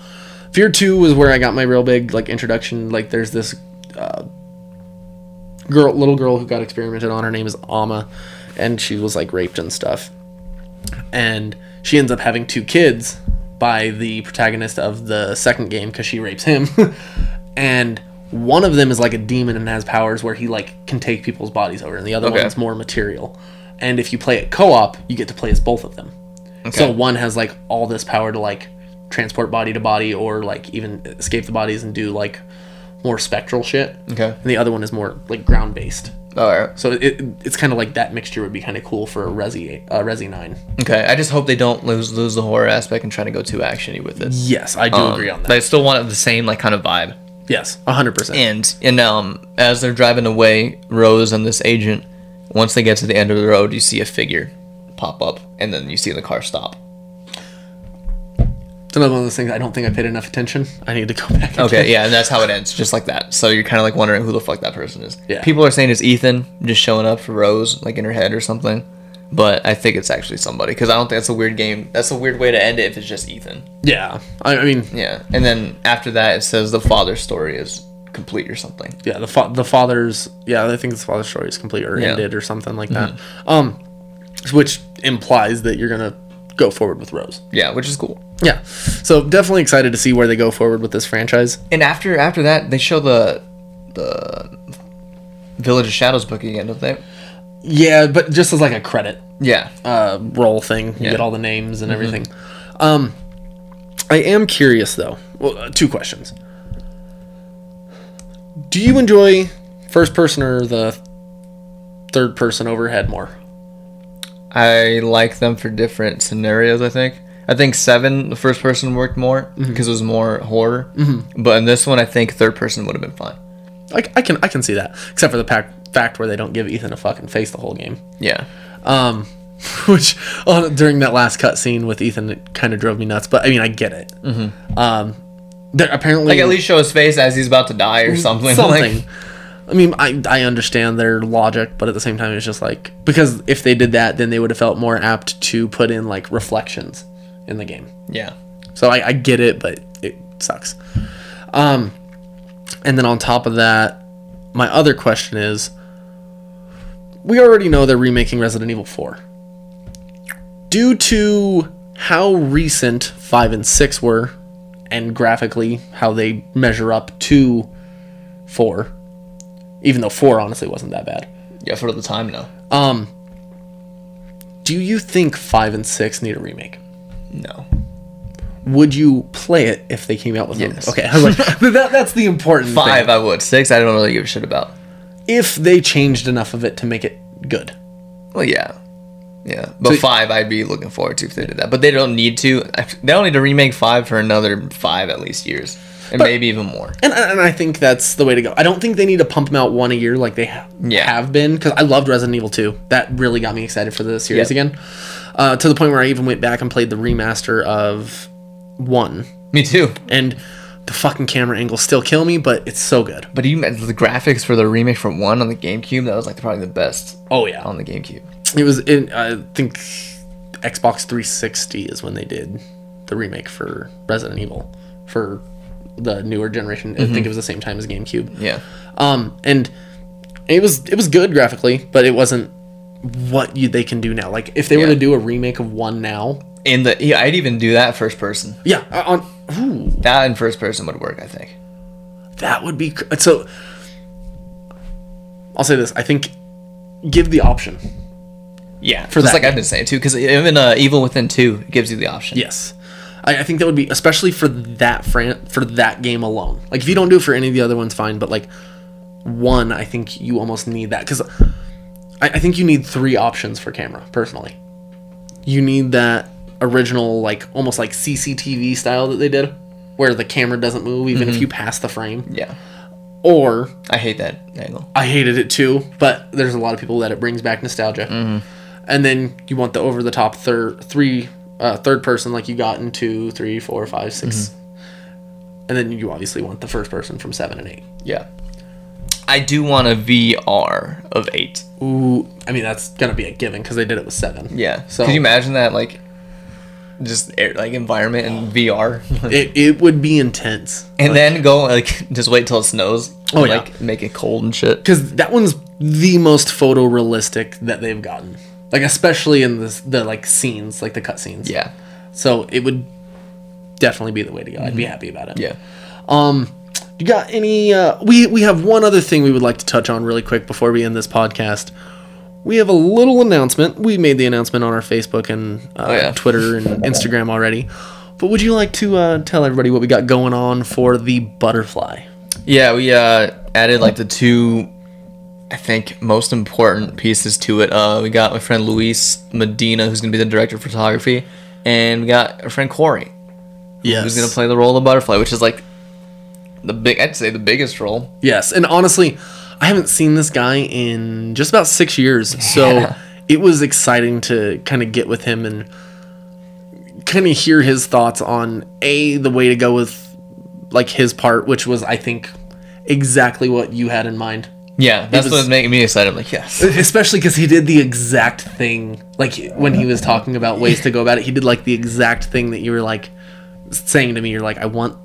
Speaker 2: Fear Two was where I got my real big like introduction. Like, there's this uh, girl, little girl who got experimented on. Her name is Alma, and she was like raped and stuff. And she ends up having two kids by the protagonist of the second game because she rapes him. and one of them is like a demon and has powers where he like can take people's bodies over, and the other
Speaker 1: Okay.
Speaker 2: one's more material. And if you play it co-op, you get to play as both of them. So one has like all this power to like transport body to body or like even escape the bodies and do like more spectral shit.
Speaker 1: Okay.
Speaker 2: And the other one is more like ground based.
Speaker 1: All right.
Speaker 2: So it, it's kind of like that mixture would be kind of cool for a Resi uh, Resi Nine.
Speaker 1: Okay. I just hope they don't lose lose the horror aspect and try to go too actiony with it.
Speaker 2: Yes, I do agree on that.
Speaker 1: They still want the same like kind of vibe.
Speaker 2: Um, yes, hundred percent.
Speaker 1: And and um as they're driving away, Rose and this agent, once they get to the end of the road, you see a figure pop up and then you see the car stop.
Speaker 2: It's another one of those things I don't think I paid enough attention. I need to go back. and
Speaker 1: Okay, yeah, and that's how it ends, just like that. So you're kind of like wondering who the fuck that person is.
Speaker 2: Yeah.
Speaker 1: People are saying it's Ethan just showing up for Rose, like in her head or something. But I think it's actually somebody because I don't think that's a weird game. That's a weird way to end it if it's just Ethan.
Speaker 2: Yeah, I, I mean,
Speaker 1: Yeah, and then after that it says the father's story is complete or something.
Speaker 2: yeah, the fa- the father's yeah, I think the father's story is complete or
Speaker 1: Yeah.
Speaker 2: ended or something like that. Um, which implies that you're gonna go forward with Rose.
Speaker 1: Yeah, which is cool.
Speaker 2: Yeah, so definitely excited to see where they go forward with this franchise.
Speaker 1: And after after that they show the the Village of Shadows book again, don't they?
Speaker 2: Yeah, but just as like a credit
Speaker 1: Yeah.
Speaker 2: uh, roll thing, you
Speaker 1: Yeah.
Speaker 2: get all the names and everything. Um, I am curious though. Well, uh, two questions. Do you enjoy first person or the third person overhead more?
Speaker 1: I like them for different scenarios. I think. I think seven, the first person worked more because it was more horror. But in this one, I think third person would have been fine.
Speaker 2: I, I can I can see that, except for the pac- fact where they don't give Ethan a fucking face the whole game.
Speaker 1: Yeah.
Speaker 2: Um, which uh, during that last cutscene with Ethan, it kind of drove me nuts. But I mean, I get it. Um, there apparently
Speaker 1: Mm-hmm. Like at least show his face as he's about to die or Mm-hmm. something.
Speaker 2: something.
Speaker 1: Like,
Speaker 2: I mean, I I understand their logic, but at the same time, it's just like because if they did that, then they would have felt more apt to put in like reflections in the game.
Speaker 1: yeah.
Speaker 2: So I, I get it, but it sucks. Um, and then on top of that, my other question is, we already know they're remaking Resident Evil Four. Due to how recent five and six were, and graphically how they measure up to four, even though four honestly wasn't that bad.
Speaker 1: Yeah, for the time no.
Speaker 2: Um, do you think five and six need a remake?
Speaker 1: No.
Speaker 2: would you play it if they came out with
Speaker 1: Yes.
Speaker 2: yes. Okay, I was like, but that, that's the important
Speaker 1: Five,
Speaker 2: thing.
Speaker 1: I would. Six, I don't really give a shit about.
Speaker 2: If they changed enough of it to make it good.
Speaker 1: Well, yeah, yeah. But
Speaker 2: So-
Speaker 1: five, I'd be looking forward to if they did that. But they don't need to. I- They don't need to remake five for another five at least years, and maybe even more.
Speaker 2: And, and I think that's the way to go. I don't think they need to pump them out one a year like they ha-
Speaker 1: Yeah.
Speaker 2: have been because I loved Resident Evil 2. That really got me excited for the series
Speaker 1: Yep.
Speaker 2: again. Uh, to the point where I even went back and played the remaster of 1.
Speaker 1: Me too.
Speaker 2: And the fucking camera angles still kill me, but it's so good.
Speaker 1: But even the graphics for the remake for one on the GameCube, that was like probably the best
Speaker 2: Oh, yeah.
Speaker 1: on the GameCube.
Speaker 2: It was in I think Xbox 360 is when they did the remake for Resident Evil for the newer generation. I think it was the same time as GameCube.
Speaker 1: Yeah.
Speaker 2: Um, and it was it was good graphically, but it wasn't what you, they can do now. Like if they were
Speaker 1: Yeah.
Speaker 2: to do a remake of one now,
Speaker 1: And the yeah, I'd even do that first person.
Speaker 2: yeah, uh, on ooh,
Speaker 1: That in first person would work, I think.
Speaker 2: that would be cr- so. I'll say this: I think give the option.
Speaker 1: Yeah, for just
Speaker 2: that
Speaker 1: like I've been saying too, because even uh, Evil Within Two gives you the option.
Speaker 2: Yes. I, I think that would be especially for that fran- for that game alone. Like if you don't do it for any of the other ones, fine. But like one, I think you almost need that because I, I think you need three options for camera. Personally, you need that original like almost like CCTV style that they did, where the camera doesn't move even if you pass the frame.
Speaker 1: Yeah,
Speaker 2: Or
Speaker 1: I hate that angle.
Speaker 2: I hated it too, but there's a lot of people that it brings back nostalgia.
Speaker 1: Mm-hmm.
Speaker 2: And then you want the over the top third three uh, third person like you got in two, three, four, five, six.
Speaker 1: Mm-hmm.
Speaker 2: and then you obviously want the first person from seven and eight.
Speaker 1: Yeah, I do want a VR of eight.
Speaker 2: Ooh, I mean that's gonna be a given because they did it with seven.
Speaker 1: Yeah.
Speaker 2: So
Speaker 1: could you imagine that like just air, like environment in VR,
Speaker 2: it, it would be intense
Speaker 1: and then go like just wait till it snows.
Speaker 2: Oh,
Speaker 1: and,
Speaker 2: yeah.
Speaker 1: like make it cold and shit.
Speaker 2: because that one's the most photorealistic that they've gotten. Like especially in this the like scenes, like the cutscenes.
Speaker 1: Yeah,
Speaker 2: So it would definitely be the way to go. I'd be happy about it.
Speaker 1: Mm-hmm. yeah.
Speaker 2: Um, You got any? Uh, we we have one other thing we would like to touch on really quick before we end this podcast. We have a little announcement. We made the announcement on our Facebook and uh,
Speaker 1: Oh, yeah.
Speaker 2: Twitter and Instagram already. But would you like to uh, tell everybody what we got going on for the butterfly?
Speaker 1: Yeah, we uh, added like the two, I think, most important pieces to it. Uh, we got my friend Luis Medina, who's gonna be the director of photography, and we got our friend Corey, who's gonna play the role of the butterfly, which is like the big, I'd say, the biggest role.
Speaker 2: Yes, and honestly, I haven't seen this guy in just about six years, so it was exciting to kind of get with him and kind of hear his thoughts on a the way to go with like his part, which was I think exactly what you had in mind.
Speaker 1: Yeah, that's
Speaker 2: was-
Speaker 1: what's making me excited. I'm like, yes,
Speaker 2: Especially because he did the exact thing, like when he was talking about ways to go about it, he did like the exact thing that you were like saying to me. You're like, I want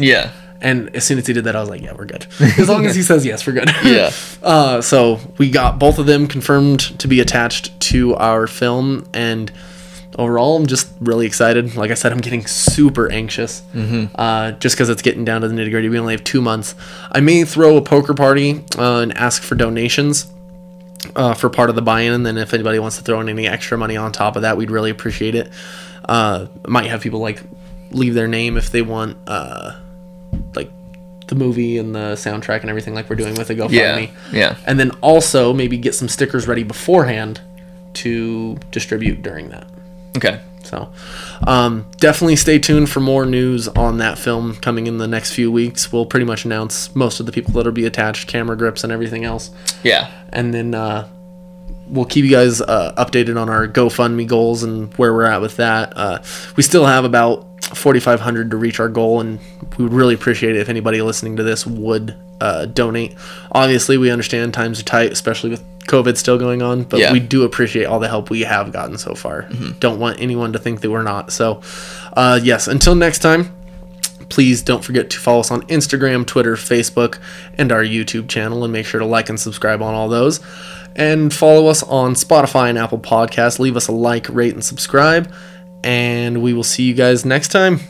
Speaker 1: yeah,
Speaker 2: And as soon as he did that, I was like, yeah, we're good. As long as he says yes, we're good.
Speaker 1: Yeah.
Speaker 2: Uh, so we got both of them confirmed to be attached to our film. And overall, I'm just really excited. Like I said, I'm getting super anxious
Speaker 1: Mm-hmm.
Speaker 2: uh, just because it's getting down to the nitty gritty. We only have two months. I may throw a poker party uh, and ask for donations. Uh, for part of the buy-in, and then if anybody wants to throw in any extra money on top of that, we'd really appreciate it. Uh, might have people like leave their name if they want uh, like the movie and the soundtrack and everything like we're doing with the GoFundMe.
Speaker 1: yeah, yeah.
Speaker 2: And then also maybe get some stickers ready beforehand to distribute during that.
Speaker 1: Okay,
Speaker 2: So um, definitely stay tuned for more news on that film coming in the next few weeks. We'll pretty much announce most of the people that'll be attached, camera grips and everything else.
Speaker 1: yeah,
Speaker 2: And then uh, we'll keep you guys uh, updated on our GoFundMe goals and where we're at with that. Uh, we still have about 4,500 to reach our goal, and we would really appreciate it if anybody listening to this would uh, donate. Obviously, we understand times are tight, especially with COVID still going on, but
Speaker 1: Yeah.
Speaker 2: we do appreciate all the help we have gotten so far. Don't want anyone to think that we're not. So, uh, yes, until next time. Please don't forget to follow us on Instagram, Twitter, Facebook, and our YouTube channel, and make sure to like and subscribe on all those. And follow us on Spotify and Apple Podcasts. Leave us a like, rate, and subscribe. And we will see you guys next time.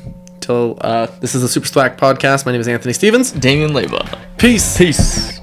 Speaker 2: Till uh, this is the Super Slack podcast. My name is Anthony Stevens.
Speaker 1: Damien Leba.
Speaker 2: Peace.
Speaker 1: Peace.